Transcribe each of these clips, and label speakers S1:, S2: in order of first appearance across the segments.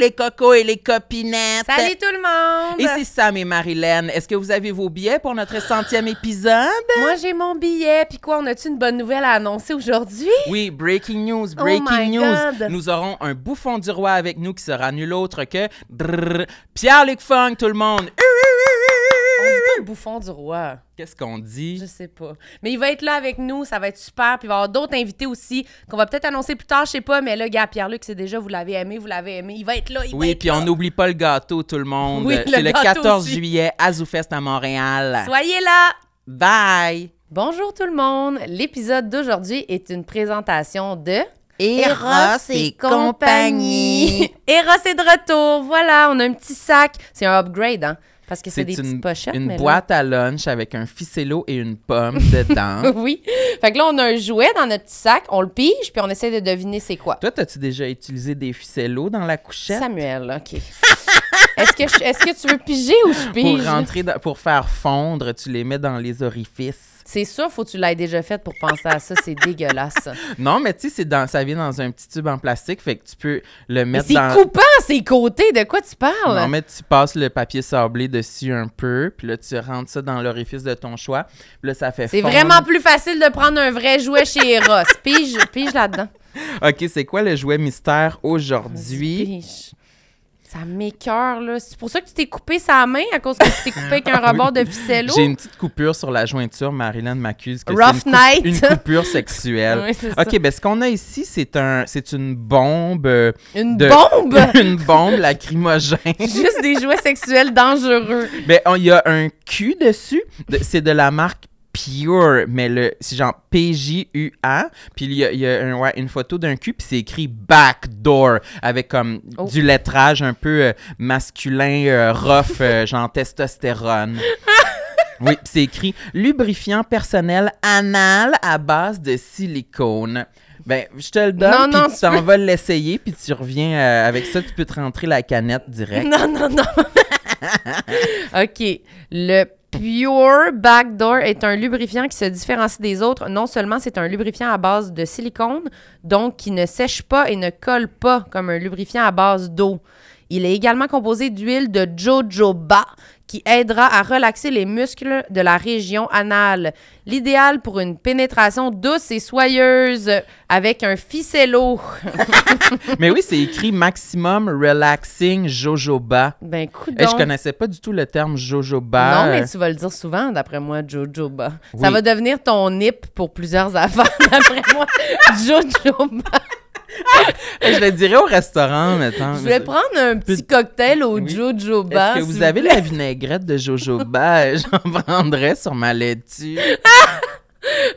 S1: les cocos et les copinettes.
S2: Salut tout le monde!
S1: Ici Sam et Marilyn. Est-ce que vous avez vos billets pour notre centième épisode?
S2: Moi, j'ai mon billet. Puis quoi, on a-tu une bonne nouvelle à annoncer aujourd'hui?
S1: Oui, breaking news,
S2: Oh
S1: breaking
S2: my
S1: news.
S2: God.
S1: Nous aurons un bouffon du roi avec nous qui sera nul autre que brrr, Pierre-Luc Funk, tout le monde.
S2: On dit pas le bouffon du roi.
S1: Qu'est-ce qu'on dit?
S2: Je sais pas. Mais il va être là avec nous, ça va être super. Puis il va y avoir d'autres invités aussi qu'on va peut-être annoncer plus tard, je sais pas. Mais là, gars, Pierre-Luc, c'est déjà, vous l'avez aimé, vous l'avez aimé. Il va être là, il va
S1: Oui,
S2: être
S1: puis on
S2: là.
S1: n'oublie pas le gâteau, tout le monde.
S2: Oui,
S1: C'est
S2: le
S1: le
S2: gâteau
S1: 14
S2: aussi.
S1: juillet à ZooFest à Montréal.
S2: Soyez là!
S1: Bye!
S2: Bonjour tout le monde. L'épisode d'aujourd'hui est une présentation de Eros est de retour. Voilà, on a un petit sac. C'est un upgrade, hein? Parce que c'est des petites pochettes.
S1: une
S2: mais là-
S1: boîte à lunch avec un ficello et une pomme dedans.
S2: oui. Fait que là, on a un jouet dans notre petit sac, on le pige, puis on essaie de deviner c'est quoi.
S1: Toi, as-tu déjà utilisé des ficellos dans la couchette
S2: Samuel, OK. est-ce que, je- est-ce que tu veux piger ou je
S1: pour
S2: pige?
S1: rentrer dans- pour faire fondre, tu les mets dans les orifices.
S2: C'est sûr, faut que tu l'aies déjà faite pour penser à ça. C'est dégueulasse.
S1: Non, mais tu sais, c'est dans ça vient dans un petit tube en plastique, fait que tu peux le
S2: Mais
S1: mettre
S2: c'est
S1: dans
S2: coupant, ces côtés. De quoi tu parles?
S1: Non, mais tu passes le papier sablé dessus un peu, puis là tu rentres ça dans l'orifice de ton choix. Puis là ça fait
S2: C'est
S1: fondre.
S2: vraiment plus facile de prendre un vrai jouet chez Eros. Pige, pige là-dedans.
S1: OK, c'est quoi le jouet mystère aujourd'hui
S2: Pige. Ça m'écœure, là. C'est pour ça que tu t'es coupé sa main à cause que tu t'es coupé avec un rebord de ficello.
S1: J'ai une petite coupure sur la jointure, Marilyn m'accuse que
S2: Rough
S1: c'est une,
S2: night.
S1: une coupure sexuelle.
S2: Oui, c'est ça.
S1: OK, ben ce qu'on a ici, c'est un c'est une bombe euh,
S2: Une
S1: de-
S2: bombe!
S1: une bombe lacrymogène.
S2: Juste des jouets sexuels dangereux.
S1: Ben, on- il y a un Q dessus. De- c'est de la marque Pure, mais le, c'est genre P-J-U-A. Puis il y a, il y a un- ouais, une photo d'un Q, puis c'est écrit Backdoor, avec comme
S2: Oh.
S1: du lettrage un peu euh, masculin, euh, rough, euh, genre testostérone. Oui, puis c'est écrit lubrifiant personnel anal à base de silicone. Ben, je te le donne,
S2: Non, non,
S1: puis tu
S2: tu
S1: t'en vas l'essayer, puis tu reviens euh, avec ça, tu peux te rentrer la canette direct.
S2: Non, non, non. OK. Le Pure Backdoor est un lubrifiant qui se différencie des autres. Non seulement c'est un lubrifiant à base de silicone, donc qui ne sèche pas et ne colle pas comme un lubrifiant à base d'eau. Il est également composé d'huile de jojoba qui aidera à relaxer les muscles de la région anale. L'idéal pour une pénétration douce et soyeuse avec un ficello.
S1: Mais oui, c'est écrit maximum relaxing jojoba.
S2: Ben, coup
S1: Et Eh, je connaissais pas du tout le terme jojoba.
S2: Non, mais tu vas le dire souvent, d'après moi, Jojoba.
S1: Oui.
S2: Ça va devenir ton nip pour plusieurs affaires, d'après moi. Jojoba.
S1: Euh, Je le dirais au restaurant, maintenant.
S2: Je voulais prendre un petit cocktail au
S1: Oui. Est-ce
S2: Jojoba.
S1: que
S2: s'il
S1: vous
S2: vous
S1: avez
S2: plaît.
S1: la vinaigrette de jojoba? Euh, J'en prendrais sur ma laitue.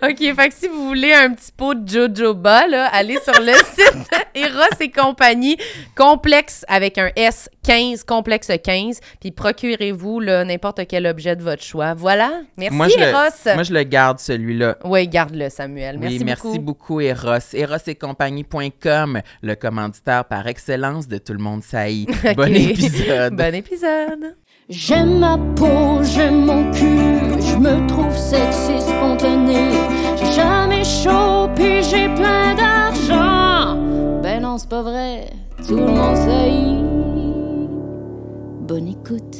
S2: OK, fait que si vous voulez un petit pot de Jojoba, là, allez sur le site Eros et compagnie, complexe avec un S, 15, complexe 15, puis procurez-vous là, n'importe quel objet de votre choix. Voilà. Merci,
S1: Moi, je le-
S2: Eros.
S1: Moi, je le garde, celui-là.
S2: Oui, garde-le, Samuel. Merci,
S1: oui, merci beaucoup, Eros. Erosetcompagnie.com, le commanditaire par excellence de Tout le monde saillit. Bon
S2: OK.
S1: épisode.
S2: Bon épisode.
S3: J'aime ma peau, j'aime mon cul, je me trouve sexy spontané. J'ai jamais chaud, puis j'ai plein d'argent. Ben non, c'est pas vrai, tout le monde sait. Bonne écoute.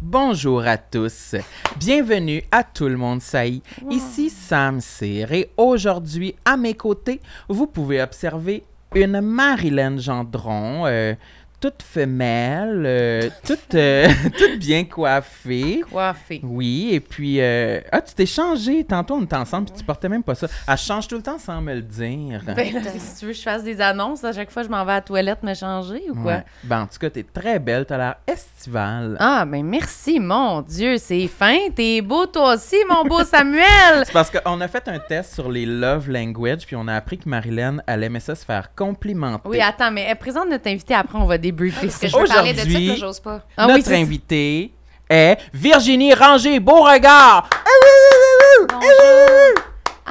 S1: Bonjour à tous. Bienvenue à Tout le monde saillit. Ici Sam Cyr et aujourd'hui à mes côtés, vous pouvez observer une Marilyn Gendron euh, toute femelle, euh, toute euh, toute bien coiffée.
S2: Coiffé.
S1: Oui, et puis euh, ah tu t'es changée tantôt on était ensemble puis tu portais même pas ça. Elle change tout le temps sans me le dire.
S2: Ben, là, si tu veux que je fasse des annonces, à chaque fois, je m'en vais à la toilette me changer ou quoi?
S1: Ouais. Ben, en tout cas, t'es très belle, t'as l'air estivale.
S2: Ah, ben merci, mon Dieu, c'est fin. T'es beau toi aussi, mon beau Samuel.
S1: C'est parce qu'on a fait un test sur les love language, puis on a appris que Marilyn, elle aimait ça se faire complimenter.
S2: Oui, attends, mais elle présente notre invité, après on va débriefer ça.
S1: je veux parler de ça, Aujourd'hui-
S4: que
S1: puis là,
S4: j'ose pas.
S2: Ah oui,
S1: Notre
S2: c'est-
S1: invitée est Virginie Ranger, beau regard!
S4: Ah,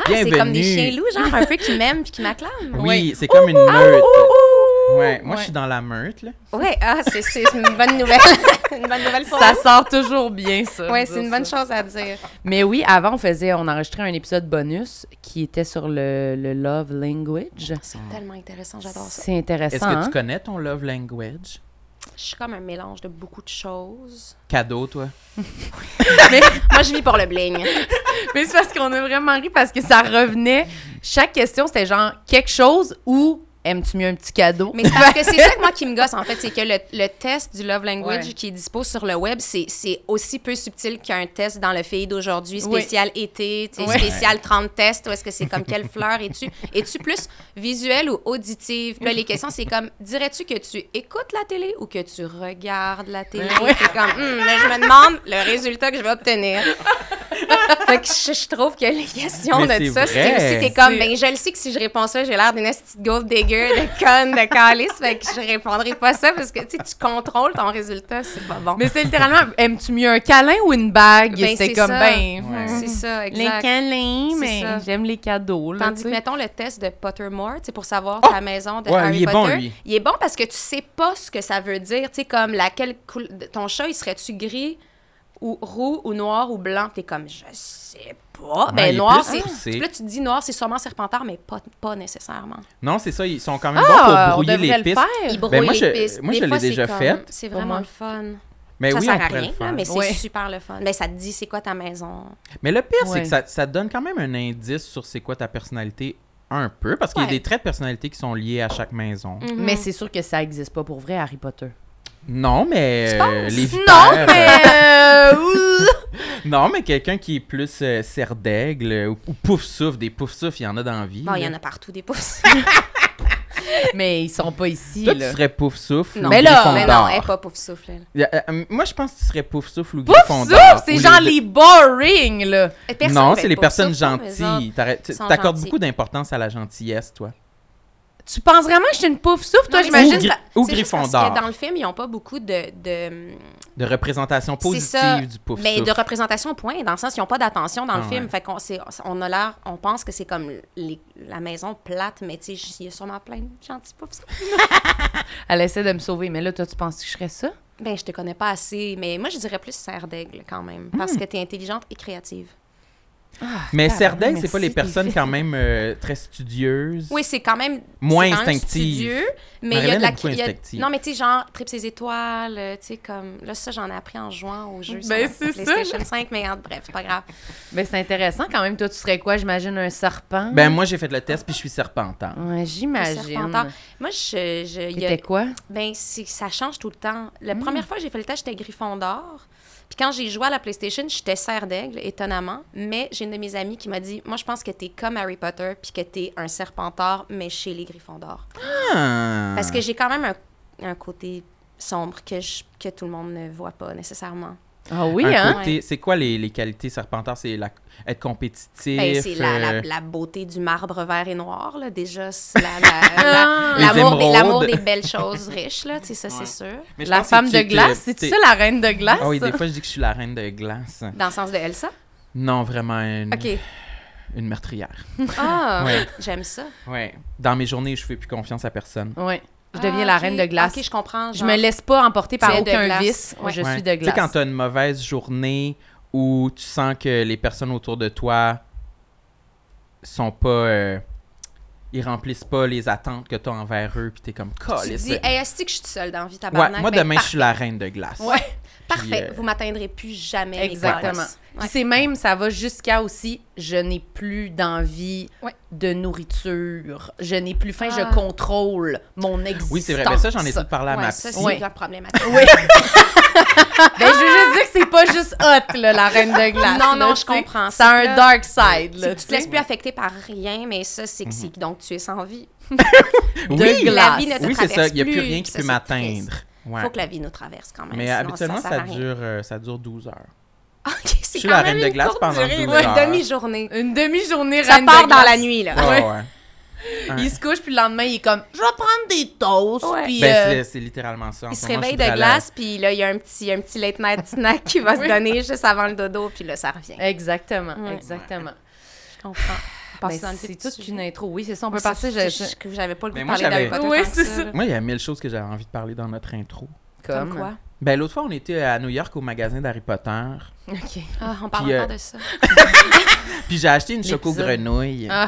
S4: c'est comme
S1: Bienvenue.
S4: des Ah, chiens loups, genre un peu qui m'aiment puis qui m'acclament.
S1: Oui, c'est comme une meute. Ouais, moi, je
S4: Ouais.
S1: suis dans la meute, là.
S4: Ouais, ah, c'est- c'est une bonne nouvelle. une bonne nouvelle pour
S2: Ça
S4: vous.
S2: sort toujours bien, ça.
S4: Ouais,
S2: de
S4: c'est
S2: dire
S4: une bonne
S2: ça.
S4: chose à dire.
S2: Mais oui, avant, on faisait, on enregistrait un épisode bonus qui était sur le, le love language.
S4: C'est tellement intéressant, j'adore ça.
S2: C'est intéressant.
S1: Est-ce que
S2: hein?
S1: tu connais ton love language?
S4: Je suis comme un mélange de beaucoup de choses.
S1: Cadeau, toi.
S4: Moi, je vis pour le bling.
S2: Mais c'est parce qu'on a vraiment ri parce que ça revenait. Chaque question, c'était genre quelque chose ou aimes-tu mieux un petit cadeau?
S4: Mais c'est parce que c'est ça que moi qui me gosse, en fait, c'est que le, le test du Love Language
S2: Ouais.
S4: qui est dispo sur le web, c'est c'est aussi peu subtil qu'un test dans le feed d'aujourd'hui,
S2: Oui.
S4: spécial été, tu sais,
S2: Ouais.
S4: spécial 30 tests, ou est-ce que c'est comme quelle fleur es-tu? Es-tu plus visuelle ou auditive? Puis là, les questions, c'est comme, dirais-tu que tu écoutes la télé ou que tu regardes la télé? C'est comme, Hum, là, je me demande le résultat que je vais obtenir. fait que je, je trouve que les questions
S1: Mais
S4: de
S1: c'est
S4: ça, c'est
S1: vrai.
S4: aussi t'es comme, ben, je le sais que si je réponds ça, j'ai l'air d'une petite gaufre dégueu, de conne, de calice, fait que je répondrai pas ça parce que, tu sais, tu contrôles ton résultat, c'est pas bon.
S2: Mais c'est littéralement aimes-tu mieux un câlin ou une bague?
S4: Ben,
S2: C'était
S4: c'est
S2: comme
S4: ça.
S2: ben.
S1: Ouais.
S4: C'est ça,
S2: Les
S4: exact.
S2: câlins,
S4: C'est
S2: mais
S4: ça.
S2: j'aime les cadeaux. Là,
S4: Tandis
S2: tu
S4: que,
S2: sais.
S4: mettons, le test de Pottermore, c'est pour savoir
S1: Oh!
S4: ta maison de
S1: Ouais,
S4: Harry
S1: il est
S4: Potter.
S1: bon, lui.
S4: Il est bon parce que tu sais pas ce que ça veut dire. Tu sais, comme laquelle couleur... Ton chat, il serait-tu gris ou roux ou noir ou blanc? T'es comme, je sais pas.
S1: Ouais, il
S4: ben,
S1: est
S4: noir,
S1: plus
S4: c'est...
S1: poussé.
S4: Puis Là, tu te dis noir, c'est sûrement serpentard, mais pas, pas nécessairement.
S1: Non, c'est ça, ils sont quand même
S2: Ah,
S1: bons pour
S2: on
S1: brouiller
S2: devrait
S1: les
S2: le
S1: pistes.
S2: faire.
S4: Il brouille
S1: Ben, moi,
S4: les
S1: je-
S4: pistes.
S1: moi,
S4: Des
S1: je l'ai
S4: fois, c'est
S1: déjà
S4: comme-
S1: faite.
S4: C'est
S2: Pour
S4: vraiment
S2: moi.
S4: le fun.
S1: Mais
S4: ça
S1: oui, on
S4: sert à
S1: pourrait
S4: rien,
S1: le
S4: là,
S1: faire.
S4: mais c'est
S2: Ouais.
S4: super le fun. Ben, ça te dit c'est quoi ta maison.
S1: Mais le pire, c'est
S2: Ouais.
S1: que ça, ça te donne quand même un indice sur c'est quoi ta personnalité un peu, parce qu'il y a
S4: Ouais.
S1: des traits de personnalité qui sont liés à chaque maison.
S4: Mhm.
S2: Mais c'est sûr que ça n'existe pas pour vrai, Harry Potter.
S1: Non, mais euh, les
S2: non,
S1: vipères,
S2: mais. euh, ouh.
S1: euh, non, mais quelqu'un qui est plus euh, serre d'aigle euh, ou, ou pouf souffle, des pouf souffle, il y en a dans la vie.
S4: Bon, il y
S1: là.
S4: en a partout des pouces.
S2: mais ils sont pas ici.
S1: Toi, tu
S2: là.
S1: serais pouf souffle.
S4: Non.
S1: ou
S2: Mais là,
S4: mais non,
S1: Gryffondor.
S4: elle est pas pouf souffle. elle.
S1: Y a- euh, moi, je pense que tu serais pouf souffle ou
S2: Pouf
S1: Gryffondor.
S2: souffle, c'est
S1: ou
S2: genre
S1: deux.
S2: les boring, là.
S4: Et personne
S1: non,
S4: fait
S1: c'est les
S4: pouf
S1: personnes
S4: souffle, hein, les autres.
S1: gentilles. T'arrêtes-
S4: sont
S1: T'accordes
S4: gentils.
S1: beaucoup d'importance à la gentillesse, toi.
S2: Tu penses vraiment que je suis une pouf souffle, toi,
S4: Non, mais
S2: j'imagine?
S4: c'est
S1: Ou
S4: juste-
S1: Gry- ou
S4: c'est juste parce
S1: Gryffondor.
S4: que dans le film, ils n'ont pas beaucoup de, de,
S1: De représentation
S4: C'est ça.
S1: positive du pouf
S4: mais
S1: souffle.
S4: de représentation, point. Dans le sens, ils n'ont pas d'attention dans le
S1: Ah, ouais.
S4: film. Fait qu'on c'est- on a l'air, on pense que c'est comme les- la maison plate, mais tu sais, il y a sûrement plein de gentils pouf souffles.
S2: Elle essaie de me sauver, mais là, toi, tu penses que je serais ça?
S4: Ben, je te connais pas assez, mais moi, je dirais plus serre d'aigle quand même,
S1: Hmm.
S4: parce que tu es intelligente et créative.
S1: Mais
S2: Ah,
S1: Cerdagne,
S2: merci,
S1: c'est pas les
S2: t'es
S1: personnes
S2: fine.
S1: quand même euh, très studieuses.
S4: Oui, c'est quand même
S1: Moins
S4: c'est quand même
S1: instinctive.
S4: studieux, mais il y a de
S1: Marilyn est
S4: la
S1: beaucoup
S4: il y a-
S1: instinctive.
S4: Non, mais tu sais genre tripe ses étoiles, euh, tu sais comme là ça j'en ai appris en jouant au jeu
S2: Ben,
S4: sur
S2: c'est
S4: la
S2: ça.
S4: PlayStation 5 mais en- bref, c'est pas grave.
S2: Ben, c'est intéressant quand même. Toi, tu serais quoi? J'imagine un serpent.
S1: Ben moi j'ai fait le test puis je suis serpentant.
S2: Ouais, j'imagine.
S4: Serpentard. Moi je, je il y a-
S2: C'était quoi?
S4: ben c'est ça change tout le temps.
S1: Mm.
S4: La première fois que j'ai fait le test, j'étais Gryffondor. Puis quand j'ai joué à la PlayStation, j'étais serre d'aigle, étonnamment. Mais j'ai une de mes amies qui m'a dit Moi, je pense que t'es comme Harry Potter, puis que t'es un serpentard, mais chez les Gryffondors.
S1: Ah.
S4: Parce que j'ai quand même un, un côté sombre que, je- que tout le monde ne voit pas nécessairement.
S2: Ah oui,
S1: Un
S2: hein?
S1: côté- c'est quoi les, les qualités serpentard C'est la- être compétitif.
S4: Ben, c'est la, la-
S1: euh,
S4: la beauté du marbre vert et noir, là, déjà. c'est la- la-
S2: Ah!
S4: la- L'amour
S1: Les
S4: des, l'amour
S1: émeraudes.
S4: des belles choses riches, là, tu sais, ça, c'est sûr.
S1: mais je
S2: La
S1: pense que
S2: femme
S1: tu
S2: de
S1: étais-
S2: glace? C'est-tu
S1: t'es-
S2: ça, la reine de glace?
S1: Ah oui, des fois je dis que je suis la reine de glace.
S4: Dans le sens de Elsa.
S1: Non, vraiment une,
S4: OK.
S1: une meurtrière.
S4: Ah,
S1: Mm. Ouais.
S4: j'aime ça.
S1: Ouais. Dans mes journées, je fais plus confiance à personne.
S2: Ouais. Je
S4: Ah,
S2: deviens la
S4: ok.
S2: reine de glace.
S4: OK, je comprends.
S2: Je
S4: genre.
S2: me laisse pas emporter par
S4: Tu es de
S2: aucun
S4: glace.
S2: vice.
S4: Ouais.
S2: Je
S1: Ouais.
S2: suis de
S1: Tu sais, quand
S2: glace.
S1: tu as une mauvaise journée où tu sens que les personnes autour de toi sont pas. euh, ils remplissent pas les attentes que tu as envers eux, puis tu es comme.
S4: Tu te
S1: Calisse.
S4: dis, hey, est-ce que je suis seule dans la vie, tabarnak?
S1: ouais, moi,
S4: Ben,
S1: demain, je suis la reine de glace.
S2: Ouais,
S4: par-
S1: puis,
S4: Parfait,
S1: euh,
S4: vous m'atteindrez plus jamais. mes
S2: exactement.
S4: goals.
S2: Puis c'est même, ça va jusqu'à aussi, je n'ai plus d'envie
S4: Ouais.
S2: de nourriture. Je n'ai plus faim,
S4: Ah.
S2: je contrôle mon existence.
S1: Oui, c'est vrai. Mais ça, j'en ai tout parlé à
S4: Ouais,
S1: ma
S4: ça,
S1: psy.
S4: c'est
S2: Ouais.
S4: bien problématique.
S2: Ben, je veux juste dire que c'est pas juste hot, là, la reine de glace.
S4: Non, non,
S2: là,
S4: je
S2: tu sais.
S4: comprends.
S2: Ça a
S4: C'est
S2: un
S4: que-
S2: dark side,
S4: C'est
S2: là.
S4: que tu
S2: tu
S4: te laisses
S2: sais.
S4: plus affecter par rien, mais ça, c'est que c'est- donc tu es sans vie.
S2: de glace.
S4: La vie ne te
S1: Oui, c'est ça.
S4: traverse
S1: Il n'y a plus
S4: plus,
S1: rien qui
S4: ça,
S1: peut
S4: c'est
S1: m'atteindre.
S4: triste.
S1: Ouais.
S4: Faut que la vie nous traverse quand même.
S1: Mais
S4: sinon
S1: habituellement,
S4: sert
S1: ça,
S4: à rien.
S1: dure, euh, ça dure 12 heures.
S4: OK, c'est
S1: suis
S4: quand
S1: la
S4: même
S1: reine de
S4: une
S1: glace
S4: courte
S1: pendant
S4: durée,
S1: 12
S4: ouais,
S1: heures.
S4: Une demi-journée.
S2: Une demi-journée
S4: Ça
S2: reine
S4: part
S2: de
S4: dans
S2: glace.
S4: la nuit, là.
S1: Ouais,
S2: Ouais.
S1: ouais.
S2: Il se couche, puis le lendemain, il est comme « Je vais prendre des toasts,
S4: Ouais.
S2: puis...
S1: Ben,
S2: euh,
S1: c'est- c'est littéralement ça. En
S4: Il
S1: ce
S4: se
S1: moment, je
S4: réveille de
S1: voudrais aller à-
S4: glace, puis là, il y a un petit, un petit late night snack qui va se donner juste avant le dodo, puis là, ça revient.
S2: Exactement,
S4: Ouais.
S2: exactement.
S4: Je comprends.
S2: Parce
S4: dans
S2: que
S4: le
S2: c'est
S4: vif du
S2: toute
S4: sujet.
S2: une intro. Oui, c'est ça, on peut
S4: Ça,
S2: partir.
S4: je-
S2: je-
S4: je- que J'avais pas le goût
S1: Mais
S4: de
S1: Ben, moi,
S4: parler
S1: j'avais-
S4: d'Harry Potter.
S2: Oui,
S4: tant que
S2: c'est
S4: ça,
S2: ça.
S4: là.
S1: Moi, il y a mille choses que j'avais envie de parler dans notre intro.
S2: Comme.
S4: Comme quoi?
S1: Ben, l'autre fois, on était à New York au magasin d'Harry Potter.
S2: OK.
S4: Ah, on parle
S1: Puis, euh,
S4: encore de ça.
S1: Puis j'ai acheté une
S2: L'épisode.
S1: choco-grenouille.
S2: Ah.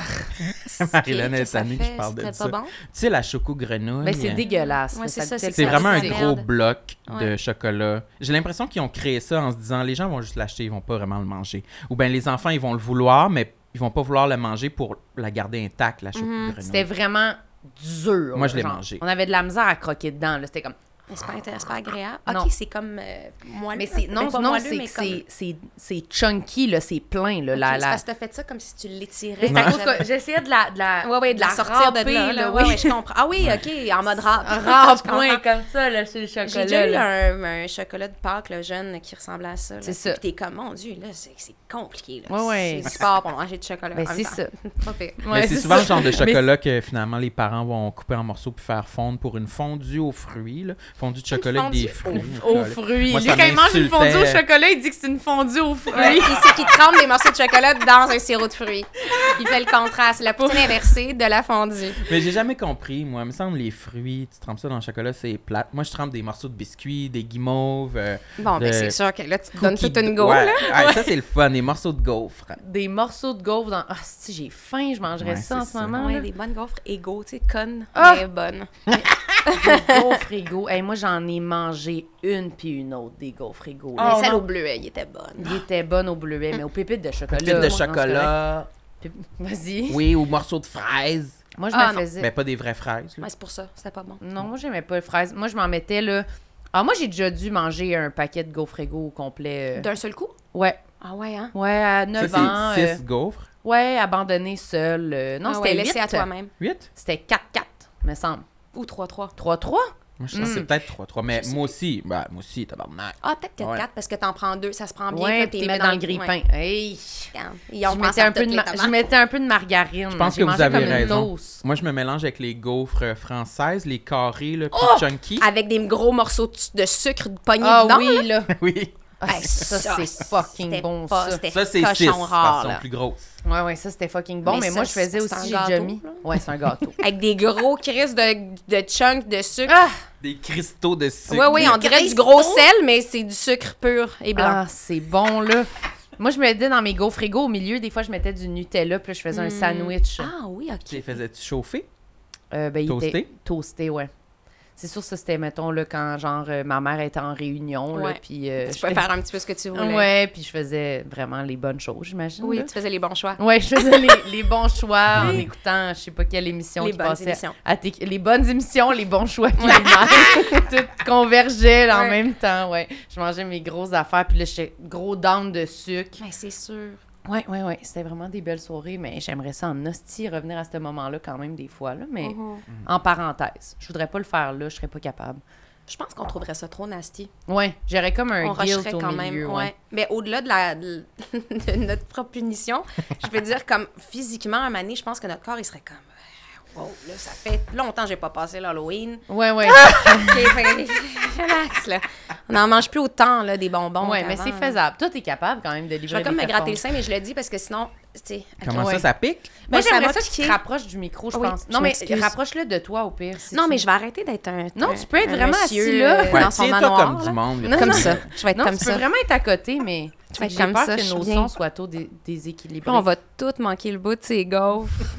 S1: Marilyn
S4: Qu'est-ce que
S1: est
S4: ça
S1: amie que je
S4: fait?
S1: parle de
S4: C'était
S1: ça.
S4: pas bon?
S1: Tu sais, la choco-grenouille.
S2: Mais Ben, c'est dégueulasse.
S4: Ouais,
S2: là,
S4: Ben, c'est
S2: ça
S4: ça,
S2: goûte
S4: c'est
S1: C'est
S2: tellement-
S1: vraiment un
S4: c'est
S1: gros
S4: merde.
S1: bloc de
S4: Ouais.
S1: chocolat. J'ai l'impression qu'ils ont créé ça en se disant les gens vont juste l'acheter, ils vont pas vraiment le manger. Ou bien les enfants, ils vont le vouloir, mais ils vont pas vouloir le manger pour la garder intacte, la choco-grenouille.
S2: Mhm, C'était vraiment dur.
S1: Moi, je l'ai
S2: genre.
S1: mangé.
S2: On avait de la misère à croquer dedans. là, C'était comme.
S4: Mais c'est pas intéressant, c'est pas agréable.
S2: Non.
S4: Ok, c'est comme euh, moelleux.
S2: Mais c'est non,
S4: pas
S2: non,
S4: moelleux,
S2: c'est
S4: mais
S2: que
S4: comme-
S2: c'est- c'est c'est chunky là, c'est plein là,
S4: Ok,
S2: la
S4: c'est
S2: la.
S4: Parce que t'as fait ça comme si tu l'étirais.
S2: Mais c'est à
S4: Fait
S2: cause
S4: que
S2: que j'essayais de la de la
S4: j'avais- Ouais, ouais, de la sortir de
S2: ramper,
S4: là. là.
S2: oui.
S4: Ouais, ouais, je comprends. Ah oui, ok, en mode rap. Je comprends.
S2: Rempouin comme ça là, c'est le chocolat.
S4: J'ai déjà eu
S2: là.
S4: un, un chocolat de Pâques, le jeune, qui ressemblait à ça. là.
S2: C'est ça.
S4: Puis t'es comme, mon Dieu, là, c'est c'est compliqué. là.
S2: Ouais, ouais.
S4: C'est du sport pour manger du chocolat.
S2: Ben,
S4: en même
S2: c'est
S4: temps.
S2: ça.
S4: Pas pire.
S1: Mais
S2: Ouais,
S1: c'est
S2: c'est
S1: souvent
S2: ça.
S1: le genre de
S2: Mais c'est-
S1: chocolat que finalement les parents vont couper en morceaux puis faire fondre pour une fondue aux fruits. Là. Fondue de chocolat avec des
S4: fondue
S1: fruits.
S2: Aux
S1: Là, là.
S2: fruits.
S1: Moi,
S2: Lui,
S1: ça
S2: quand il mange une fondue au
S1: m'insultait.
S2: chocolat, il dit que c'est une fondue aux
S4: Ouais,
S2: fruits.
S4: puis c'est qu'il trempe des morceaux de chocolat dans un sirop de fruits. Il fait le contraste, la poutine inversée de la fondue.
S1: Mais j'ai jamais compris, moi. Il me semble les fruits, tu trempes ça dans le chocolat, c'est plate. Moi, je trempe des morceaux de biscuits, des guimauves. euh,
S4: Bon, ben
S1: de
S4: c'est sûr que là, tu te donnes
S1: cookies
S4: toute une
S1: de-
S4: go,
S1: Ouais.
S4: là.
S1: Ouais, Ça, c'est le fun, des morceaux de gaufres.
S2: Des morceaux de gaufres dans. Ah, si j'ai faim, je mangerais
S1: Ouais,
S2: ça en
S1: c'est
S2: ce
S1: ça.
S2: moment.
S4: Ouais,
S2: là.
S4: des bonnes gaufres égaux, tu sais, connes,
S2: Ah!
S4: mais bonnes.
S2: gaufres égaux. Hey, moi, j'en ai mangé une puis une autre des gaufres égaux. là.
S1: Oh,
S4: mais celle
S1: non.
S4: au bleuet, il était bonne.
S2: Il était bonne au bleuet, mais aux pépites de chocolat.
S1: Pépites de
S2: non, c'est correct.
S1: chocolat.
S2: Pép- Vas-y.
S1: Oui, ou morceaux de fraises.
S2: Moi, je
S4: Ah,
S2: me
S4: non.
S2: faisais.
S1: Mais pas des vraies fraises. là.
S4: Ouais, c'est pour ça, c'était pas bon.
S2: Non, moi, j'aimais pas les fraises. Moi, je m'en mettais, là. Ah, moi, j'ai déjà dû manger un paquet de gaufres égaux au complet. euh.
S4: D'un seul coup?
S2: Ouais.
S4: Ah ouais, hein?
S2: Ouais, à 9 ans.
S1: Ça, c'est
S2: euh,
S1: 6 gaufres.
S2: Ouais, abandonné seul. euh, Non,
S4: Ah ouais,
S2: c'était
S4: laissé à
S2: 8.
S4: toi-même.
S1: 8?
S2: C'était 4-4, me semble.
S4: Ou 3-3.
S2: 3-3?
S1: Moi, je pense que c'est peut-être 3-3. Mais moi aussi, bah, moi aussi, tabarnak.
S4: Ah, peut-être que
S1: Ouais.
S4: 4 parce que t'en prends deux, ça se prend bien.
S2: Ouais,
S4: puis
S2: puis
S4: t'es
S2: t'es mis dans le grille-pain. Hey!
S4: Ils ont
S2: Je mettais, un peu de ma- je mettais un peu de margarine.
S1: Je pense
S2: Mm, J'ai
S1: que vous
S2: mangé
S1: avez
S2: comme une
S1: raison.
S2: Sauce.
S1: Moi, je me mélange avec les gaufres françaises, les carrés, le
S4: Oh!
S1: chunky.
S4: Avec des gros morceaux de de sucre pognés
S2: Ah
S4: dedans.
S2: oui, là!
S1: Oui.
S2: Ah,
S4: Hey,
S2: ça, c'est fucking
S4: c'était
S2: bon,
S4: pas-
S2: ça.
S4: c'était
S1: Ça, c'est 6
S4: eh, cochon
S1: parce
S4: rare,
S1: qu'ils sont
S4: là.
S1: plus grosses.
S2: Ouais, ouais, ça, c'était fucking bon.
S4: Mais
S2: Mais,
S4: ça,
S2: moi, je faisais
S4: c'est
S2: aussi,
S4: un
S2: j'ai
S4: gâteau,
S2: déjà mis.
S4: là.
S2: Ouais, c'est un gâteau.
S4: Avec des gros crises de, de chunks de sucre.
S2: ah!
S1: Des cristaux de sucre.
S4: Oui, oui, on dirait du gros sel, mais c'est du sucre pur et blanc.
S2: Ah, c'est bon, là. Moi, je mettais dans mes gaufres frigos au milieu, des fois, je mettais du Nutella, puis là, je faisais un
S4: Hmm.
S2: sandwich.
S4: Ah oui,
S1: Tu les
S4: OK.
S1: faisais-tu chauffer?
S2: Euh, ben, il
S1: Toasté?
S2: était toasté, ouais. C'est sûr, ça, c'était, mettons, là, quand, genre, euh, ma mère était en réunion, là,
S4: Ouais.
S2: puis... euh,
S4: Tu
S2: je
S4: peux
S2: fais-
S4: faire un petit peu ce que tu voulais.
S2: Ouais, puis je faisais vraiment les bonnes choses, j'imagine.
S4: Oui,
S2: là.
S4: tu faisais les bons choix.
S2: Ouais, je faisais les, les bons choix en écoutant, je sais pas quelle émission
S4: Les
S2: qui
S4: bonnes
S2: passait.
S4: émissions.
S2: à tes- les bonnes émissions, les bons choix qui tout convergeait en
S4: Ouais.
S2: même temps, ouais. Je mangeais mes grosses affaires, puis là, j'étais gros down de sucre.
S4: Ben, c'est sûr.
S2: Ouais, ouais, ouais. C'était vraiment des belles soirées, mais j'aimerais ça en hostie revenir à ce moment-là quand même des fois, là. Mais en parenthèse, je voudrais pas le faire là, je serais pas capable.
S4: Je pense qu'on trouverait ça trop nasty.
S2: Ouais, j'aurais comme un
S4: on
S2: guilt
S4: rusherait
S2: au
S4: quand
S2: milieu,
S4: même.
S2: ouais.
S4: ouais. Mais au-delà de, la, de de notre propre punition, je veux dire, comme physiquement, un année, je pense que notre corps, il serait comme. euh, Wow, là, ça fait longtemps que j'ai pas passé l'Halloween.
S2: Ouais, ouais.
S4: Ok, fait- relax, là. On n'en mange plus autant, là, des bonbons.
S2: ouais, mais c'est
S4: qu'avant.
S2: faisable. Toi, t'es capable quand même de livrer
S4: Je vais comme
S2: des
S4: me gratter le
S2: performances.
S4: sein, mais je le dis parce que sinon, tu sais. ok.
S1: Comment
S2: Ouais.
S1: ça, ça pique?
S2: Moi,
S4: Ben, ça
S2: j'aimerais
S4: va
S2: ça que tu te
S4: piquer.
S2: rapproches du micro, je
S4: Oui,
S2: pense.
S4: je
S2: Non, mais
S4: m'excuse.
S2: rapproche-le de toi au pire. si
S4: Non,
S2: tu
S4: mais
S2: veux.
S4: je vais arrêter d'être un.
S2: Non, tu peux être
S4: un
S2: vraiment
S4: monsieur,
S2: assis là,
S4: euh,
S1: Ouais,
S4: dans son
S1: tiens-toi
S4: manoir.
S1: comme
S4: là.
S1: du monde.
S4: comme
S2: non.
S4: ça. Je vais être
S2: Non,
S4: comme
S2: tu
S4: ça.
S2: peux vraiment être à côté, mais
S4: Tu vas être
S2: j'ai
S4: comme
S2: peur
S4: ça, je
S2: que
S4: suis
S2: nos
S4: bien.
S2: sons soient trop dé-
S4: Puis
S2: déséquilibrés.
S4: On va toutes manquer le bout de ces gaufres.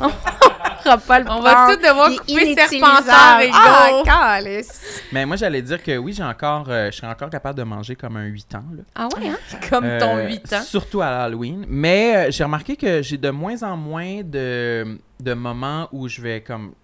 S4: On
S2: On va tous devoir couper serpentard et
S4: Ah,
S2: gaufres.
S4: calice.
S1: Mais moi, j'allais dire que oui, j'ai encore, euh, je serais encore capable de manger comme un 8 ans. Là.
S4: Ah ouais, hein?
S2: Comme ton
S1: Euh,
S2: 8 ans.
S1: Surtout à Halloween. Mais euh, j'ai remarqué que j'ai de moins en moins de, de moments où je vais comme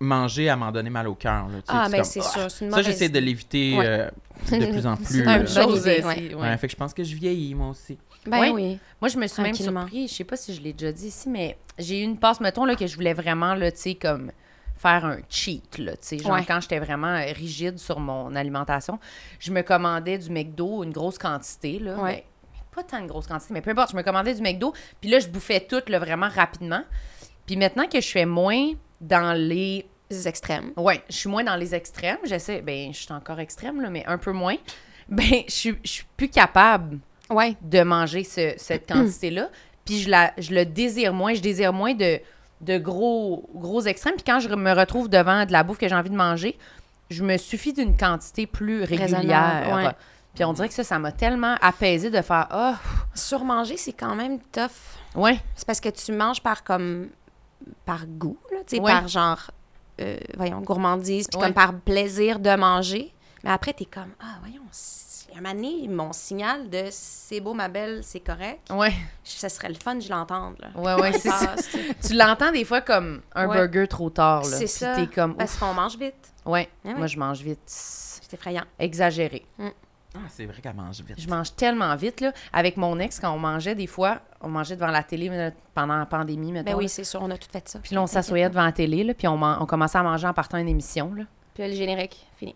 S1: manger à m'en donner mal au cœur. là. Tu sais,
S4: Ah, ben
S1: comme,
S4: c'est
S1: Ah!
S4: sûr, c'est une
S1: Ça,
S4: mauvaise
S1: j'essaie de l'éviter
S4: Ouais.
S1: euh, de plus en plus.
S4: C'est un
S1: là.
S4: bonne
S2: Chose
S4: idée,
S2: aussi,
S4: ouais.
S1: Ouais, fait que je pense que je vieillis, moi aussi.
S4: Ben
S2: Ouais.
S4: oui.
S2: Moi, je me suis même
S4: Tranquillement.
S2: surpris, je sais pas si je l'ai déjà dit ici, mais j'ai eu une passe, mettons, là, que je voulais vraiment, là, tu sais, comme faire un cheat, là, tu sais, genre
S4: Ouais.
S2: quand j'étais vraiment euh, rigide sur mon alimentation, je me commandais du McDo, une grosse quantité, là,
S4: Ouais.
S2: mais- mais pas tant de grosse quantité, mais peu importe, je me commandais du McDo, puis là, je bouffais tout, là, vraiment rapidement. Puis maintenant que je fais moins dans les
S4: Les extrêmes.
S2: Ouais, je suis moins dans les extrêmes. J'essaie, ben, je suis encore extrême, là, mais un peu moins. Ben, je suis- je suis plus capable
S4: Ouais. Mm-hmm.
S2: de manger ce- cette quantité-là. puis je, la, je le désire moins. Je désire moins de, de gros, gros extrêmes. Puis quand je me retrouve devant de la bouffe que j'ai envie de manger, je me suffis d'une quantité plus régulière. euh.
S4: Raisonnable, ouais.
S2: Puis on dirait que ça, ça m'a tellement apaisé de faire Ah,
S4: Surmanger, c'est quand même tough.
S2: ouais,
S4: C'est parce que tu manges par comme par goût, là, tu sais,
S2: Ouais.
S4: par genre euh, voyons gourmandise, puis
S2: Ouais.
S4: comme par plaisir de manger. Mais après t'es comme ah voyons, si- un moment donné, mon signal de c'est beau ma belle, c'est correct.
S2: ouais,
S4: Ça serait le fun de l'entendre. là.
S2: ouais, ouais, c'est ça.
S4: Ah, c'est-
S2: Tu l'entends des fois comme un
S4: Ouais.
S2: burger trop tard. là.
S4: C'est
S2: Puis
S4: ça.
S2: t'es comme Ouf,
S4: Parce qu'on mange vite.
S2: ouais,
S4: Ah ouais.
S2: moi je mange vite.
S4: C'est effrayant.
S2: Exagéré.
S1: Ah, c'est vrai qu'elle mange vite.
S2: Je mange tellement vite, là. Avec mon ex, quand on mangeait, des fois, on mangeait devant la télé là, pendant la pandémie, mettons.
S4: Ben
S2: là.
S4: oui, c'est sûr, on a tout fait ça.
S2: Puis là, on s'assoyait devant la télé, là, puis on, man- on commençait à manger en partant une émission, là.
S4: Puis là, le générique, fini.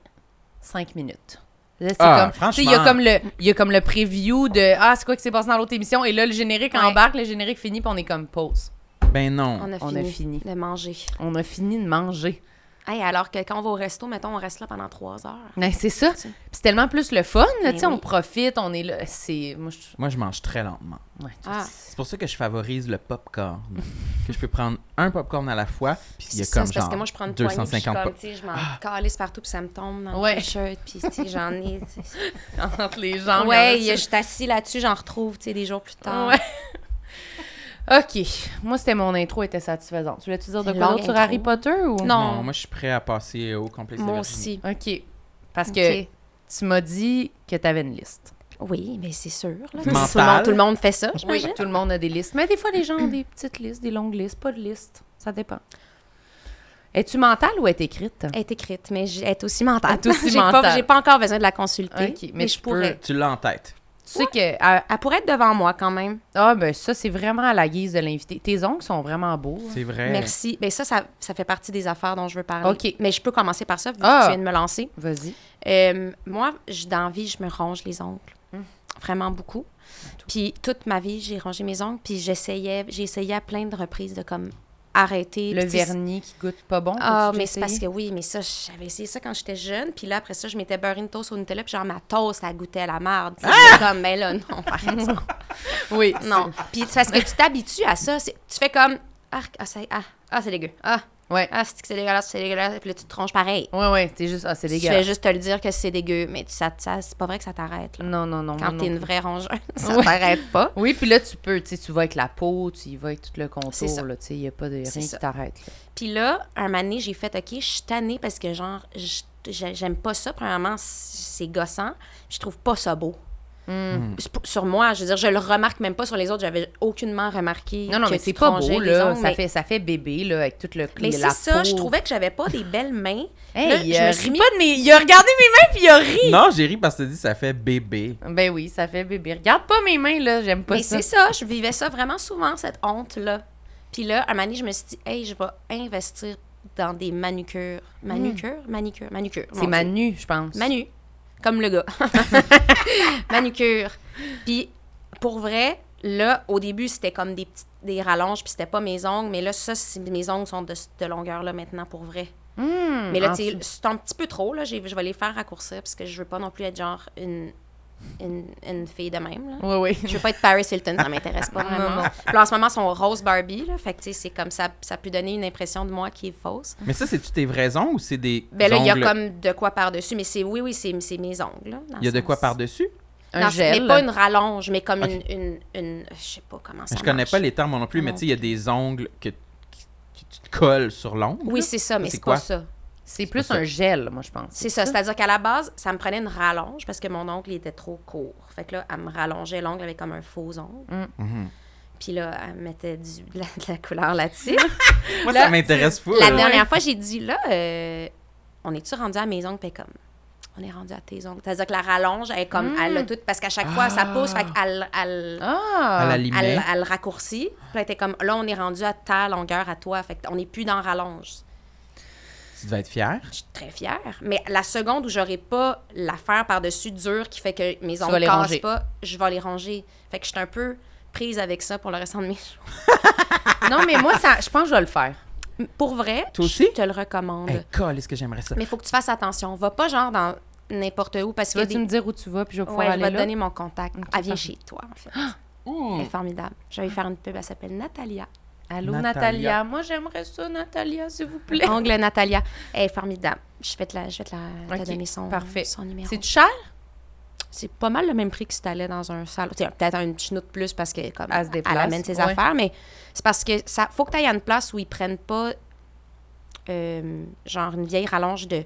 S2: Cinq minutes. Là, c'est
S1: Ah,
S2: comme, tu sais, il y a
S1: franchement.
S2: comme le, il y a comme le preview de ah c'est quoi qui s'est passé dans l'autre émission et là le générique
S4: Ouais.
S2: embarque, le générique finit puis on est comme pause.
S1: Ben non.
S4: On a,
S2: Mm. On
S4: fini,
S2: a fini.
S4: de manger.
S2: On a fini de manger.
S4: Hey, alors que quand on va au resto, mettons, on reste là pendant trois heures.
S2: Ben, c'est ça.
S4: sais.
S2: Puis c'est tellement plus le fun, là,
S4: Ben
S2: tu sais, on
S4: oui.
S2: profite, on est là, c'est moi je
S1: Moi, je mange très lentement.
S2: ouais, tu-
S4: Ah.
S1: C'est pour ça que je favorise le popcorn. que je peux prendre un popcorn à la fois, puis il y a
S4: C'est ça,
S1: comme
S4: c'est
S1: genre
S4: parce que moi, je prends une poignée, puis
S1: 250
S4: je, suis
S1: pop-
S4: comme, tu sais, je m'en calisse partout, puis ça me tombe dans
S2: Ah! Ouais.
S4: le t-shirt, puis tu sais, j'en ai... tu sais.
S2: entre les jambes.
S4: ouais,
S2: il y en
S4: je
S2: a-
S4: suis assis là-dessus, j'en retrouve, tu sais, des jours plus tard.
S2: Ouais. OK. Moi, c'était mon intro était satisfaisante. Tu voulais-tu dire de
S4: Une
S2: quoi
S4: longue
S2: d'autre sur
S4: intro.
S2: Harry Potter ou
S4: Non,
S1: Non, moi, je suis prêt à passer au complet. de
S4: moi
S1: Virginie.
S4: aussi.
S2: OK. Parce
S4: Ok.
S2: que tu m'as dit que tu avais une liste.
S4: Oui, mais c'est sûr. Là. Tout, le
S1: Mental.
S4: monde, tout le monde fait ça,
S2: Oui,
S4: j'imagine.
S2: tout le monde a des listes. Mais des fois, les gens ont des petites listes, des longues listes, pas de liste. Ça dépend. Es-tu mentale ou est écrite?
S4: Elle est écrite, mais j- elle est aussi mentale.
S2: Elle est aussi
S4: J'ai pas-
S2: mentale.
S4: J'ai pas encore besoin de la consulter,
S2: Ok, mais
S4: mais,
S2: tu
S4: je
S2: peux-
S4: pourrais. Euh,
S1: Tu l'as en tête.
S2: Tu sais que. à-
S4: Elle pourrait être devant moi quand même.
S2: Ah, ben ça, c'est vraiment à la guise de l'invité. Tes ongles sont vraiment beaux. hein.
S1: C'est vrai.
S4: Merci. Ben ça, ça, ça fait partie des affaires dont je veux parler.
S2: OK.
S4: Mais je peux commencer par ça, vu
S2: Ah.
S4: que tu viens de me lancer.
S2: Vas-y.
S4: Euh, moi, je- dans la vie, je me ronge les ongles.
S2: Hum.
S4: Vraiment beaucoup. Puis toute ma vie, j'ai rongé mes ongles. Puis j'essayais, j'ai essayé à plein de reprises de comme arrêter.
S2: Le
S4: Puis,
S2: vernis qui goûte pas bon.
S4: Ah,
S2: t'as-tu
S4: mais
S2: déjà
S4: c'est parce que
S2: essayé?
S4: oui, mais ça, j'avais essayé ça quand j'étais jeune. Puis là, après ça, je m'étais beurré une toast au Nutella. Puis genre, ma toast, elle goûtait à la marde. Tu sais, j'étais comme, mais là, non,
S2: Ah!
S4: par exemple.
S2: Oui.
S4: Ah, non. Puis c'est parce que tu t'habitues à ça. C'est- Tu fais comme, ah, ah, ça- ah, ah, c'est dégueu. Ah,
S2: Ouais.
S4: ah, c'est que c'est dégueulasse, c'est dégueulasse. Puis là, tu te tronches pareil.
S2: Ouais, ouais. T'es juste. Ah, c'est
S4: Tu fais
S2: dégueulasse.
S4: juste te le dire que c'est dégueu, mais tu- ça, ça, c'est pas vrai que ça t'arrête. là.
S2: Non, non, non. moi
S4: Quand
S2: non
S4: t'es une
S2: plus.
S4: vraie rongeuse, ça
S2: Ouais.
S4: t'arrête pas.
S2: Oui, puis là, tu peux, tu sais, tu vas avec la peau, tu y vas avec tout le
S4: C'est
S2: contour,
S4: ça.
S2: là, tu sais, il n'y a pas de rien
S4: C'est
S2: qui
S4: ça.
S2: t'arrête. là.
S4: Puis là, un moment donné, j'ai fait OK, je suis tannée parce que, genre, je- j'ai- j'aime pas ça. Premièrement, c'est gossant. Je trouve pas ça beau. C'est pour- Sur moi, je veux dire, je le remarque même pas sur les autres. J'avais aucunement remarqué.
S2: Non, non,
S4: que
S2: mais
S4: tu
S2: c'est
S4: te
S2: pas
S4: rongeais
S2: beau,
S4: les
S2: là,
S4: ongles,
S2: ça,
S4: mais-
S2: fait, ça fait bébé, là, avec tout le cl-
S4: Mais
S2: la
S4: c'est ça,
S2: peau.
S4: je trouvais que j'avais pas des belles mains.
S2: Hey,
S4: Là,
S2: il,
S4: je
S2: a
S4: me
S2: ri
S4: suis mis-
S2: pas de mes... il a regardé mes mains, puis il a ri!
S1: Non, j'ai ri parce que tu dis ça fait bébé.
S2: Ben oui, ça fait bébé. Regarde pas mes mains, là, j'aime pas
S4: Mais
S2: ça.
S4: c'est ça, je vivais ça vraiment souvent, cette honte-là. Puis là, un moment donné, je me suis dit, hey, je vais investir dans des manucures. Manucures? Manicure? Manucure. mon
S2: Hmm. C'est
S4: Dieu.
S2: Manu, je pense.
S4: Manu. Comme le gars. Manucure. Puis, pour vrai, là, au début, c'était comme des petites des rallonges, puis c'était pas mes ongles. Mais là, ça, c'est- mes ongles sont de cette longueur-là maintenant, pour vrai.
S2: Hmm,
S4: Mais là,
S2: en
S4: tu sais,
S2: dessous.
S4: c'est un petit peu trop, là. J'ai- Je vais les faire raccourcir, parce que je veux pas non plus être genre une, une, une fille de même, là.
S2: Oui, oui.
S4: Je veux pas être Paris Hilton, ça m'intéresse pas vraiment.
S2: Non, non.
S4: Puis là, en ce moment, son rose Barbie, là, fait que tu sais, c'est comme ça, ça peut donner une impression de moi qui est fausse.
S1: Mais ça, c'est-tu tes vrais ongles ou c'est des.
S4: Ben là, il y a
S1: ongles-
S4: comme de quoi par-dessus, mais c'est oui, oui, c'est c'est mes ongles. là, dans
S1: Il y a
S4: le
S1: de quoi
S4: sens-
S1: par-dessus?
S2: Un
S4: dans-
S2: gel.
S4: Mais pas une rallonge, mais comme
S1: Ok.
S4: une, une, une- Je sais pas comment ça
S1: Je connais
S4: marche.
S1: pas les termes moi non plus, mais tu sais, il y a des ongles que, qui- qui tu te colles sur l'ongle.
S4: Oui, c'est ça, mais
S1: C'est
S4: c'est pas
S1: quoi?
S4: ça.
S2: C'est plus
S1: pas ça.
S2: un gel, moi, je pense.
S4: C'est ça. C'est-à-dire qu'à la base, ça me prenait une rallonge parce que mon ongle il était trop court. Fait que là, elle me rallongeait l'ongle avec comme un faux ongle.
S1: Mhm.
S4: Puis là, elle mettait du, de, la, de la couleur là-dessus.
S1: Moi,
S4: Là,
S1: ça m'intéresse pas. hein.
S4: La
S1: là.
S4: dernière fois, j'ai dit, là, euh, on est-tu rendu à mes ongles? Puis comme, on est rendu à tes ongles. C'est-à-dire que la rallonge, elle, est comme, elle a tout, parce qu'à chaque fois, ça pousse, fait qu'elle elle,
S2: Ah!
S1: À la
S4: elle,
S1: limite.
S4: elle, elle raccourcit. Puis là, elle était comme, là, on est rendu à ta longueur, à toi. Fait qu'on n'est plus dans rallonge.
S1: Tu devais être fière.
S4: Je suis très fière. Mais la seconde où j'aurai pas l'affaire par-dessus dure qui fait que mes
S2: vas
S4: ongles
S2: les
S4: cassent
S2: ranger.
S4: pas, je vais les ranger. Fait que je suis un peu prise avec ça pour le restant de mes jours.
S2: Non, mais moi, ça, je pense que je vais le faire.
S4: Pour vrai,
S1: Toi aussi?
S4: je te le recommande.
S1: Hey, colle, est-ce que j'aimerais ça?
S4: Mais faut que tu fasses attention. Va pas genre dans n'importe où parce
S2: Tu
S4: que
S2: vas-tu me dire où tu vas, puis je vais pouvoir
S4: Ouais, je
S2: aller
S4: vais te
S2: là?
S4: donner mon contact.
S2: Ok,
S4: Elle
S2: parfait.
S4: vient
S2: Ah!
S4: chez toi, en fait. Elle est formidable. Je vais lui faire une pub. Elle s'appelle Natalia.
S2: Allô,
S1: Natalia.
S2: Natalia. Moi, j'aimerais ça, Natalia, s'il vous plaît.
S4: Ongle Natalia. Elle est formidable. Je vais te la, je vais te la te
S2: Ok,
S4: donner son,
S2: parfait.
S4: son numéro.
S2: C'est cher?
S4: C'est pas mal le même prix que si t'allais dans un salon. Tiens, Peut-être un petit de plus parce que comme
S2: Elle se déplace,
S4: amène ses
S2: ouais.
S4: affaires, mais c'est parce que ça faut que t'ailles à une place où ils prennent pas euh, genre une vieille rallonge de,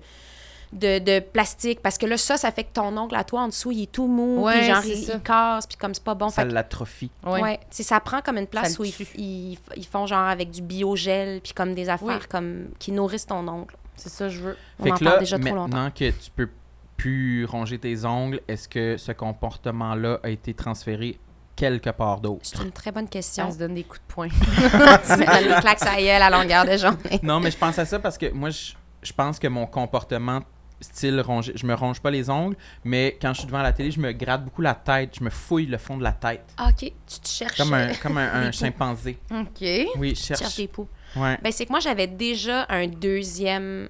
S4: de, de plastique parce que là ça ça fait que ton ongle à toi en dessous il est tout mou, puis
S2: Ouais,
S4: genre
S2: c'est
S4: il,
S2: ça.
S4: il casse puis comme c'est pas bon.
S1: Ça
S4: Fait que-
S1: l'atrophie.
S4: Ouais. Tu sais, ça prend comme une place
S2: Ça
S4: où
S2: le
S4: ils,
S2: tue.
S4: ils, ils font genre avec du biogel puis comme des affaires
S2: Oui.
S4: comme qui nourrissent ton ongle.
S2: C'est ça, je veux.
S4: On
S1: Fait
S4: en
S1: que
S4: parle
S1: là,
S4: déjà trop longtemps.
S1: maintenant que tu peux plus ronger tes ongles, est-ce que ce comportement-là a été transféré quelque part d'autre?
S4: C'est une très bonne question.
S2: On se donne des coups de poing.
S4: Tu me donnes des claques à la gueule à longueur de journée.
S1: Non, mais je pense à ça parce que moi, je, je pense que mon comportement style ronger, je me ronge pas les ongles, mais quand je suis devant la télé, je me gratte beaucoup la tête, je me fouille le fond de la tête.
S4: Ah, Ok, tu te cherches.
S1: Comme un, comme un, un chimpanzé.
S2: OK.
S1: Oui, je
S4: Tu cherches
S1: cherche.
S4: des poux.
S1: Ouais.
S4: Ben, c'est que moi, j'avais déjà un deuxième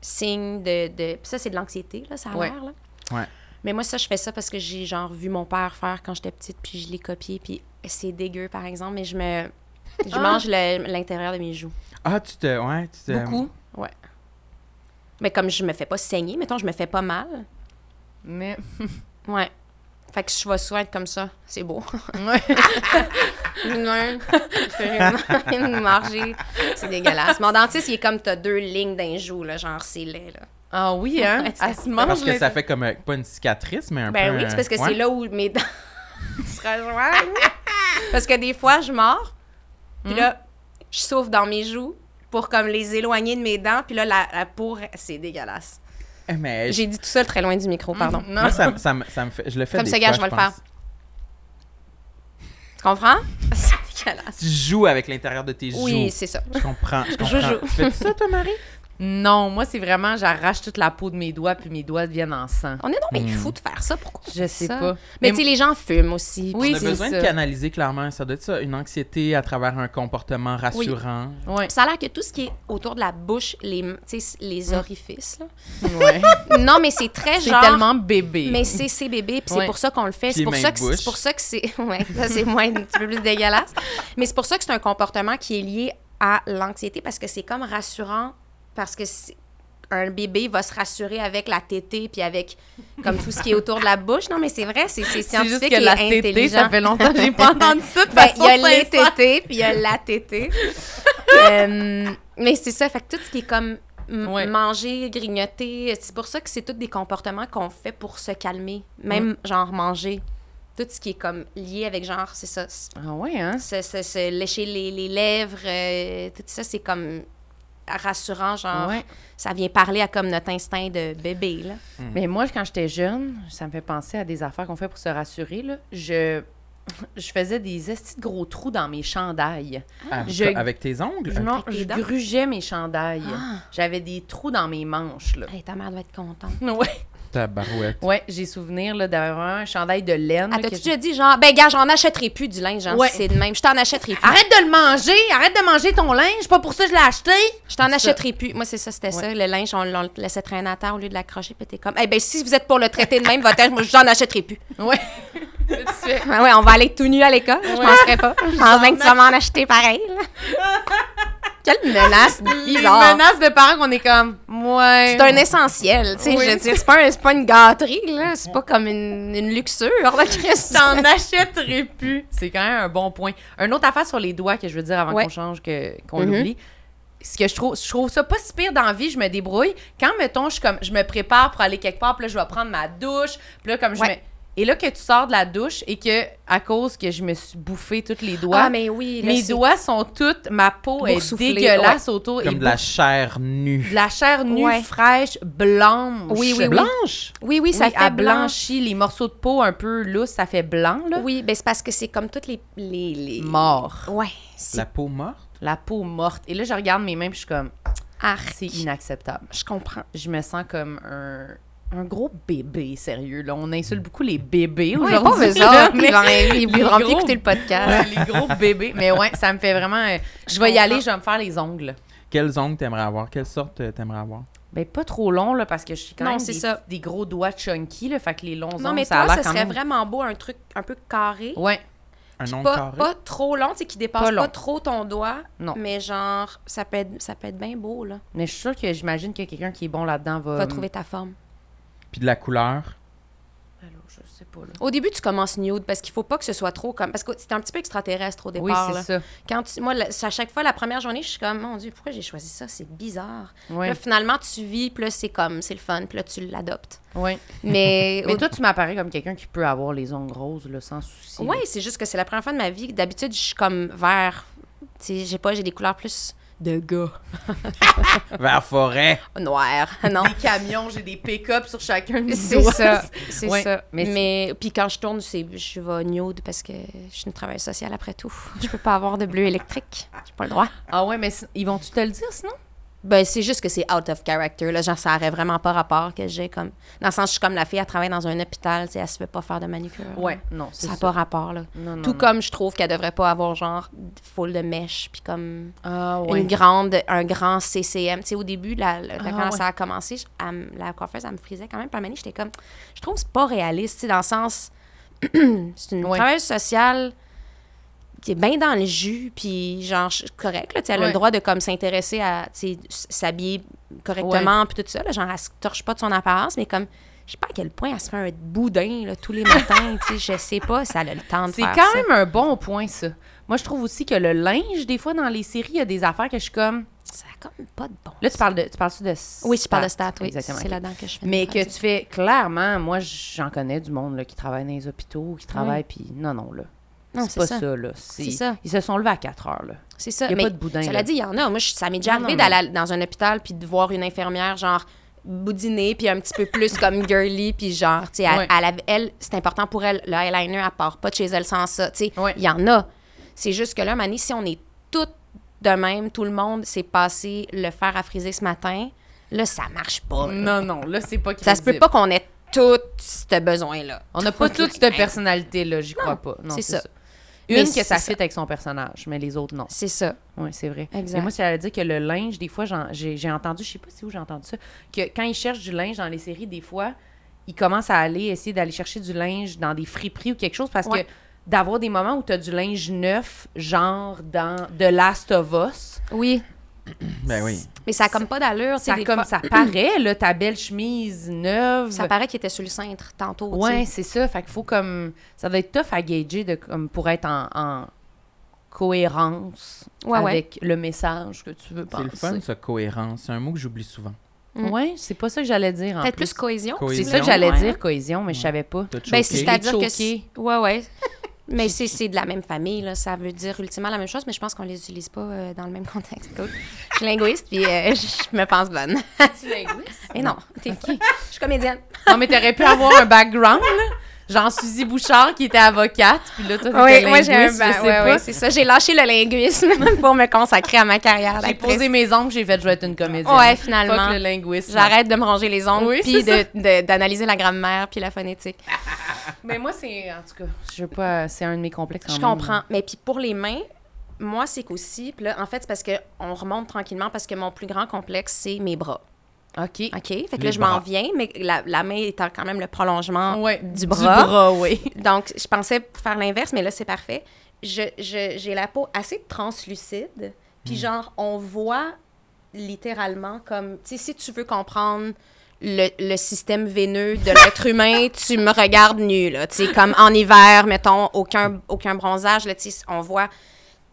S4: signe de. de... Puis ça, c'est de l'anxiété, là, ça a
S2: Ouais.
S4: l'air, là.
S1: Ouais.
S4: Mais moi, ça, je fais ça parce que j'ai, genre, vu mon père faire quand j'étais petite, puis je l'ai copié, puis c'est dégueu, par exemple, mais je me. Je
S2: Ah.
S4: mange le- l'intérieur de mes joues.
S1: Ah, tu te. Ouais, tu te.
S2: Beaucoup.
S4: Mais comme je me fais pas saigner, mettons, je me fais pas mal.
S2: Mais.
S4: Ouais. Fait que je vais souvent être comme ça. C'est beau.
S2: Ouais.
S4: J'ai une main, je fais rien rien de marger. C'est dégueulasse. Mon dentiste, il est comme t'as deux lignes d'un joue, là. Genre, c'est laid, là.
S2: Ah oui, hein?
S4: Ouais,
S2: Elle se mange.
S1: Parce que
S2: les-
S1: ça fait comme euh, pas une cicatrice, mais un peu.
S4: Ben oui,
S1: un-
S4: c'est parce que
S1: ouais.
S4: c'est là où mes dents se rejoignent. parce que des fois, je mords, puis
S1: Hmm.
S4: là, je souffle dans mes joues pour comme les éloigner de mes dents, puis là, la, la peau, c'est dégueulasse.
S1: Eh, Mais je-
S4: J'ai dit tout seul très loin du micro,
S1: Hmm.
S4: pardon.
S2: Non.
S1: moi, ça, me- ça me- ça me fait. Je le fais
S4: Comme
S1: des
S4: ce gars,
S1: fois,
S4: je vais le
S1: pense.
S4: faire. Tu comprends? c'est dégueulasse.
S1: Tu joues avec l'intérieur de tes joues.
S4: Oui, c'est ça.
S1: Je comprends, je comprends.
S4: Joujou.
S1: Tu fais ça, toi, Marie?
S2: Non, moi, c'est vraiment, j'arrache toute la peau de mes doigts, puis mes doigts deviennent en sang.
S4: On est donc bien
S1: Hmm.
S4: fous de faire ça. Pourquoi? on
S2: Je
S4: fait
S2: sais
S4: ça?
S2: pas. Mais
S4: Mais, tu sais, les gens fument aussi.
S2: Oui,
S4: puis
S1: On a
S2: c'est
S1: besoin
S2: ça.
S1: de canaliser clairement. Ça doit être ça, une anxiété à travers un comportement rassurant.
S2: Ouais.
S4: Ça a l'air que tout ce qui est autour de la bouche, les, tu sais,
S1: Hmm.
S4: les orifices, là.
S2: ouais.
S4: Non, mais c'est très
S2: C'est
S4: genre...
S2: tellement bébé.
S4: Mais c'est ses bébés, puis c'est
S2: Ouais.
S4: pour ça qu'on le fait.
S1: Pieds,
S4: C'est pour,
S1: mains,
S4: ça que c'est
S1: bouche.
S4: pour ça que c'est... Ouais, ça, c'est moins, un petit peu plus dégueulasse. Mais c'est pour ça que c'est un comportement qui est lié à l'anxiété, parce que c'est comme rassurant, parce que c'est- un bébé va se rassurer avec la tétée, puis avec comme tout ce qui est autour de la bouche. Non, mais c'est vrai, c'est c'est
S2: c'est
S4: scientifique
S2: juste que la
S4: et
S2: tétée,
S4: intelligent.
S2: ça fait longtemps que j'ai pas entendu ça. de
S4: Ben,
S2: façon
S4: il y a les
S2: sincère.
S4: tétés, puis il y a la tétée. Euh, mais c'est ça, fait que tout ce qui est comme m-
S2: Ouais.
S4: manger, grignoter, c'est pour ça que c'est tous des comportements qu'on fait pour se calmer, même genre manger. Tout ce qui est comme lié avec genre, c'est ça, se-
S2: Ah ouais, hein?
S4: se se- se lécher les, les lèvres, euh, tout ça, c'est comme rassurant, genre,
S2: Ouais.
S4: ça vient parler à comme notre instinct de bébé, là.
S2: Mais moi, quand j'étais jeune, ça me fait penser à des affaires qu'on fait pour se rassurer. Là. Je, je faisais des estis de gros trous dans mes chandails.
S1: Avec,
S2: Je-
S1: avec tes ongles?
S2: Je, non,
S4: tes
S2: je
S4: dents? Ah.
S2: grugeais mes chandails. J'avais des trous dans mes manches. Là.
S4: Hey, ta mère doit être contente.
S2: Ouais,
S1: Tabarouette.
S2: ouais j'ai souvenir là, d'avoir un chandail de laine.
S4: Ah,
S2: là,
S4: t'as-tu
S2: que
S4: déjà dit, genre, ben, gars, j'en achèterai plus du linge, genre,
S2: Ouais.
S4: c'est de même, je t'en achèterai plus.
S2: Arrête de le manger! Arrête de manger ton linge! Pas pour ça que je l'ai acheté!
S4: Je t'en
S2: Ça.
S4: achèterai plus. Moi, c'est ça, c'était ça. Le linge, on, on le laissait traîner à terre au lieu de l'accrocher. Puis t'es comme, eh ben si vous êtes pour le traiter de même, votre linge, moi, j'en achèterai plus.
S2: Ouais. Là, tu fais,
S4: Ah ouais, on va aller tout nu à l'école. Je penserais pas. En vain, tu vas m'en acheter pareil. là. Quelle menace
S2: les
S4: bizarre.
S2: menaces de parents qu'on est comme. Ouais.
S4: C'est un essentiel, tu sais,
S2: Oui.
S4: je veux dire, c'est pas, un- c'est pas une gâterie, là, c'est pas comme une, une luxure, là, Christ.
S2: t'en achèterais plus. C'est quand même un bon point. Un autre affaire sur les doigts que je veux dire avant
S4: Ouais.
S2: qu'on change, que, qu'on
S4: Mhm.
S2: l'oublie. Ce que je trouve, je trouve ça pas si pire dans la vie, je me débrouille. Quand, mettons, je, suis comme, je me prépare pour aller quelque part, puis là, je vais prendre ma douche, puis là, comme je
S4: Ouais.
S2: me- Et là, que tu sors de la douche et que, à cause que je me suis bouffé tous les doigts,
S4: Ah, mais oui, là,
S2: mes
S4: c'est-
S2: doigts sont toutes, ma peau est
S4: Boursouflée,
S2: dégueulasse autour. et
S1: Comme de la chair nue.
S2: de la chair nue,
S4: Ouais.
S2: fraîche, blanche.
S4: Oui, oui, oui.
S1: Blanche?
S4: Oui, oui,
S2: Oui,
S4: ça fait
S2: à
S4: blanche.
S2: blanchi, les morceaux de peau un peu lousses, ça fait blanc, là.
S4: Oui, ben c'est parce que c'est comme toutes les... les, les...
S2: Mort.
S4: Ouais, c'est...
S1: La peau morte?
S2: la peau morte. Et là, je regarde mes mains, puis je suis comme,
S4: arc.
S2: c'est inacceptable.
S4: Je comprends.
S2: Je me sens comme un, un gros bébé, sérieux. Là, on insulte beaucoup les bébés
S4: Oui,
S2: aujourd'hui.
S4: pauvres
S2: là,
S4: autres,
S2: mais-
S4: ils vont- ils
S2: les
S4: voudront plus
S2: gros-
S4: écouter le podcast.
S2: Ouais, les gros bébés. Mais ouais, ça me fait vraiment. euh, je vais y
S4: comprends.
S2: aller, je vais me faire les ongles.
S1: Quelles ongles t'aimerais avoir? Quelle sorte euh, t'aimerais avoir?
S2: Ben, pas trop long, là, parce que je suis quand
S4: Non,
S2: même
S4: c'est
S2: des,
S4: ça.
S2: des gros doigts chunky, là. Fait que les longs
S4: Non,
S2: ongles,
S4: mais
S2: ça a
S4: toi,
S2: l'air
S4: ça
S2: quand
S4: serait
S2: même.
S4: vraiment beau, un truc un peu carré,
S2: Ouais.
S1: Un
S4: Puis
S1: nom
S4: pas,
S1: carré.
S4: pas trop long, tu sais, qui dépasse
S2: Pas
S4: pas,
S2: long.
S4: trop ton doigt.
S2: Non.
S4: Mais genre, ça peut être, ça peut être bien beau, là.
S2: Mais je suis sûre que j'imagine que quelqu'un qui est bon là-dedans va.
S4: Va trouver ta forme.
S1: Puis de la couleur.
S2: Allô, je sais pas, là.
S4: Au début, tu commences nude parce qu'il faut pas que ce soit trop comme. Parce que c'est un petit peu extraterrestre au
S2: Oui,
S4: départ.
S2: c'est
S4: là.
S2: ça.
S4: Quand tu- moi, la- à chaque fois, la première journée, je suis comme, mon Dieu, pourquoi j'ai choisi ça? C'est bizarre.
S2: Oui,
S4: Puis Là, finalement, tu vis, puis là, c'est comme, c'est le fun, puis là, tu l'adoptes.
S2: oui.
S4: Mais.
S2: Mais toi, tu m'apparais comme quelqu'un qui peut avoir les ongles roses, là, sans souci.
S4: Oui, c'est juste que c'est la première fois de ma vie. que D'habitude, je suis comme vert. Tu sais, j'ai pas, j'ai des couleurs plus de gars.
S1: Vers forêt.
S4: Noir, non.
S5: Des camions, j'ai des pick-up sur chacun de mes
S4: C'est
S5: doigts.
S4: ça, c'est
S2: Ouais,
S4: ça.
S2: mais
S4: Mais, puis quand je tourne, c'est, je vais nude parce que je suis une travailleuse sociale après tout. Je peux pas avoir de bleu électrique. J'ai pas le droit.
S2: Ah ouais, mais si- ils vont-tu te le dire sinon?
S4: Ben, c'est juste que c'est out of character. Là. Genre, ça aurait vraiment pas rapport que j'ai comme. Dans le sens, je suis comme la fille, elle travaille dans un hôpital, tu sais, elle se fait pas faire de manucure. là.
S2: Ouais, non, c'est
S4: Ça
S2: ça.
S4: n'a pas rapport, là.
S2: Non, non,
S4: Tout
S2: non.
S4: comme je trouve qu'elle devrait pas avoir, genre, full de mèches, puis comme
S2: Ah ouais.
S4: une grande, un grand CCM. Tu sais, au début, la, la-
S2: Ah,
S4: quand
S2: ouais.
S4: ça a commencé, je- elle me- la coiffeuse, elle me frisait quand même. Puis à un moment donné, j'étais comme, je trouve que c'est pas réaliste, tu sais, dans le sens, c'est une
S2: Ouais.
S4: travailleuse sociale qui est bien dans le jus, puis genre, je- correct, là, tu sais, elle a
S2: Ouais.
S4: le droit de comme s'intéresser à, tu sais, s- s'habiller correctement, puis tout ça, là, genre, elle se torche pas de son apparence, mais comme, je sais pas à quel point elle se fait un boudin, là, tous les matins, tu sais, je sais pas si elle a le temps de
S2: C'est
S4: faire
S2: quand
S4: ça.
S2: même un bon point, ça. Moi, je trouve aussi que le linge, des fois, dans les séries, il y a des affaires que je suis comme.
S4: Ça a comme pas de bon.
S2: Là, tu parles de. Tu parles de
S4: Oui, je parle de
S2: stats,
S4: stats, oui,
S2: Exactement.
S4: c'est
S2: ok.
S4: là-dedans que je fais une
S2: Mais que
S4: phrase.
S2: tu fais clairement, moi j'en connais du monde là, qui travaille dans les hôpitaux, qui travaille, puis non, non, là.
S4: Non,
S2: C'est
S4: c'est
S2: pas ça,
S4: ça.
S2: là. C'est
S4: C'est ça.
S2: Ils se sont levés à 4 heures, là.
S4: C'est ça.
S2: Y a
S4: mais
S2: pas de boudin, là.
S4: Cela dit, il y en a. Moi, je- ça m'est déjà
S2: Non,
S4: arrivé
S2: non, non.
S4: d'aller à- dans un hôpital puis de voir une infirmière, genre, boudinée, puis un petit peu plus comme girly, puis genre, tu sais, elle,
S2: Ouais.
S4: elle avait- elle, c'est important pour elle, le eyeliner, elle part pas de chez elle sans ça. Tu sais, il
S2: Ouais.
S4: y en a. C'est juste que là, Mané, si on est toutes de même, tout le monde s'est passé le fer à friser ce matin, là, ça marche pas. là.
S2: Non, non, là, c'est pas
S4: ça se peut
S2: crédible.
S4: pas qu'on ait tout ce besoin-là.
S2: On n'a pas toute cette personnalité-là, j'y crois pas. Non,
S4: c'est ça.
S2: Une
S4: Mais
S2: que
S4: c'est
S2: ça
S4: ça.
S2: fit avec son personnage, mais les autres, non.
S4: C'est ça.
S2: Oui, c'est vrai.
S4: Exact.
S2: Mais moi, j'allais dire que le linge, des fois, j'en- j'ai j'ai entendu, je sais pas si où j'ai entendu ça, que quand ils cherchent du linge dans les séries, des fois, ils commencent à aller essayer d'aller chercher du linge dans des friperies ou quelque chose parce
S4: Ouais.
S2: que d'avoir des moments où tu as du linge neuf, genre dans The Last of Us,
S4: Oui.
S1: Ben oui.
S4: Mais ça a comme pas d'allure. tu sais,
S2: ça,
S4: Ah, des
S2: comme,
S4: fois-
S2: ça paraît, là, ta belle chemise neuve.
S4: Ça paraît qu'il était sur le cintre tantôt. tu sais.
S2: Ouais, c'est ça. Fait qu'il faut comme. Ça doit être tough à gager de, comme, pour être en, en cohérence
S4: Ouais, ouais.
S2: avec le message que tu veux
S1: C'est
S2: passer.
S1: le fun, ça, cohérence. C'est un mot que j'oublie souvent.
S4: Mm.
S2: Ouais, c'est pas ça que j'allais dire. en
S4: Peut-être plus cohésion.
S2: C'est
S1: Cohésion.
S2: ça que j'allais
S4: Ouais.
S2: dire, cohésion, mais je savais pas.
S1: T'as
S4: Ben,
S1: choqué.
S4: c'est-à-dire
S2: Choqué.
S4: que... c'est- Ouais, ouais. Mais c'est c'est de la même famille, là. Ça veut dire ultimement la même chose, mais je pense qu'on les utilise pas euh, dans le même contexte. Cool. Je suis linguiste, puis euh, je me pense bonne.
S5: Tu linguiste?
S4: Mais non, t'es qui? Je suis comédienne.
S2: Non, mais t'aurais pu avoir un background, là. Genre Suzy Bouchard qui était avocate, puis là, toi, t'étais
S4: Oui, moi, j'ai un
S2: linguiste,
S4: ba-
S2: je sais
S4: ouais,
S2: pas.
S4: ouais, c'est ça. J'ai lâché le linguisme pour me consacrer à ma carrière
S2: J'ai
S4: d'actrice.
S2: posé mes ongles, j'ai fait, je vais être une comédienne.
S4: Ouais,
S2: Fuck
S4: finalement.
S2: le linguiste.
S4: J'arrête de me ronger les ongles,
S2: Oui,
S4: puis
S2: c'est
S4: de- de- d'analyser la grammaire, puis la phonétique.
S2: Mais moi, c'est, en tout cas, je veux pas, c'est un de mes complexes.
S4: Je
S2: quand même.
S4: comprends. Mais puis pour les mains, moi, c'est qu'aussi, puis là, en fait, c'est parce qu'on remonte tranquillement, parce que mon plus grand complexe, c'est mes bras.
S2: OK.
S4: OK. Fait que
S1: Les
S4: là, je m'en
S1: bras.
S4: viens, mais la, la main étant quand même le prolongement
S2: Ouais,
S4: du bras.
S2: oui.
S4: Donc, je pensais faire l'inverse, mais là, c'est parfait. Je- je- J'ai la peau assez translucide. Puis,
S1: Hmm.
S4: genre, on voit littéralement comme. Tu sais, si tu veux comprendre. Le, le système veineux de l'être humain, tu me regardes nu, là. Tu sais, comme en hiver, mettons, aucun, aucun bronzage, là, tu sais, on voit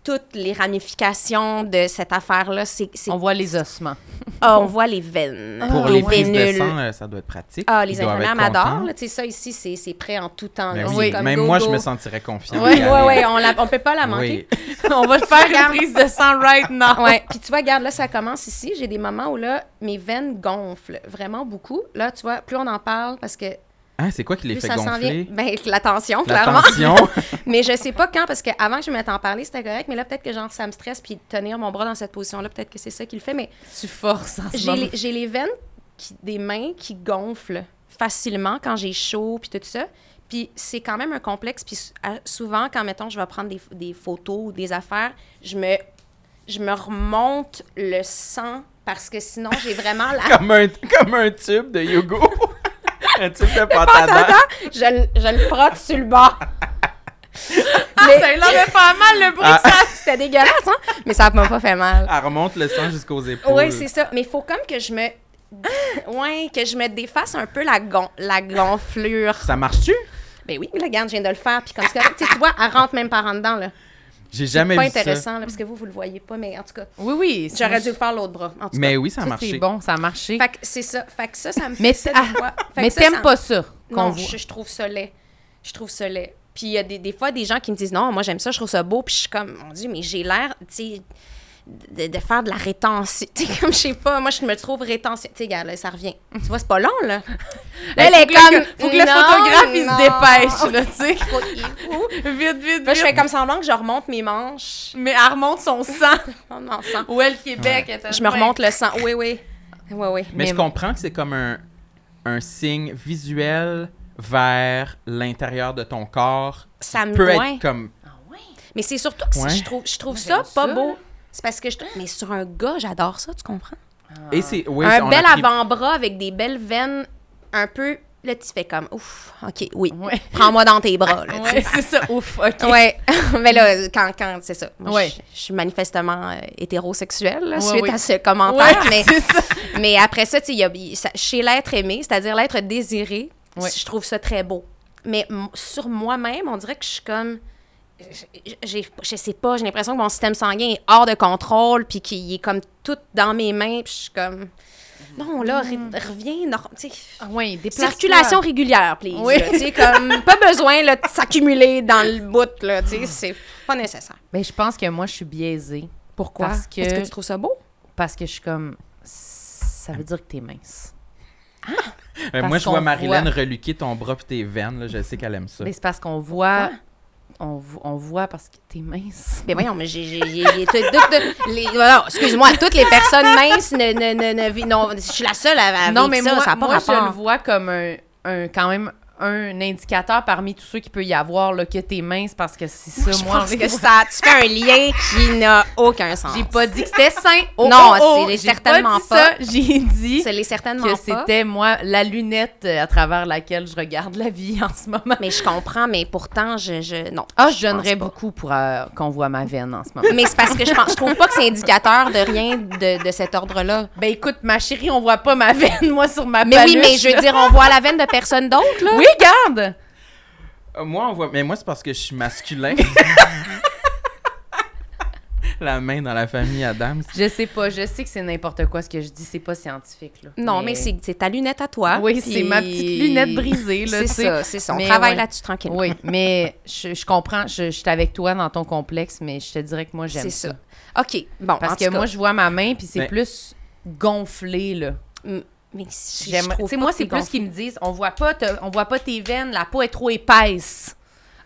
S4: toutes les ramifications de cette affaire-là. C'est, c'est-
S2: On voit les ossements.
S4: Ah, on voit les veines.
S1: Ah. Pour les prises de
S4: vénules.
S1: sang, euh, ça doit être pratique.
S4: Ah,
S1: Ils
S4: les
S1: doivent
S4: infirmières
S1: être
S4: m'adorent.
S1: contents.
S4: là. Tu sais, ça ici, c'est c'est prêt en tout temps.
S1: Ben
S4: là.
S1: oui,
S4: C'est comme
S1: Même
S4: go,
S1: moi,
S4: go.
S1: je me sentirais confiant.
S4: Oui, oui, oui, on, la- on peut pas la manquer.
S2: On va faire une prise de sang right now.
S4: Ouais. Puis tu vois, regarde, là, ça commence ici. J'ai des moments où là, mes veines gonflent vraiment beaucoup. Là, tu vois, plus on en parle parce que
S1: Ah, c'est quoi qui les
S4: plus
S1: fait
S4: ça s'en vient.
S1: gonfler?
S4: Ben, la tension,
S1: La
S4: clairement.
S1: tension.
S4: mais je sais pas quand parce que avant que je me mette à en parler, c'était correct. Mais là, peut-être que genre, ça me stresse. Puis tenir mon bras dans cette position-là, peut-être que c'est ça qui le fait. Mais
S2: Tu forces en ce
S4: j'ai
S2: moment.
S4: les, j'ai les veines qui- des mains qui gonflent facilement quand j'ai chaud puis tout ça. Puis c'est quand même un complexe. Puis sou- à- souvent, quand, mettons, je vais prendre des, des photos ou des affaires, je me, je me remonte le sang parce que sinon, j'ai vraiment la...
S1: comme, un, comme un tube de Hugo. un tube de pantalon.
S4: je, le- je le frotte sur le bas. ça leur a fait mal le bruit que ça. Ah. C'était dégueulasse, hein? Mais ça m'a pas fait mal.
S1: Elle remonte le sang jusqu'aux épaules.
S4: Oui, c'est ça. Mais il faut comme que je me. Ouais, que je me défasse un peu la, gon- la gonflure.
S1: Ça marche-tu?
S4: Ben oui, la garde, je viens de le faire. Puis comme ça, tu sais, tu vois, elle rentre même par en dedans, là.
S1: J'ai jamais
S4: Pas
S1: vu ça.
S4: intéressant, là, parce que vous, vous le voyez pas, mais en tout cas,
S5: Oui, oui. c'est-
S4: j'aurais dû le faire l'autre bras. En tout
S1: Mais oui, ça a
S2: Ça, c'est
S1: marché.
S2: bon, ça a marché.
S4: cas. Fait que c'est ça. Fait que ça, ça me fait
S2: Mais
S4: ça
S2: ah,
S4: des fois. Fait que
S2: mais
S4: ça, ça
S2: t'aimes
S4: me-
S2: pas ça qu'on
S4: Non,
S2: voit.
S4: je, je trouve ça laid. Je trouve ça laid. Puis il y a des, des fois des gens qui me disent non, moi j'aime ça, je trouve ça beau. Puis je suis comme, mon Dieu, mais j'ai l'air, tu sais, de, de faire de la rétention. Tu sais, comme je sais pas, moi je me trouve rétention. Tu sais, regarde, là, ça revient. Tu vois, c'est pas long, là. Là, elle est comme.
S5: Faut que le
S4: Non,
S5: photographe, il se dépêche,
S4: non.
S5: là, tu sais.
S4: Faut qu'il est où?
S5: Vite, vite,
S4: Là, je
S5: vite.
S4: fais comme semblant que je remonte mes manches.
S5: Mais elle remonte son sang.
S4: Oh, non, sang.
S5: Où est le Québec? elle
S4: Je me remonte le sang. Oui, oui. Oui, oui.
S1: Mais,
S2: Mais-
S1: je comprends que c'est comme un, un signe visuel vers l'intérieur de ton corps.
S4: Ça me
S1: Peut
S4: loin.
S1: être comme.
S4: Mais c'est surtout que
S1: Ouais.
S4: je trouve, je trouve ça
S5: j'aime
S4: pas
S5: ça, là.
S4: beau. C'est parce que je trouve. Mais sur un gars, j'adore ça, tu comprends?
S1: Et c'est. Oui, on
S4: un
S1: a
S4: bel
S1: pris-
S4: avant-bras avec des belles veines, un peu. Là, tu fais comme ouf, OK, oui.
S2: Ouais.
S4: Prends-moi dans tes bras. Là,
S5: Ouais, c'est ça. Ouf, OK.
S4: tu sais. ouais. Mais là, quand, quand c'est ça. Moi,
S5: Ouais.
S4: je, je suis manifestement euh, hétérosexuelle là,
S5: Ouais,
S4: suite
S5: oui.
S4: à ce
S5: Ouais,
S4: commentaire. mais,
S5: c'est ça.
S4: mais après ça, tu sais, il y a- il- ça- chez l'être aimé, c'est-à-dire l'être désiré,
S2: Ouais.
S4: je trouve ça très beau. Mais m- sur moi-même, on dirait que je suis comme. j'ai- j'ai- Je sais pas, j'ai l'impression que mon système sanguin est hors de contrôle, puis qu'il est comme tout dans mes mains, puis je suis comme. Non, là,
S5: Mm.
S4: re- reviens. nor- tu sais,
S2: Oui, déplace-toi.
S4: Circulation régulière, please.
S2: Oui.
S4: là, tu sais, comme, pas besoin là, de s'accumuler dans le bout, là, tu sais, c'est pas nécessaire.
S2: Mais je pense que moi, je suis biaisée. Pourquoi? Parce que,
S4: Est-ce que tu trouves ça beau?
S2: parce que je suis comme. Ça veut dire que t'es mince.
S1: Euh, moi,
S2: parce
S1: je vois
S2: qu'on
S1: Marilyn reluquer ton bras puis tes veines. là, je sais qu'elle aime ça.
S2: Mais c'est parce qu'on voit. On, vo- on voit parce que t'es mince.
S4: Ben voyons, mais j'ai... j'ai- j'ai- j'ai- tout- tout- tout- les- non, excuse-moi, toutes les personnes minces ne... ne, ne, ne vi- non, je suis la seule à, à
S2: non,
S4: vivre
S2: mais
S4: ça,
S2: moi,
S4: ça n'a pas
S2: moi, je le
S4: rapport.
S2: vois comme un, un- quand même un indicateur parmi tous ceux qui peut y avoir là, que t'es mince parce que c'est ça,
S4: Je
S2: moi.
S4: pense
S2: on
S4: que
S2: les voit.
S4: ça... Tu fais un lien qui n'a aucun sens.
S2: J'ai pas dit que c'était sain. Oh,
S4: Non,
S2: oh, oh,
S4: c'est
S2: j'ai
S4: certainement
S2: dit ça. J'ai dit
S4: Ce l'est certainement
S2: que
S4: pas.
S2: c'était moi la lunette euh, à travers laquelle je regarde la vie en ce moment.
S4: Mais je comprends, mais pourtant, je... je non.
S2: Ah, je
S4: pense
S2: donnerais
S4: pas.
S2: beaucoup pour euh, qu'on voit ma veine en ce moment.
S4: Mais c'est parce que je pense... Je trouve pas que c'est indicateur de rien de, de cet ordre-là.
S2: Ben écoute, ma chérie, on voit pas ma veine, moi, sur ma
S4: Mais oui,
S2: paluche,
S4: mais je veux
S2: là.
S4: dire, on voit la veine de personne d'autre, là.
S2: Oui, garde!
S1: Euh, Moi, on voit. Mais moi, c'est parce que je suis masculin. la main dans la famille Adams.
S2: Je sais pas, je sais que c'est n'importe quoi ce que je dis, c'est pas scientifique, là.
S4: Non, mais, c'est c'est ta lunette à toi.
S2: Oui,
S4: puis-
S2: c'est ma petite lunette brisée, là,
S4: C'est
S2: tu sais.
S4: ça, c'est ça. On
S2: Mais
S4: travaille
S2: ouais.
S4: là-dessus tranquillement.
S2: Oui, mais je, je comprends, je, je suis avec toi dans ton complexe, mais je te dirais que moi, j'aime
S4: c'est
S2: ça.
S4: ça. OK, bon,
S2: Parce
S4: en
S2: que
S4: tout cas,
S2: moi, je vois ma main, puis c'est
S1: Mais-
S2: plus gonflé, là.
S4: mais si- je
S2: J'aime- Tu
S4: trouve
S2: sais,
S4: pas
S2: moi,
S4: que
S2: c'est plus
S4: gonflé.
S2: qu'ils me disent, on voit pas, te- on voit pas tes veines, la peau est trop épaisse.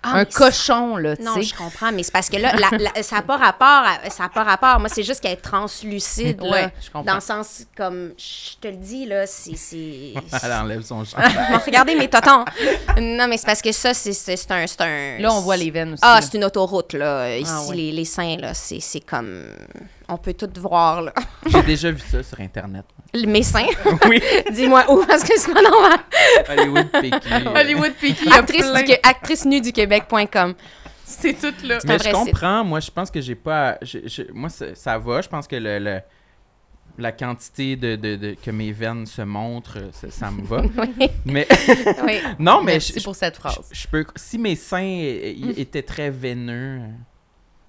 S4: Ah,
S2: Un
S4: mais c'est-
S2: cochon, là, tu
S4: Non,
S2: sais.
S4: je comprends, mais c'est parce que là, la- la- ça n'a pas rapport. à- ça a pas rapport. Moi, c'est juste qu'elle est translucide, là.
S2: Ouais, je comprends.
S4: Dans le sens, comme, je te le dis, là, c'est... c'est-
S1: Elle enlève son champ.
S4: Bon, regardez mes totons. Non, mais c'est parce que ça, c'est- c'est c'est un, c'est un...
S2: Là, on voit les veines aussi. là.
S4: Ah, c'est une autoroute, là. Ici,
S2: ouais.
S4: les, les seins, là, c'est c'est comme... On peut tout voir, là.
S1: J'ai déjà vu ça sur Internet.
S4: Mes seins.
S1: Oui.
S4: Dis-moi où, parce que c'est pas normal.
S1: Hollywood PQ. euh.
S5: Hollywood Picky, il y a
S4: Actrice,
S5: plein.
S4: du, actrice nue du Québec.com.
S5: C'est tout là.
S4: C'est un
S1: Mais je
S4: vrai site.
S1: comprends. Moi, je pense que j'ai pas. à- je- je- moi, ça, ça va. Je pense que le, le- la quantité de, de- de- que mes veines se montrent, euh, ça, ça me va. mais
S4: Oui.
S1: non, mais
S2: Merci
S1: je, je-
S2: pour cette
S1: je-
S2: phrase. Mm.
S1: je peux. Si mes seins euh, y- étaient très veineux, euh,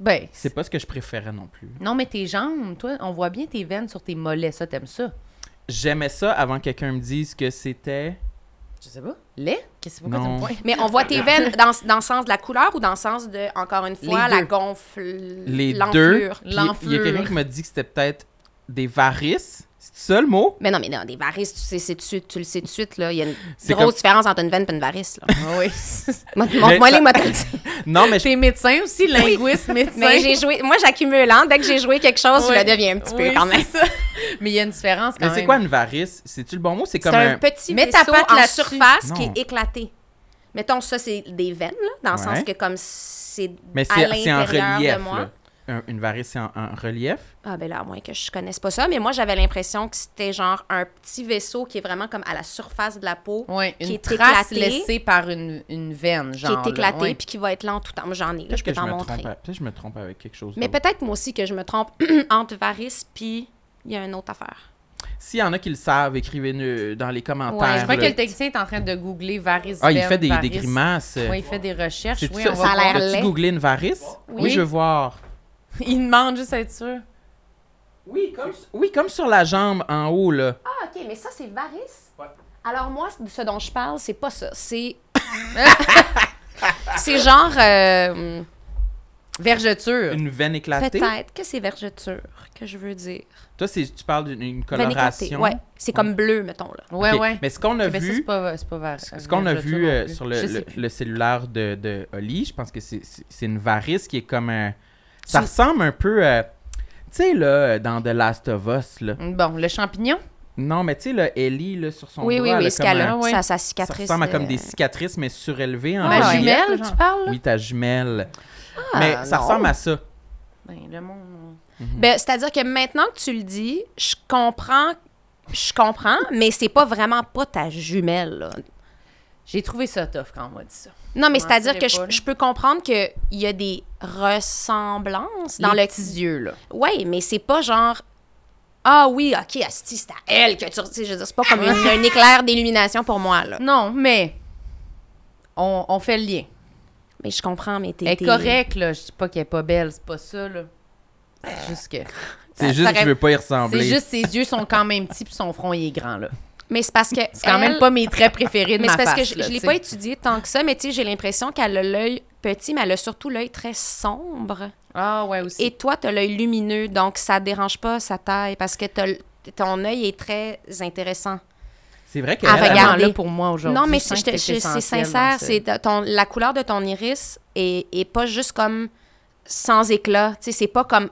S2: Ben,
S1: c'est pas ce que je préférais non plus.
S2: non, mais tes jambes, toi, on voit bien tes veines sur tes mollets, ça, t'aimes ça?
S1: J'aimais ça avant que quelqu'un me dise que c'était.
S2: Je sais pas. Lait? Qu'est-ce que pourquoi
S1: Non.
S2: tu me pointes?
S4: Mais on voit tes veines dans, dans le sens de la couleur ou dans le sens de, encore une fois,
S2: Les
S4: la
S2: deux.
S4: gonfle.
S1: Les deux.
S4: l'enflure?
S1: Puis Il y a
S2: l'enflure.
S1: quelqu'un qui m'a dit que c'était peut-être des varices. C'est ça le mot?
S4: Mais non, mais non, des varices, tu, sais, c'est tout de suite- tu le sais tout de suite, là. Il y a une
S1: C'est
S4: grosse
S1: comme-
S4: différence entre une veine et une varice, là.
S2: Ah oui.
S4: Montre-moi
S1: Mais
S4: les
S1: ça-
S4: mots de dire.
S1: Non, mais je
S2: T'es médecin aussi, linguiste, médecin.
S4: Mais j'ai joué. Moi, j'accumule, hein. Dès que j'ai joué quelque chose,
S2: Oui.
S4: je le deviens un petit peu
S2: Oui,
S4: quand même.
S2: c'est ça. Mais il y a une différence quand
S1: Mais
S2: même.
S1: c'est quoi une varice? C'est-tu le bon mot? C'est
S4: C'est
S1: comme
S4: un,
S1: un...
S4: petit
S2: Mets
S4: vaisseau
S2: ta patte
S4: en
S2: là-dessus.
S4: surface qui
S1: Non.
S4: est éclaté. Mettons, ça, c'est des veines, là, dans le
S1: Ouais.
S4: sens que comme c'est
S1: Mais
S4: à
S1: c'est c'est en
S4: l'intérieur de
S1: relief,
S4: moi.
S1: là. un- une varice, c'est un, un relief.
S4: Ah ben là, à moins que je connaisse pas ça, mais moi j'avais l'impression que c'était genre un petit vaisseau qui est vraiment comme à la surface de la peau,
S2: Ouais,
S4: qui
S2: une
S4: est
S2: trace
S4: éclatée.
S2: laissée par une, une veine,
S4: qui
S2: genre.
S4: est
S2: là,
S4: éclaté
S2: ouais.
S4: puis qui va être lent tout le temps. Moi, J'en ai, là,
S1: Peut-être
S4: je peux
S1: que je
S4: t'en
S1: me
S4: montrer.
S1: trompe. à- Peut-être que je me trompe avec quelque chose.
S4: Mais
S1: d'autre.
S4: peut-être moi aussi que je me trompe entre varices puis il y a une autre affaire.
S1: S'il y en a qui le savent, écrivez-nous euh, dans les
S4: Ouais,
S1: commentaires.
S2: Je vois
S1: là.
S2: que le technicien est en train de googler varices.
S1: ah, il
S2: veines,
S1: fait des, des
S2: varices.
S1: grimaces.
S2: Oui, il fait des recherches.
S1: C'est
S2: Oui,
S1: ça.
S2: on va
S4: Ça a l'air
S2: voir.
S1: As-tu
S4: laid.
S1: googlé une varice?
S2: Oui.
S1: je veux voir.
S2: Il demande juste à être sûr.
S1: Oui comme... oui, comme sur la jambe en haut, là.
S4: Ah ok, mais ça c'est varices. Alors moi, ce dont je parle, c'est pas ça. C'est c'est genre euh,
S2: Vergeture.
S1: Une veine éclatée.
S4: peut-être que c'est vergeture que je veux dire.
S1: Toi, c'est- tu parles d'une une
S4: Veine éclatée,
S1: coloration.
S4: Ouais, c'est comme bleu mettons là.
S2: Ouais,
S1: Ok,
S2: ouais.
S1: Mais ce qu'on a
S2: Ok, ben ça,
S1: vu,
S2: c'est pas, c'est pas var-
S1: ce qu'on a
S2: vergeture
S1: vu
S2: non
S1: euh,
S2: plus.
S1: sur le,
S2: Je
S1: le-
S2: sais plus.
S1: le cellulaire de, de Oli, je pense que c'est- c'est c'est une varice qui est comme un. Ça
S4: Tu-
S1: ressemble un peu. euh, tu sais, là, dans The Last of Us, là.
S2: Bon, le champignon.
S1: Non, mais tu sais, là, Ellie, là, sur son
S4: Oui
S1: doigt,
S4: oui
S1: elle a
S4: oui, ce
S1: comme
S4: qu'elle
S1: un-
S4: a,
S2: ouais.
S4: ça, sa
S1: Ça
S4: cicatrice.
S1: ressemble à comme
S4: euh,
S1: des cicatrices, mais surélevées en
S2: Ah, la
S1: relief.
S2: jumelle, tu parles? là? Ah,
S1: Oui, ta jumelle. mais ça
S2: non.
S1: ressemble à ça.
S2: Ben, le monde.
S4: Ben, c'est-à-dire que maintenant que tu le dis, je comprends, je comprends, mais c'est pas vraiment pas ta jumelle. là.
S2: J'ai trouvé ça tough quand on m'a dit ça.
S4: Non, mais
S2: Comment
S4: c'est-à-dire
S2: ça,
S4: que je,
S2: l'épaule?
S4: je peux comprendre qu'il y a des ressemblances dans
S2: les
S4: le.
S2: petits yeux, là.
S4: Oui, mais c'est pas genre. Ah oui, ok, asti, c'est à elle que tu. tu sais, je veux dire, c'est pas comme une- un éclair d'illumination pour moi, là.
S2: Non, mais on, on fait le lien.
S4: Mais je comprends, mais t'es.
S2: Elle est
S4: t'es-
S2: correcte, là. Je dis pas qu'elle est pas belle, c'est pas ça, là. C'est juste que.
S1: C'est juste que
S4: aurait-
S1: je veux pas y
S2: C'est
S1: ressembler.
S2: juste ses yeux sont quand même petits puis son front il est grand là.
S4: Mais c'est parce que.
S2: C'est quand même
S4: elle-
S2: pas mes traits préférés de
S4: Mais
S2: ma
S4: c'est parce que
S2: face,
S4: je,
S2: là,
S4: je l'ai
S2: tu
S4: pas
S2: sais.
S4: étudié tant que ça, mais tu sais, j'ai l'impression qu'elle a l'œil petit, mais elle a surtout l'œil très sombre.
S2: Ah ouais aussi.
S4: Et toi, t'as l'œil lumineux, donc ça te dérange pas sa taille parce que t'as l- ton œil est très intéressant.
S1: C'est vrai
S4: Ah,
S1: qu'elle elle,
S4: regarde.
S2: vraiment
S4: regardez.
S2: là pour moi aujourd'hui.
S4: Non, mais
S2: je sens
S4: je
S2: que
S4: te-
S2: c'est
S4: je- c'est
S2: essentiel
S4: sincère.
S2: dans ce-
S4: C'est ton, la couleur de ton iris est, est pas juste comme sans éclat. Tu sais, c'est pas comme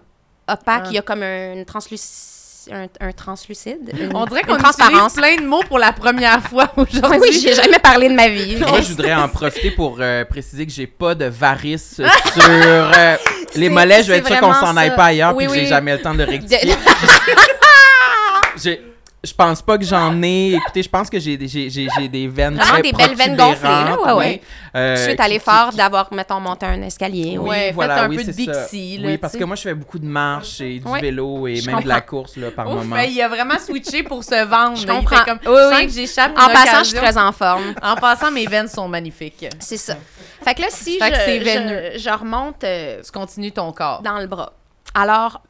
S4: opaque.
S2: Ah.
S4: Il y a comme un, transluc- un, un translucide. une-
S2: On dirait
S4: une
S2: qu'on utilise
S4: transparence. Ah
S2: plein de mots pour la première fois aujourd'hui.
S4: Oui, j'ai jamais parlé de ma vie.
S1: Moi, je voudrais en profiter pour euh, préciser que j'ai pas de varices sur euh, les
S4: C'est-
S1: mollets. Je vais
S4: c'est
S1: être sûr qu'on
S4: vraiment
S1: s'en aille
S4: ça.
S1: pas ailleurs
S4: Oui,
S1: puis que j'ai
S4: oui.
S1: jamais le temps de rectifier. J'ai- Je pense pas que j'en ai. Écoutez, je pense que j'ai des- j'ai- j'ai- j'ai des veines
S4: Vraiment
S1: très
S4: des belles veines gonflées, là,
S1: protubérantes,
S4: ouais,
S1: oui.
S4: ouais.
S1: Euh,
S4: Suite
S1: qui-
S4: à l'effort d'avoir, mettons, monté un escalier.
S1: Oui,
S4: oui.
S2: Ouais, faites
S1: voilà,
S2: un
S1: oui,
S2: peu de
S1: c'est ça.
S2: Bixi, là,
S1: Oui, parce
S2: tu
S1: que
S2: sais.
S1: moi, je fais beaucoup de marches et du
S4: Ouais.
S1: vélo et
S4: Je
S1: même de la
S4: comprends.
S1: course là, par
S2: Ouf,
S1: moment.
S2: ben, il a vraiment switché pour se vendre.
S4: Je
S2: là. Il
S4: comprends.
S2: fait comme,
S4: Oui,
S2: je sens
S4: oui.
S2: que j'échappe
S4: En
S2: une
S4: passant, je suis
S2: occasion.
S4: très en forme.
S2: En passant, mes veines sont magnifiques.
S4: C'est ça. Fait que là, si
S2: Fait que
S4: je-
S2: c'est
S4: je,
S2: veineux.
S4: je remonte euh,
S2: Tu continues ton corps.
S4: dans le bras, alors,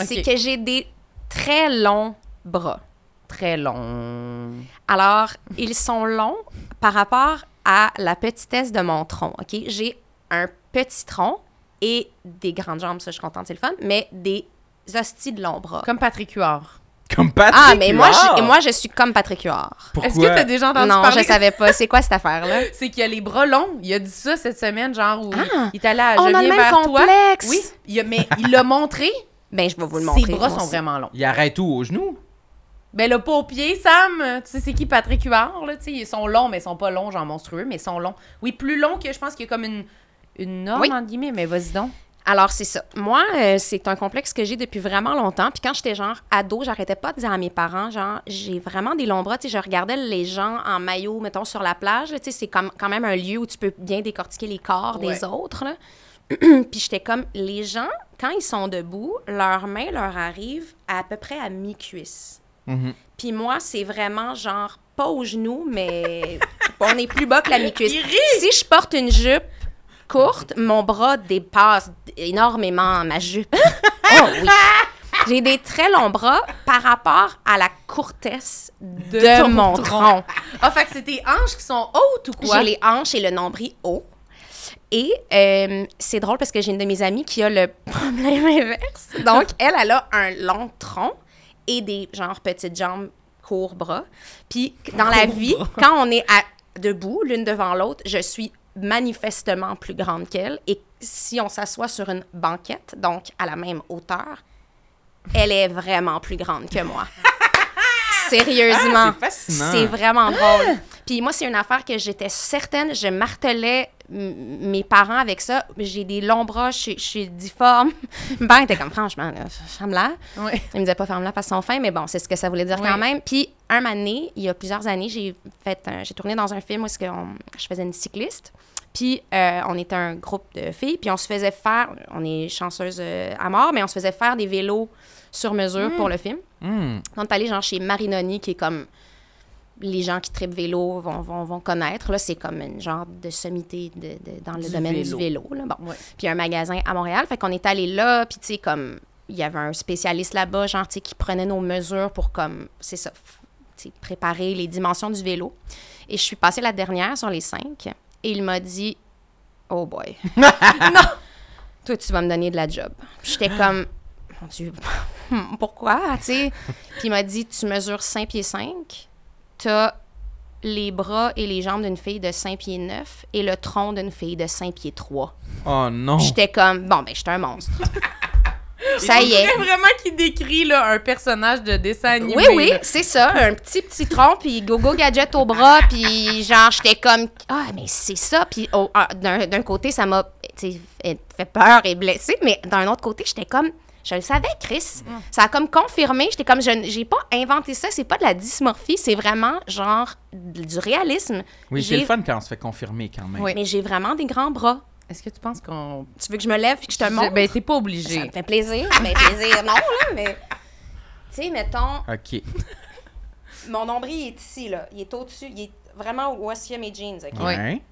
S4: c'est
S2: Ok.
S4: que j'ai des très longs bras.
S2: Très long.
S4: Alors, ils sont longs par rapport à la petitesse de mon tronc, OK? J'ai un petit tronc et des grandes jambes, ça, je suis contente, c'est le fun, mais des hosties de longs bras.
S2: Comme Patrick Huard.
S1: Comme Patrick
S4: ah, mais moi
S1: Huard.
S4: je, et moi, je suis comme Patrick Huard.
S1: Pourquoi?
S2: Est-ce que t'as déjà entendu
S4: Non,
S2: parler?
S4: je savais pas. C'est quoi cette affaire-là?
S2: C'est qu'il y a les bras longs. Il a dit ça cette semaine, genre où
S4: Ah!
S2: il est allé à Je
S4: On a
S2: viens
S4: le même
S2: vers toi.
S4: complexe!
S2: Oui, il a- mais il l'a montré.
S4: Ben, je vais vous le montrer.
S2: Ses bras
S4: moi
S2: sont
S4: aussi.
S2: vraiment longs.
S1: Il arrête où? Au genou?
S2: Ben là, pas aux pieds, Sam. Tu sais, c'est qui Patrick Huard, là? Tu sais, ils sont longs, mais ils sont pas longs, genre monstrueux, mais ils sont longs. Oui, plus longs que je pense qu'il y a comme une, une norme,
S4: Oui.
S2: entre guillemets, mais vas-y donc.
S4: Alors, c'est ça. Moi, euh, c'est un complexe que j'ai depuis vraiment longtemps. Puis quand j'étais genre ado, j'arrêtais pas de dire à mes parents, genre, j'ai vraiment des longs bras. Tu sais, je regardais les gens en maillot, mettons, sur la plage. là. Tu sais, c'est comme, quand même un lieu où tu peux bien décortiquer les corps
S2: Ouais.
S4: des autres. là. Puis j'étais comme, les gens, quand ils sont debout, leurs mains leur arrivent à, à peu près à mi-cuisse.
S1: Mhm.
S4: Puis moi, c'est vraiment genre, pas aux genoux, mais on est plus bas que la mi-cuisse.
S2: Il rit!
S4: Si je porte une jupe, courte, mon bras dépasse énormément ma jupe. Oh oui. J'ai des très longs bras par rapport à la courtesse de,
S2: ton
S4: mon
S2: tronc.
S4: tronc.
S2: Ah, fait que c'est tes hanches qui sont hautes ou quoi?
S4: J'ai les hanches et le nombril haut. Et euh, c'est drôle parce que j'ai une de mes amies qui a le problème inverse. Donc, elle, elle a un long tronc et des genre petites jambes, courts bras. Puis, dans la vie, quand on est à- debout, l'une devant l'autre, je suis manifestement plus grande qu'elle. Et si on s'assoit sur une banquette, donc à la même hauteur, elle est vraiment plus grande que moi. Sérieusement.
S1: Ah, c'est fascinant.
S4: C'est vraiment drôle. Puis moi, c'est une affaire que j'étais certaine, je martelais m- mes parents avec ça. J'ai des longs bras, je suis- je suis difforme. Mon père était comme, franchement, là, ferme-la.
S2: Ouais.
S4: Il me disait pas ferme-la parce qu'ils sont fins, mais bon, c'est ce que ça voulait dire
S2: Ouais.
S4: quand même. Puis un moment donné, il y a plusieurs années, j'ai fait un- j'ai tourné dans un film où est-ce que on- je faisais une cycliste. Puis euh, on était un groupe de filles, puis on se faisait faire, on est chanceuse euh, à mort, mais on se faisait faire des vélos sur mesure pour le film.
S1: Hmm.
S4: Quand t'es allé genre chez Marinoni, qui est comme les gens qui tripent vélo vont, vont, vont connaître, là, c'est comme une genre de sommité de- de- dans le
S2: Du
S4: domaine
S2: vélo.
S4: du vélo. Là, bon.
S2: Ouais.
S4: Puis un magasin à Montréal, fait qu'on est allé là, puis tu sais, comme il y avait un spécialiste là-bas, genre, tu sais, qui prenait nos mesures pour comme, c'est ça, f- tu sais, préparer les dimensions du vélo. Et je suis passée la dernière sur les cinq, et il m'a dit, oh boy, non, toi, tu vas me donner de la job. Puis J'étais comme, mon Dieu, Hmm, pourquoi, Ah, tu sais? Puis il m'a dit, tu mesures 5 pieds 5, t'as les bras et les jambes d'une fille de 5 pieds 9 et le tronc d'une fille de 5 pieds 3.
S1: Oh non.
S4: J'étais comme, bon, ben, j'étais un monstre. Ça y est.
S5: C'est vraiment qui décrit là, un personnage de dessin animé.
S4: Oui, oui,
S5: là.
S4: c'est ça. Un petit, petit tronc, puis gogo gadget au bras, puis genre, j'étais comme, ah, mais c'est ça. Puis oh, ah, d'un d'un côté, ça m'a tu sais, fait fait peur et blessé, mais d'un autre côté, j'étais comme, je le savais, Chris.
S1: Mm.
S4: Ça a comme confirmé. J'étais comme, je n- j'ai pas inventé ça, c'est pas de la dysmorphie, c'est vraiment genre du réalisme.
S1: Oui, c'est
S4: J'ai-
S1: le fun quand on se fait confirmer quand même.
S2: Oui.
S4: Mais j'ai vraiment des grands bras.
S2: Est-ce que tu penses qu'on.
S4: Tu veux que je me lève puis que je te montre?
S2: Ben, t'es pas
S4: Ça me
S2: obligé.
S4: fait plaisir. Ça me fait plaisir, non, là, mais. Tu sais, mettons,
S1: OK.
S4: mon nombril est ici, là. Il est au-dessus. Il est vraiment où est-ce qu'il y a mes jeans, OK?
S2: Ouais.
S1: Ouais.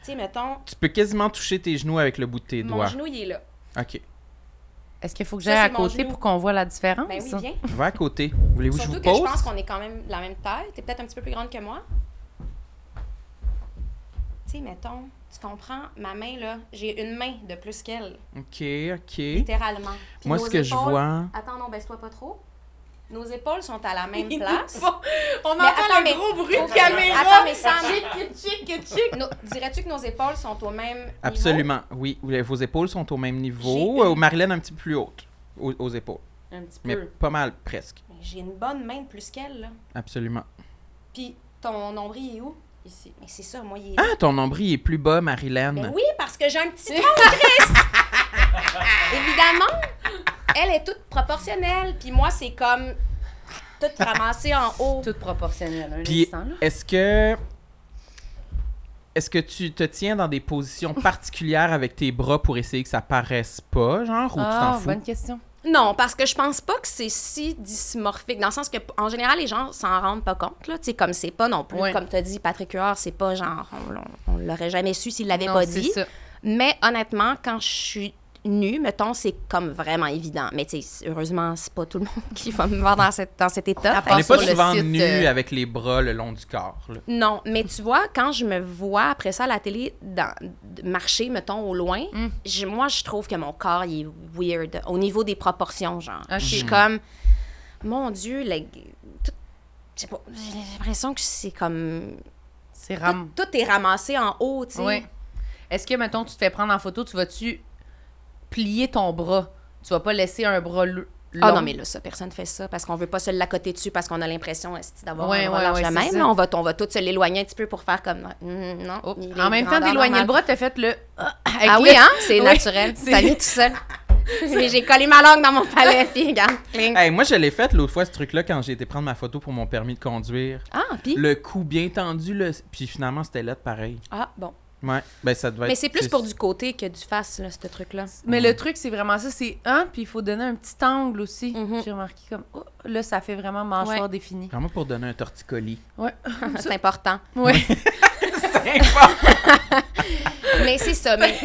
S4: Tu sais, mettons,
S1: Tu peux quasiment toucher tes genoux avec le bout de tes
S4: mon
S1: Ah. doigts.
S4: genou, il est là.
S1: OK.
S2: Est-ce qu'il faut que
S4: Ça,
S2: j'aille à
S4: c'est mon
S2: côté
S4: genou.
S2: pour qu'on voit la
S1: Ah,
S2: différence?
S4: Ben oui, bien.
S1: Va à côté. Voulez-vous que je
S4: Surtout
S1: vous
S4: que je
S1: pose?
S4: pense qu'on est quand même de la même taille. T'es peut-être un petit peu plus grande que moi. Tu sais, mettons, tu comprends, ma main, là, j'ai une main de plus qu'elle,
S1: OK, OK.
S4: littéralement. Puis
S1: Moi,
S4: nos
S1: ce que je
S4: épaules-
S1: vois...
S4: Attends, non, baisse-toi pas trop. Nos épaules sont à la même place.
S5: Bon, on entend
S4: Mais attends,
S5: le
S4: mais-
S5: gros bruit de
S4: Attends,
S5: caméra.
S4: attends, mais Sam-
S5: Chic, chic, chic, chic.
S4: Nos- Dirais-tu que nos épaules sont au même niveau?
S1: Absolument. Oui, Oui, vos épaules sont au même niveau.
S4: J'ai
S1: Euh, Marilyn, un petit peu plus haute aux, aux épaules.
S5: Un petit
S1: Mais
S5: peu.
S1: pas mal, presque.
S4: Mais J'ai une bonne main de plus qu'elle, là.
S1: Absolument.
S4: Puis ton nombril est où? Ici. Mais c'est ça, moi, il est...
S1: Ah, ton nombril est plus bas, Marilyn.
S4: Ben oui, parce que j'ai un petit tronc, Chris! Évidemment, elle est toute proportionnelle. Puis moi, c'est comme... Toute ramassée en haut.
S2: Tout proportionnel. Un
S1: Puis, oh,
S2: instant, là.
S1: est-ce que... Est-ce que tu te tiens dans des positions particulières avec tes bras pour essayer que ça paraisse pas, genre, ou
S2: Ah,
S1: tu t'en
S4: ben,
S2: bonne
S1: fous?
S2: question.
S4: Non, parce que je pense pas que c'est si dysmorphique, dans le sens que, p- en général, les gens s'en rendent pas compte, là. Tu sais, comme c'est pas non plus,
S2: Ouais.
S4: comme t'as dit, Patrick Huard, c'est pas genre, on, on- on l'aurait jamais su s'il l'avait
S2: Non,
S4: pas
S2: c'est
S4: dit.
S2: ça.
S4: Mais honnêtement, quand je suis nue, mettons, c'est comme vraiment évident. Mais tu sais, heureusement, c'est pas tout le monde qui va me voir dans, cette, dans cet état.
S2: À part
S1: On n'est
S2: sur
S1: pas
S2: le
S1: souvent
S2: site,
S1: nu
S2: euh,
S1: avec les bras le long du corps. là.
S4: Non, mais tu vois, quand je me vois après ça à la télé dans, de- marcher, mettons, au loin, je- moi, je trouve que mon corps, il est weird au niveau des proportions, genre.
S2: Ok.
S4: Je suis comme, mon Dieu, la- tout- je sais pas, j'ai l'impression que c'est comme...
S2: C'est
S4: tout-
S2: ram.
S4: Tout, est ramassé en haut, tu sais.
S2: Oui. Est-ce que, mettons, tu te fais prendre en photo, tu vas-tu plier ton bras? Tu vas pas laisser un bras l- long?
S4: Ah non, mais là, ça, personne fait ça parce qu'on veut pas se l'accoter dessus parce qu'on a l'impression esti, d'avoir
S2: Ouais,
S4: un bras
S2: ouais,
S4: large
S2: ouais,
S4: de
S2: c'est
S4: même.
S2: ça.
S4: là. on va, on va tous se l'éloigner un petit peu pour faire comme. mm, non.
S2: Oh,
S4: il est
S2: En même temps,
S4: grandeur
S2: d'éloigner le
S4: normale.
S2: bras, t'as fait le... avec
S4: Ah
S2: le-
S4: oui, hein? C'est
S2: Oui,
S4: naturel.
S2: c'est-
S4: Ça vient tout seul. mais j'ai collé ma langue dans mon palais, puis regarde. cling.
S1: Hey, moi, je l'ai fait l'autre fois, ce truc-là, quand j'ai été prendre ma photo pour mon permis de conduire.
S4: Ah, puis.
S1: Le cou bien tendu, le... puis finalement, c'était là de pareil.
S4: Ah, bon.
S1: Ouais, ben ça devait
S4: Mais
S1: être-
S4: c'est plus pour du côté que du face, là, ce truc-là.
S2: Mais le truc, c'est vraiment ça, c'est un, puis il faut donner un petit angle aussi.
S4: Mhm.
S2: J'ai remarqué comme, oh, là, ça fait vraiment mâchoire définie.
S1: Vraiment pour donner un torticolis.
S4: C'est important.
S2: Oui.
S4: Mais c'est ça. Mais,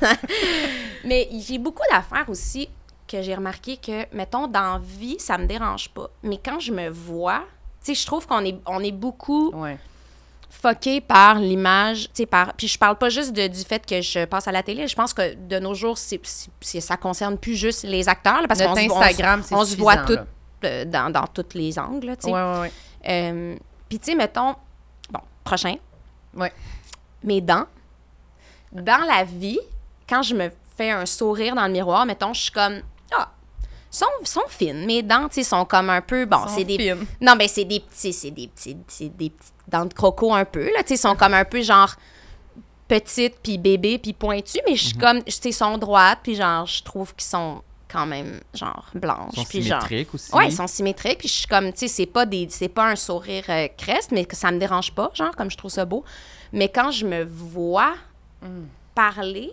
S4: mais j'ai beaucoup d'affaires aussi que j'ai remarqué que, mettons, dans vie, ça me dérange pas. Mais quand je me vois, tu sais, je trouve qu'on est, on est beaucoup
S2: ouais.
S4: foqué par l'image, tu sais, par... Puis je parle pas juste de- du fait que je passe à la télé. Je pense que de nos jours, c'est, c'est- c'est- ça concerne plus juste les acteurs, là, parce qu'on
S2: Notre
S4: se- on se-
S2: Instagram, c'est
S4: on se voit
S2: suffisant,
S4: toutes euh, dans, dans tous les angles, là, tu sais.
S2: là. Ouais, ouais, ouais.
S4: Euh, Puis, tu sais, mettons, bon, prochain.
S2: Ouais.
S4: Mes dents. Dans la vie, quand je me fais un sourire dans le miroir, mettons, je suis comme, ah, sont, sont fines. Mes dents, tu sais, sont comme un peu. Bon,
S2: Sont
S4: c'est des.
S2: fines.
S4: Non, mais c'est des petits. C'est des petits. C'est des petites dents de croco un peu, là. Tu sais, sont comme un peu genre petites, puis bébés, puis pointues. Mais je
S1: Mhm.
S4: suis comme. Tu sais, sont droites, puis genre, je trouve qu'ils sont quand même, genre, blanches.
S1: Ils sont
S4: puis genre.
S1: symétriques aussi.
S4: Ouais, ils sont symétriques. Puis je suis comme, tu sais, c'est pas des, c'est pas un sourire euh, creste, mais que ça me dérange pas, genre, comme je trouve ça beau. Mais quand je me vois
S1: Mm.
S4: parler,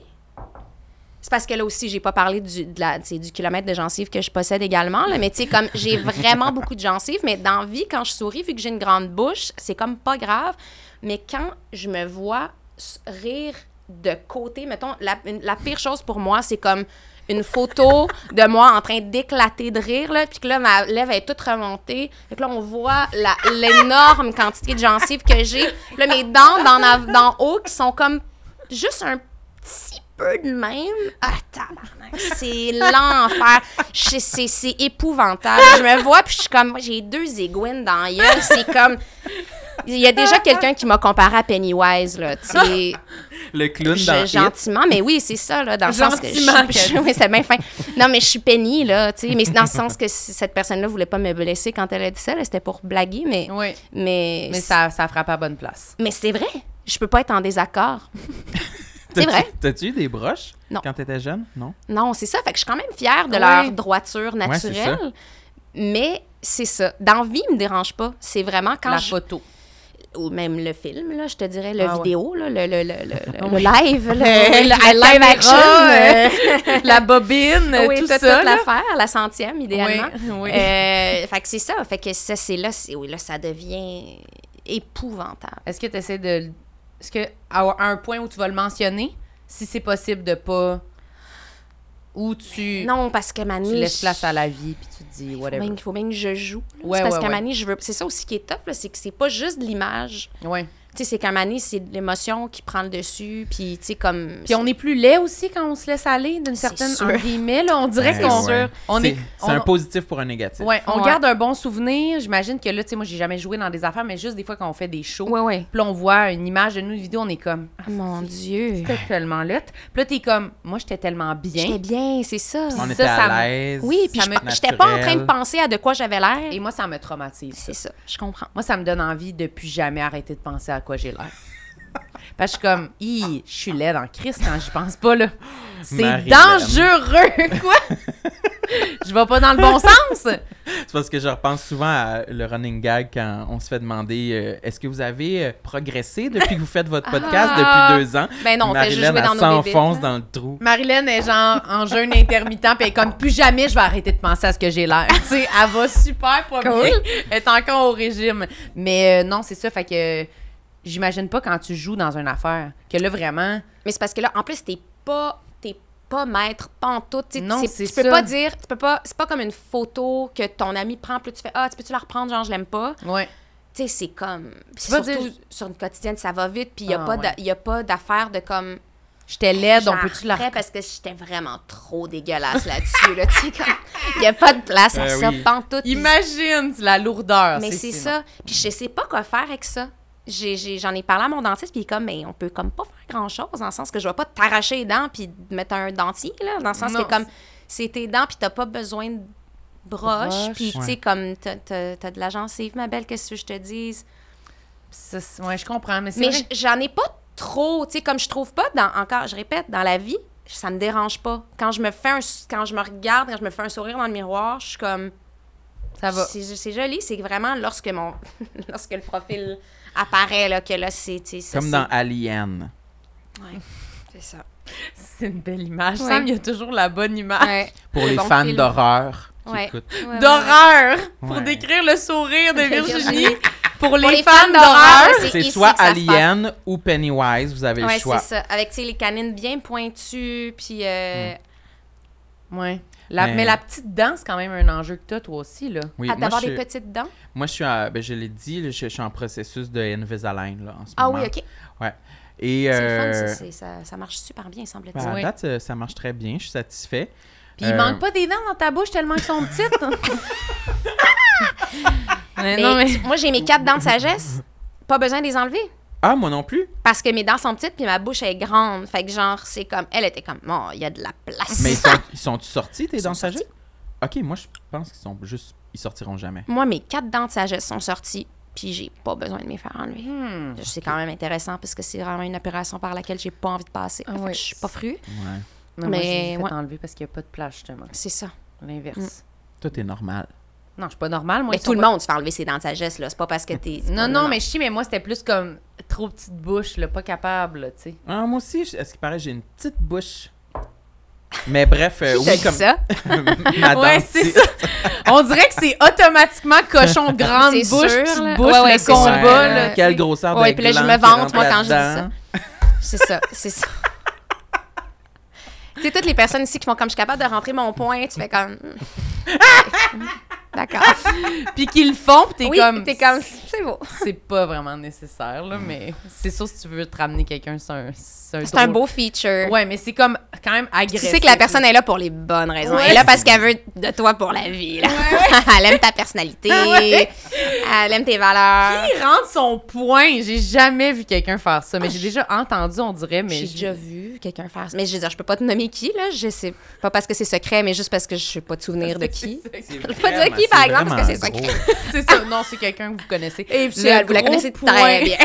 S4: c'est parce que là aussi, j'ai pas parlé du, de la, tu sais, du kilomètre de gencives que je possède également. Là, mais tu sais, comme j'ai vraiment beaucoup de gencives, mais dans vie, quand je souris, vu que j'ai une grande bouche, c'est comme pas grave. Mais quand je me vois s- rire de côté, mettons, la, une- la pire chose pour moi, c'est comme une photo de moi en train d'éclater de rire, là, puis que là, ma lèvre est toute remontée. Fait que là, on voit la- l'énorme quantité de gencives que j'ai. Puis Là, mes dents d'en av- d'en haut qui sont comme juste un petit peu de même. Ah, tabarnak, c'est l'enfer. Je- C'est c'est épouvantable. Je me vois, puis je suis comme, moi, j'ai deux aiguines dans la gueule. C'est comme... Il y a déjà quelqu'un qui m'a comparé à Pennywise, là, tu sais.
S1: Le clown
S4: Je-
S1: dans It.
S4: gentiment, mais oui, c'est ça, là, dans le sens que je,
S2: Gentiment,
S4: je- oui, c'est bien fin. Non, mais je suis pénie, là, tu sais, mais c'est dans le sens que si cette personne-là voulait pas me blesser quand elle a dit ça, là, c'était pour blaguer, mais,
S2: Oui.
S4: mais,
S2: Mais ça, ça frappe à bonne place.
S4: mais c'est vrai, je peux pas être en désaccord. c'est
S1: T'as-tu-
S4: vrai.
S1: T'as-tu eu des broches
S4: Non.
S1: quand t'étais jeune? Non.
S4: Non, c'est ça, fait que je suis quand même fière de
S2: Ouais.
S4: leur droiture
S1: Ouais, c'est ça.
S4: naturelle, mais c'est ça. Dans vie, il me dérange pas, c'est vraiment quand
S2: la
S4: je...
S2: photo.
S4: ou même le film, là, je te dirais, le
S2: Ah ouais.
S4: vidéo, là, le, le, le, le- le live, le, le-
S2: la
S4: le live
S2: caméra,
S4: action, euh,
S2: la bobine,
S4: oui,
S2: tout
S4: t'as
S2: ça.
S4: toute
S2: là.
S4: l'affaire, la centième, idéalement.
S2: Oui, oui.
S4: Euh, fait que c'est ça. Fait que ça, c'est là, c'est- oui, là, ça devient épouvantable.
S2: Est-ce que tu essaies de. Est-ce que à un point où tu vas le mentionner, si c'est possible de pas. Ou tu,
S4: Non, parce que Mani...
S2: tu laisses place à la vie puis tu te dis
S4: Il faut
S2: whatever.
S4: bien- faut bien que je joue. là.
S2: Ouais,
S4: c'est parce
S2: ouais,
S4: qu'à
S2: ouais.
S4: Mani, je veux... C'est ça aussi qui est top, là, c'est que c'est pas juste de l'image.
S2: Ouais.
S4: Tu sais, c'est qu'à Mani, c'est de l'émotion qui prend le dessus, puis tu sais, comme...
S2: Puis on est plus laid aussi quand on se laisse aller d'une
S4: C'est
S2: certaine.
S4: sûr.
S2: Entre guillemets, là, on dirait
S1: Ben
S2: qu'on.
S1: ouais.
S2: On
S1: C'est
S2: est.
S1: c'est un
S2: on-
S1: positif pour un négatif.
S2: Ouais, on
S4: Ouais.
S2: garde un bon souvenir. J'imagine que là, tu sais, moi, j'ai jamais joué dans des affaires, mais juste des fois quand on fait des shows,
S4: Ouais, ouais.
S2: puis là, on voit une image de nous, une vidéo, on est comme, ah,
S4: Ah, Mon Dieu.
S2: c'était tellement lutte. Puis là, t'es comme, moi, j'étais tellement bien.
S4: J'étais bien, c'est ça.
S1: On
S2: Ça,
S1: était
S2: ça me-
S1: à l'aise.
S4: Oui, puis
S2: ça
S4: je-
S2: me-
S4: j'étais pas en train de
S1: naturel.
S4: penser à de quoi j'avais l'air.
S2: Et moi, ça me traumatise. ça.
S4: C'est ça, je comprends.
S2: Moi, ça me donne envie de plus jamais arrêter de penser à quoi j'ai l'air. Parce que je suis comme, Hi, je suis laide en Christ quand j'y pense pas, là. C'est
S1: Marie-Hélène.
S2: dangereux, quoi! je vais pas dans le bon sens!
S1: C'est parce que je repense souvent à le running gag quand on se fait demander euh, est-ce que vous avez euh, progressé depuis que vous faites votre podcast
S4: Ah.
S1: depuis deux ans
S4: Ben non, on fait juste
S1: Marilyn,
S4: jouer dans
S1: elle
S4: nos hein. bébites.
S1: s'enfonce
S4: là.
S1: dans le trou.
S2: Marilyn est genre en jeûne intermittent, puis elle est comme plus jamais je vais arrêter de penser à ce que j'ai l'air. tu sais, elle va super pas bien,
S4: Cool.
S2: elle est encore au régime. Mais euh, non, c'est ça, fait que euh, j'imagine pas quand tu joues dans une affaire que là vraiment.
S4: Mais c'est parce que là, en plus, t'es pas, t'es pas maître, pas en tout. tu sais,
S2: Non,
S4: c'est-
S2: c'est
S4: tu peux
S2: ça.
S4: pas dire, tu peux pas, c'est pas comme une photo que ton ami prend, puis là, tu fais ah, tu peux-tu la reprendre, genre je l'aime pas.
S2: Ouais.
S4: Tu sais, c'est comme, puis
S2: vas
S4: surtout
S2: dire-
S4: sur une quotidienne, ça va vite, puis y a
S2: Ah,
S4: pas, d'a-
S2: ouais.
S4: y a pas d'affaire de comme.
S2: J'étais laide, on
S4: j'en
S2: peut-tu la
S4: referais parce que j'étais vraiment trop dégueulasse là-dessus, là, tu sais, comme, y a pas de place à
S1: Euh,
S4: ça,
S1: oui.
S4: pas en tout. puis-
S2: Imagine Ah, c'est la lourdeur.
S4: Mais c'est ça. Puis je sais pas quoi faire avec ça. J'ai- j'ai- J'en ai, parlé à mon dentiste, puis il est comme, mais on peut comme pas faire grand-chose, dans le sens que je vais pas t'arracher les dents puis te mettre un dentier, là, dans le sens
S2: Non,
S4: que comme, c'est tes dents, puis t'as pas besoin de broche,
S2: Broche.
S4: puis tu sais, comme, t'as- t'as t'as de la gencive, ma belle, qu'est-ce que je te dise?
S2: Ça, c'est- ouais, je comprends, mais c'est
S4: Mais
S2: vrai.
S4: j- j'en ai pas trop, tu sais, comme je trouve pas, dans, encore, je répète, dans la vie, ça me dérange pas. Quand je me fais un, s- quand je me regarde, quand je me fais un sourire dans le miroir, je suis comme,
S2: ça va.
S4: c'est c'est joli, c'est vraiment lorsque mon lorsque le profil apparaît là que là c'est tu sais, ça,
S1: Comme
S4: c'est-
S1: dans Alien.
S4: Ouais, c'est ça.
S2: C'est une belle image.
S4: Ouais.
S2: Sam, il y a toujours la bonne image.
S4: Ouais.
S1: Pour
S4: C'est
S1: les
S4: bon
S1: fans
S4: film.
S1: d'horreur qui
S4: Ouais.
S1: écoutent.
S4: Ah, Ouais, ouais, ouais.
S2: D'horreur pour
S1: Ouais.
S2: décrire le sourire de
S4: Virginie.
S2: Virginie pour les,
S4: Pour les
S2: fans,
S4: fans
S2: d'horreur.
S4: d'horreur,
S1: C'est
S4: ici
S1: soit
S4: que ça se passe.
S1: Alien ou Pennywise, vous avez
S4: Ouais,
S1: le choix.
S4: c'est ça, avec tu sais, les canines bien pointues puis euh,
S1: Mm.
S2: Ouais. La-
S1: Mais-
S2: mais... la petite dent, c'est quand même un enjeu que t'as, toi aussi, là.
S1: Oui, moi,
S4: à- Ah, d'avoir
S1: je,
S4: des petites dents.
S1: moi, je suis, à- ben, je l'ai dit, là, je, je suis en processus de Invisalign là, en ce
S4: Ah
S1: moment.
S4: oui, OK.
S1: Ouais. Et
S4: C'est le fun,
S1: euh,
S4: ça, c'est- ça, ça marche super bien, semble-t-il.
S1: ben, à
S2: Oui.
S1: date, euh, ça marche très bien, je suis satisfait.
S2: Puis il
S1: Euh,
S2: manque pas des dents dans ta bouche tellement elles sont petites. mais,
S4: Mais
S2: non, mais...
S4: tu- moi j'ai mes quatre dents de sagesse, pas besoin de les enlever.
S1: Ah, moi non plus.
S4: Parce que mes dents sont petites puis ma bouche est grande. Fait que genre, c'est comme. Elle était comme, bon, il y a de la place.
S1: Mais ils sont, ils sont sortis, tes
S4: Ils sont
S1: dents de sagesse?
S4: sortis.
S1: Ok, moi, je pense qu'ils sont juste. Ils sortiront jamais.
S4: Moi, mes quatre dents de sagesse sont sorties, puis j'ai pas besoin de me les faire enlever.
S2: Hmm.
S4: C'est quand même intéressant parce que c'est vraiment une opération par laquelle j'ai pas envie de passer.
S6: Ah
S4: Fait que
S6: ouais.
S4: Je suis pas fru.
S1: Ouais.
S2: Non, moi, je les ai
S4: Mais,
S2: fait
S4: ouais.
S2: enlever parce qu'il n'y a pas de place, justement.
S4: C'est ça.
S2: L'inverse.
S1: Tout est normal.
S2: Non, je suis pas normale, moi.
S4: Mm. Mais
S2: ils
S4: tout
S2: sont
S4: le
S2: pas-
S4: monde se fait enlever ses dents de sagesse, là. C'est pas parce que t'es. c'est
S2: Non,
S4: pas-
S2: non, mais je sais, mais moi, c'était plus comme trop petite bouche, là, pas capable, là, tu sais.
S1: Ah, moi aussi, je- est-ce qu'il paraît, j'ai une petite bouche. Mais bref, euh,
S4: Je
S1: oui,
S4: dis
S1: comme
S4: ça.
S1: ma
S2: Ouais,
S1: dentiste.
S2: c'est ça. On dirait que c'est automatiquement cochon grande
S4: C'est
S2: bouche,
S4: sûr,
S2: petite
S4: là.
S2: bouche,
S4: Ouais, ouais,
S2: le
S4: c'est sûr.
S2: combat,
S1: Ouais,
S2: là.
S4: tu
S1: Quelle
S4: sais.
S1: grosse arbre
S4: Ouais, puis là, je me vante, moi, quand je dis ça. C'est ça, c'est ça. Tu sais, toutes les personnes ici qui font comme je suis capable de rentrer mon point, tu fais comme. Hmm. D'accord.
S2: Puis qu'ils le font, puis t'es
S4: oui,
S2: comme...
S4: T'es comme. C'est beau.
S2: C'est pas vraiment nécessaire, là, mais c'est sûr, si tu veux te ramener quelqu'un, c'est un C'est
S4: C'est un
S2: drôle.
S4: beau feature.
S2: Ouais, mais c'est comme quand même
S4: Tu
S2: agressif.
S4: sais que la personne est là pour les bonnes raisons.
S2: Ouais.
S4: Elle est là parce qu'elle veut de toi pour la vie. là. elle aime ta personnalité.
S2: Ouais.
S4: Elle aime tes valeurs.
S2: Il rentre son point. J'ai jamais vu quelqu'un faire ça, mais j'ai déjà entendu, on dirait, mais...
S4: J'ai
S2: je-
S4: déjà vu quelqu'un faire ça. Mais je veux dire, je peux pas te nommer qui, là. Je sais pas parce que c'est secret, mais juste parce que je sais pas de souvenir de qui.
S1: Je
S4: pas dire qui, par exemple, parce que c'est ça qui-
S2: C'est ça, non, c'est quelqu'un que vous connaissez.
S4: Et puis,
S2: Le
S4: elle, vous la
S2: gros
S4: connaissez
S2: point.
S4: très bien.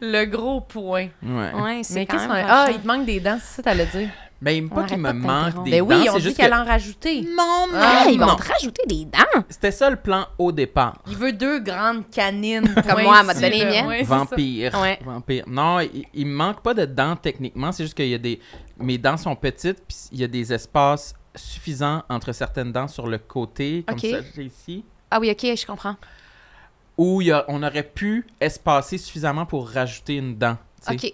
S2: Le gros point.
S1: Ouais.
S4: Ouais, c'est
S2: Mais
S4: quand
S2: qu'est-ce qu'on
S4: même
S2: a... Ah,
S4: fâchant.
S2: il te manque des dents, c'est ça t'allais dire.
S1: Mais
S4: On
S1: pas qu'il
S4: arrête
S1: me
S4: pas de
S1: manque
S4: t'interrompre.
S1: des
S2: Ben
S1: dents,
S2: oui, on
S1: c'est
S2: dit
S1: juste
S2: qu'elle
S1: que...
S2: en rajoutait.
S1: Non,
S4: Ah, ils
S1: non,
S4: vont
S1: non.
S4: te rajouter des dents.
S1: C'était ça le plan au départ.
S2: Il veut deux grandes canines.
S4: Comme moi, elle m'a donné les miennes.
S1: Vampire.
S4: Ouais.
S1: Vampire. Non, il, il me manque pas de dents techniquement. C'est juste qu'il y a des. Mes dents sont petites, puis il y a des espaces suffisants entre certaines dents sur le côté, comme
S4: Ok.
S1: ça, j'ai ici.
S4: Ah oui, ok, je comprends.
S1: Où il y a- on aurait pu espacer suffisamment pour rajouter une dent. tu sais.
S4: Ok.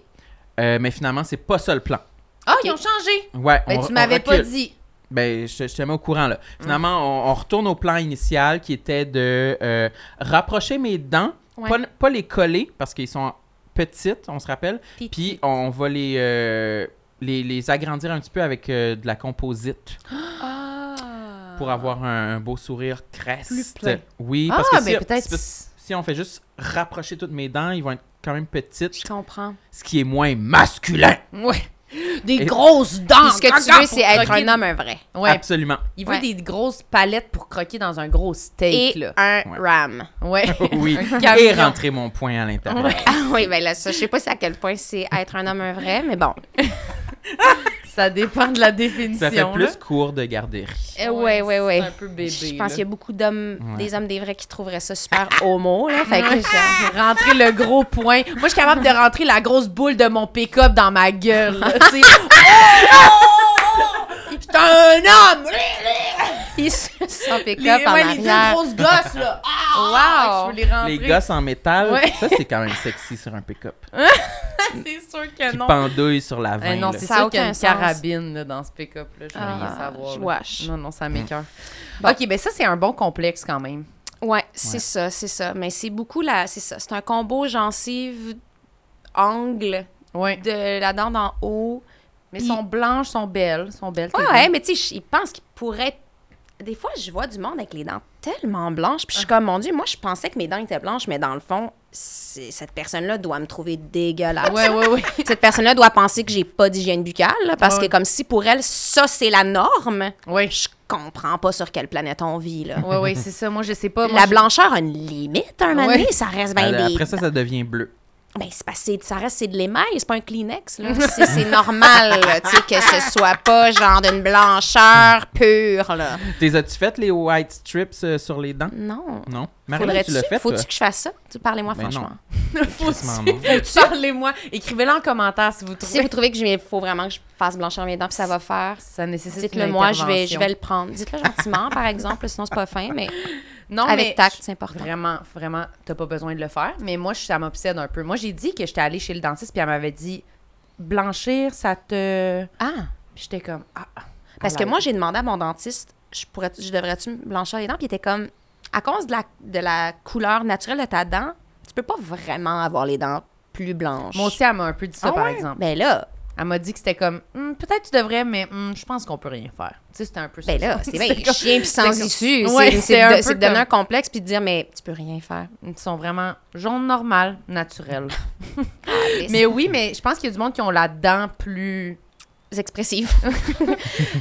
S1: Euh, mais finalement, c'est pas ça le plan.
S2: Ah, ils ont changé.
S1: Ouais,
S2: Ben,
S1: on-
S2: tu
S1: on
S2: m'avais pas
S1: recule.
S2: dit.
S1: Ben, je, je te mets au courant,
S2: Hum.
S1: là. Finalement, on, on retourne au plan initial qui était de euh, rapprocher mes dents,
S4: Ouais.
S1: pas, pas les coller parce qu'ils sont petites, on se rappelle. Puis on, on va les, euh, les, les agrandir un petit peu avec euh, de la composite pour avoir un, un beau sourire creste.
S2: Ah. Plus plein.
S1: Oui,
S2: Ah,
S1: parce que si,
S2: ben peut-être.
S1: si- si on fait juste rapprocher toutes mes dents, ils vont être quand même petites,
S4: Je comprends.
S1: ce qui est moins masculin.
S2: Ouais. Des
S1: Et-
S2: grosses dents.
S4: Puis ce que tu
S2: Gaga,
S4: veux,
S2: Ah, pour
S4: c'est être
S2: croquer.
S4: un homme, un vrai.
S2: Ouais.
S1: Absolument.
S2: Il veut
S4: Ouais.
S2: des grosses palettes pour croquer dans un gros steak,
S4: Et
S2: là.
S4: un
S1: Ouais.
S4: ram.
S2: Ouais.
S1: Oui.
S2: camion.
S1: Et rentrer mon poing à l'intérieur.
S4: Ah oui, ben là, ça, je sais pas c'est à quel point c'est être un homme, un vrai, mais bon.
S2: Ça dépend de la définition.
S1: Ça fait
S2: là.
S1: plus cours de garderie.
S4: Euh, Ouais, ouais, ouais.
S2: C'est un peu bébé.
S4: Je pense
S2: là.
S4: qu'il y a beaucoup d'hommes,
S1: Ouais.
S4: des hommes, des vrais qui trouveraient ça super homo, là. Fait que genre,
S2: J'ai rentré le gros point. Moi, je suis capable de rentrer la grosse boule de mon pick-up dans ma gueule. là, tu sais. Oh! J'étais un homme!
S4: ils se sont
S2: Les,
S4: pick-up en
S2: ouais, les deux
S4: arrière.
S2: grosses gosses, là. Ah! Je
S4: Wow!
S2: peux les rentrer.
S1: Les gosses en métal,
S2: Ouais.
S1: ça c'est quand même sexy sur un pick-up.
S2: C'est sûr que
S1: Qui
S2: non.
S1: pendouille sur la
S2: Eh
S1: vingt.
S2: non,
S1: là.
S2: c'est
S4: Ça a
S2: sûr qu'il y a
S4: aucun
S2: une
S4: sens.
S2: carabine là, dans ce pick-up. là. Je veux
S4: Ah,
S2: rien savoir.
S4: je
S2: là.
S4: wesh.
S2: Non, non, ça m'écoeure. OK, ben ça, c'est un bon complexe quand même.
S4: Ouais, c'est ça, c'est ça. Mais c'est beaucoup la. C'est ça. C'est un combo gencive, angle,
S2: Ouais.
S4: de la dent d'en haut.
S2: Mais
S4: Puis-
S2: sont blanches, sont belles, sont belles.
S4: Ouais,
S2: t'es
S4: ouais,
S2: bien.
S4: mais tu sais, je- ils pensent qu'ils pourraient. Des fois, je vois du monde avec les dents tellement blanches, puis je suis
S2: Ah.
S4: comme, mon Dieu, moi, je pensais que mes dents étaient blanches, mais dans le fond, c'est- cette personne-là doit me trouver dégueulasse.
S2: Ouais, ouais, ouais.
S4: Cette personne-là doit penser que j'ai pas d'hygiène buccale, là, parce
S2: Ouais.
S4: que comme si pour elle, ça, c'est la norme.
S2: Ouais.
S4: Je comprends pas sur quelle planète on vit, là.
S2: Ouais, ouais, c'est ça. Moi, je sais pas. Moi,
S4: la
S2: je-
S4: blancheur a une limite, un moment
S2: Ouais.
S4: donné, ça reste bien
S1: Alors,
S4: des...
S1: Ben, Après ça, ça devient bleu.
S4: Ben, c'est pas- c'est- ça reste, c'est de l'émail, c'est pas un Kleenex, là. C'est c'est normal, là, tu sais, que ce soit pas genre d'une blancheur pure, là.
S1: T'es as-tu fait les white strips euh, sur les dents?
S4: Non.
S1: Non. Marie,
S4: Faudrait-tu
S1: tu l'as fait, toi?
S4: Faut-tu que je fasse ça? Tu- Parlez-moi
S1: Ben non.
S4: franchement.
S1: Crissement, non.
S2: Parlez-moi. Écrivez-le en commentaire si vous
S4: Si
S2: trouvez.
S4: vous trouvez que je faut vraiment que je fasse blanchir mes dents, puis ça va faire,
S2: Ça nécessite
S4: dites-le
S2: une
S4: moi, je vais, je
S2: intervention.
S4: vais le prendre. Dites-le gentiment, par exemple, sinon c'est pas fin, mais
S2: Non, mais
S4: avec tact, c'est important.
S2: Vraiment, vraiment, t'as pas besoin de le faire. Mais moi, je- ça m'obsède un peu. Moi, j'ai dit que j'étais allée chez le dentiste, puis elle m'avait dit blanchir, ça te.
S4: Ah!
S2: Puis j'étais comme ah. ah.
S4: Parce que
S2: Alors,
S4: moi, j'ai demandé à mon dentiste, je, pourrais, je devrais-tu me blanchir les dents? Puis il était comme, à cause de la, de la couleur naturelle de ta dent, tu peux pas vraiment avoir les dents plus blanches.
S2: moi aussi, elle m'a un peu dit ça,
S1: Ah
S2: par
S1: ouais?
S2: exemple.
S4: Ben là,
S2: Elle m'a dit que c'était comme Hum, peut-être tu devrais, mais hum, je pense qu'on peut rien faire. Tu sais, c'était un peu ça.
S4: ben là, c'est bien
S2: C'était comme-
S4: chien puis sans
S2: c'est comme-
S4: issue.
S2: Ouais,
S4: c'est
S2: c'est
S4: c'est
S2: un
S4: de,
S2: peu
S4: c'est de donner
S2: comme-
S4: un complexe puis de dire, mais tu peux rien faire.
S2: Ils sont vraiment jaunes normales, naturelles.
S4: Ah,
S2: Mais oui, mais je pense qu'il y a du monde qui ont la dent plus
S4: expressive.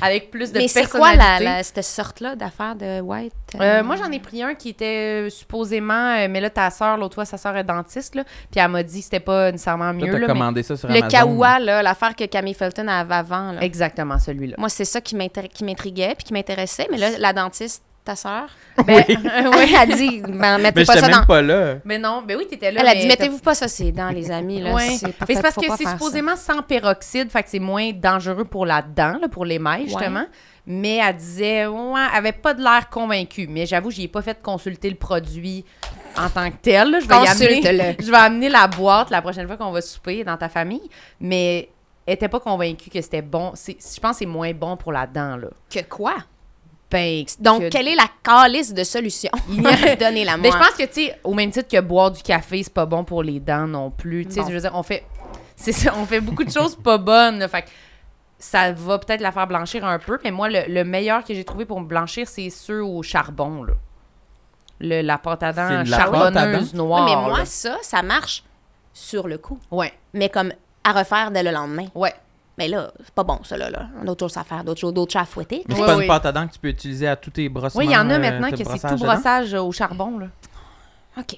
S2: Avec plus de
S4: Mais c'est quoi
S2: personnalité.
S4: la, la- cette sorte-là d'affaires de White?
S2: Euh, moi, j'en ai pris un qui était euh, supposément, euh, mais là, ta soeur, l'autre fois, sa soeur est dentiste, là, puis elle m'a dit que c'était pas nécessairement
S1: Toi,
S2: mieux.
S1: t'as
S2: là, mais-
S1: commandé ça sur
S4: Le
S1: Amazon.
S4: Kawa, là, l'affaire que Camille Felton avait avant.
S1: hein?
S4: là.
S2: Exactement, celui-là.
S4: Moi, c'est ça qui m'intér- qui m'intriguait puis qui m'intéressait. Mais là, la dentiste, ta sœur,
S2: Ben,
S1: Oui.
S4: elle a dit, ben, mettez
S1: Mais
S4: pas
S1: j'étais
S4: ça
S1: même
S4: dans...
S1: pas là.
S2: Mais non, ben oui, t'étais là.
S4: Elle a
S2: mais
S4: dit,
S2: t'as-
S4: mettez-vous pas ça c'est dans les amis. Là,
S2: Ouais.
S4: c'est pas
S2: Mais
S4: fait,
S2: c'est parce
S4: faut
S2: que
S4: pas
S2: c'est
S4: faire ça.
S2: supposément sans peroxyde, fait que c'est moins dangereux pour la dent, là, pour l'émail, justement. Mais elle disait, ouais, elle avait pas de l'air convaincue. Mais j'avoue, j'y ai pas fait consulter le produit en tant que tel. là. Je vais y amener,
S4: Consulte-le.
S2: je vais amener la boîte la prochaine fois qu'on va souper dans ta famille. Mais elle était pas convaincue que c'était bon. C'est- Je pense que c'est moins bon pour la dent, là.
S4: Que quoi?
S2: Ben,
S4: Donc,
S2: que-
S4: quelle est la calice de solution? Ben,
S2: Il y a-
S4: Donnez-la moi.
S2: Mais Ben, je pense que, tu sais, au même titre que boire du café, c'est pas bon pour les dents non plus. Tu sais,
S4: Bon.
S2: je veux dire, on fait, c'est ça, on fait beaucoup de choses pas bonnes. là. fait que ça va peut-être la faire blanchir un peu, mais moi, le, le meilleur que j'ai trouvé pour me blanchir, c'est ceux au charbon, là. Le, la pâte à dents
S1: C'est de la pâte à
S2: charbonneuse
S4: Ouais,
S2: noire.
S4: mais moi,
S2: là.
S4: ça, ça marche sur le coup.
S2: Ouais,
S4: Mais comme à refaire dès le lendemain.
S2: ouais.
S4: Mais là, c'est pas bon, ça, là. là. On a d'autres choses à faire, d'autres choses, d'autres chats à fouetter.
S1: Mais c'est
S2: Oui,
S1: pas
S2: oui.
S1: une pâte à dents que tu peux utiliser à tous tes brossements.
S2: Oui, il y en a
S1: euh,
S2: maintenant
S1: tes
S2: que c'est
S1: brossages
S2: tout
S1: de dents.
S2: brossage euh, au charbon, là.
S4: OK.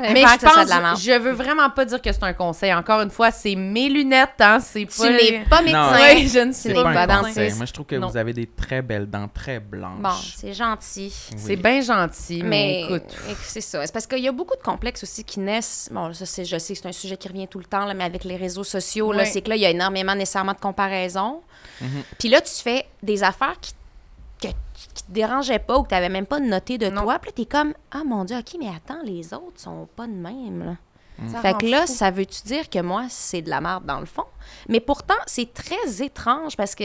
S2: Mais je
S4: ça soit de la
S2: pense,
S4: marche.
S2: je veux vraiment pas dire que c'est un conseil. Encore une fois, c'est mes lunettes, hein, c'est pas...
S4: Tu n'es pas médecin.
S2: Ouais, je ne suis
S1: C'est
S4: n'es
S1: pas
S4: pas
S1: un
S4: dentiste.
S1: conseil. Moi, je trouve que
S2: Non.
S1: vous avez des très belles dents, très
S4: Bon,
S1: blanches.
S4: c'est gentil.
S2: C'est bien gentil, mais,
S4: Mais
S2: écoute.
S4: éc- c'est ça. C'est parce qu'il y a beaucoup de complexes aussi qui naissent. Bon, ça, c'est, je sais que c'est un sujet qui revient tout le temps, là, mais avec les réseaux sociaux, là,
S2: Ouais.
S4: c'est que là, il y a énormément nécessairement de comparaisons.
S1: Mm-hmm.
S4: Puis là, tu fais des affaires qui, que- qui te dérangeaient pas ou que tu n'avais même pas noté de toi. Puis là, tu es comme, ah mon Dieu, OK, mais attends, les autres sont pas de même. là. Fait que là, ça veut-tu dire que moi, c'est de la merde dans le fond? Mais pourtant, c'est très étrange parce que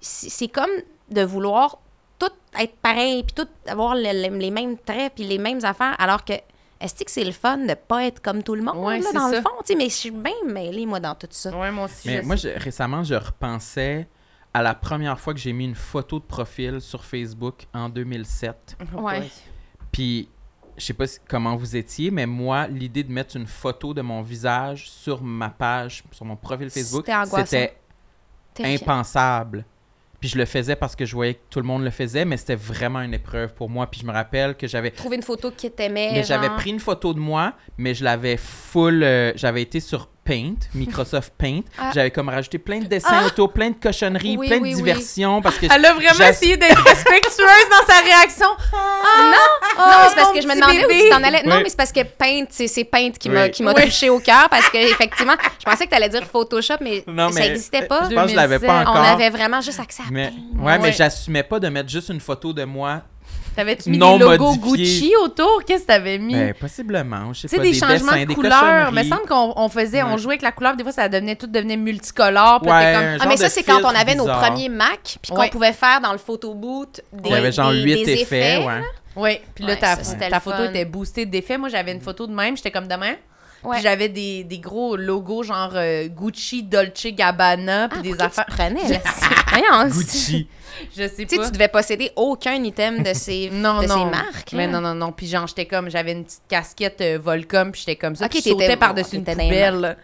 S4: c'est c'est comme de vouloir tout être pareil, puis tout avoir le- le- les mêmes traits, puis les mêmes affaires, alors que est-ce que c'est le fun de pas être comme tout le monde,
S2: Ouais,
S4: là,
S2: c'est
S4: dans
S2: ça.
S4: le fond? Tu sais, mais je suis bien mêlée, moi, dans tout ça.
S2: Ouais, moi aussi.
S1: Mais
S2: je
S1: moi,
S2: sais.
S1: je- récemment, je repensais à la première fois que j'ai mis une photo de profil sur Facebook en 2007.
S4: Ouais.
S1: Puis, je sais pas si- comment vous étiez, mais moi, l'idée de mettre une photo de mon visage sur ma page, sur mon profil Facebook,
S4: C'était angoissant.
S1: c'était impensable. Puis je le faisais parce que je voyais que tout le monde le faisait, mais c'était vraiment une épreuve pour moi. Puis je me rappelle que j'avais
S4: Trouver une photo qui t'aimait.
S1: Mais j'avais
S4: genre.
S1: pris une photo de moi, mais je l'avais full. euh, j'avais été sur Paint, Microsoft Paint. J'avais comme rajouté plein de dessins autour, plein de cochonneries,
S4: Oui,
S1: plein de
S4: oui, oui.
S1: diversions. Parce que
S2: Elle a vraiment
S1: j'ass-
S2: essayé d'être respectueuse dans sa réaction.
S4: Non, mais c'est parce
S2: Ah! mon
S4: que je me
S2: petit
S4: demandais
S2: bébé.
S4: où tu t'en allais. Non,
S1: Oui.
S4: mais c'est parce que Paint, c'est c'est Paint qui m'a
S1: Oui.
S4: qui m'a touché au cœur parce que effectivement, je pensais que tu allais dire Photoshop, mais,
S1: Non, mais
S4: ça n'existait pas.
S1: Je pense que je l'avais pas
S2: 2007,
S1: encore.
S4: On avait vraiment juste accès à
S1: mais,
S4: Paint.
S1: ouais, mais
S2: Ouais.
S1: j'assumais pas de mettre juste une photo de moi.
S2: T'avais-tu mis
S1: Non
S2: des logos
S1: modifié.
S2: Gucci autour? Qu'est-ce que t'avais mis?
S1: Ben, possiblement. Je sais
S2: tu sais,
S1: pas.
S2: des, changements
S1: dessins,
S2: de
S1: des
S2: couleurs.
S1: couleurs.
S2: Il me semble qu'on on faisait, on jouait avec la couleur. Des fois, ça devenait, tout devenait multicolore. Puis là, t'es comme...
S4: Ah, mais ça, c'est quand on avait nos premiers Mac, puis qu'on
S2: Ouais.
S4: pouvait faire dans le photo boot des,
S1: Il y avait genre
S4: des-
S1: 8
S4: des
S1: effets.
S4: effets.
S1: ouais.
S2: Oui, puis là,
S4: Ouais,
S2: ta,
S4: ça, c'était
S2: ta
S4: le
S2: photo
S4: fun.
S2: était boostée d'effets. Moi, j'avais une photo de même, j'étais comme demain.
S4: Ouais.
S2: Puis j'avais des, des gros logos genre euh, Gucci, Dolce, Gabbana, puis
S4: Ah,
S2: des
S4: pourquoi tu
S2: affaires.
S4: prenais, là? Voyons,
S1: Gucci.
S2: Je sais
S4: Tu sais,
S2: pas.
S4: tu devais posséder aucun item de ces,
S2: non,
S4: de ces
S2: non.
S4: marques.
S2: Mais
S4: là.
S2: non, non, non. Puis genre, j'étais comme, j'avais une petite casquette euh, Volcom, puis j'étais comme ça.
S4: Ok,
S2: puis je
S4: t'étais-
S2: sautais par-dessus
S4: ouais,
S2: une
S4: t'étais dans les
S2: poubelle.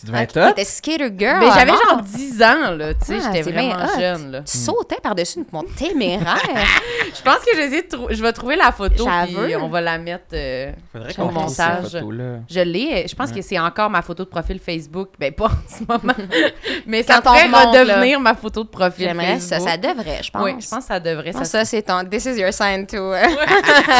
S1: Tu devais être
S4: Ok,
S1: top.
S4: Ah, t'étais skater girl.
S2: Mais j'avais
S4: à mort.
S2: genre 10 ans, là. Tu sais,
S4: Ah,
S2: j'étais
S4: c'est bien
S2: vraiment
S4: hot.
S2: jeune, là.
S4: Tu sautais par-dessus une mon téméraire.
S2: Je pense que j'hésite de trou- je vais trouver la photo, puis
S4: J'avoue.
S2: on va la mettre. euh,
S1: Faudrait
S2: Au
S1: qu'on fasse
S2: montage.
S1: ces photos-là.
S2: Je l'ai. Je pense que c'est encore ma photo de profil Facebook. Ben, pas en ce moment. Mais ça
S4: Quand on
S2: pourrait
S4: remonte, là.
S2: redevenir ma photo de profil
S4: J'aimerais ça.
S2: Facebook.
S4: Ça devrait, je pense.
S2: Oui, je pense que ça devrait.
S4: Non,
S2: Ça,
S4: ça, c'est ton. This is your sign to. euh,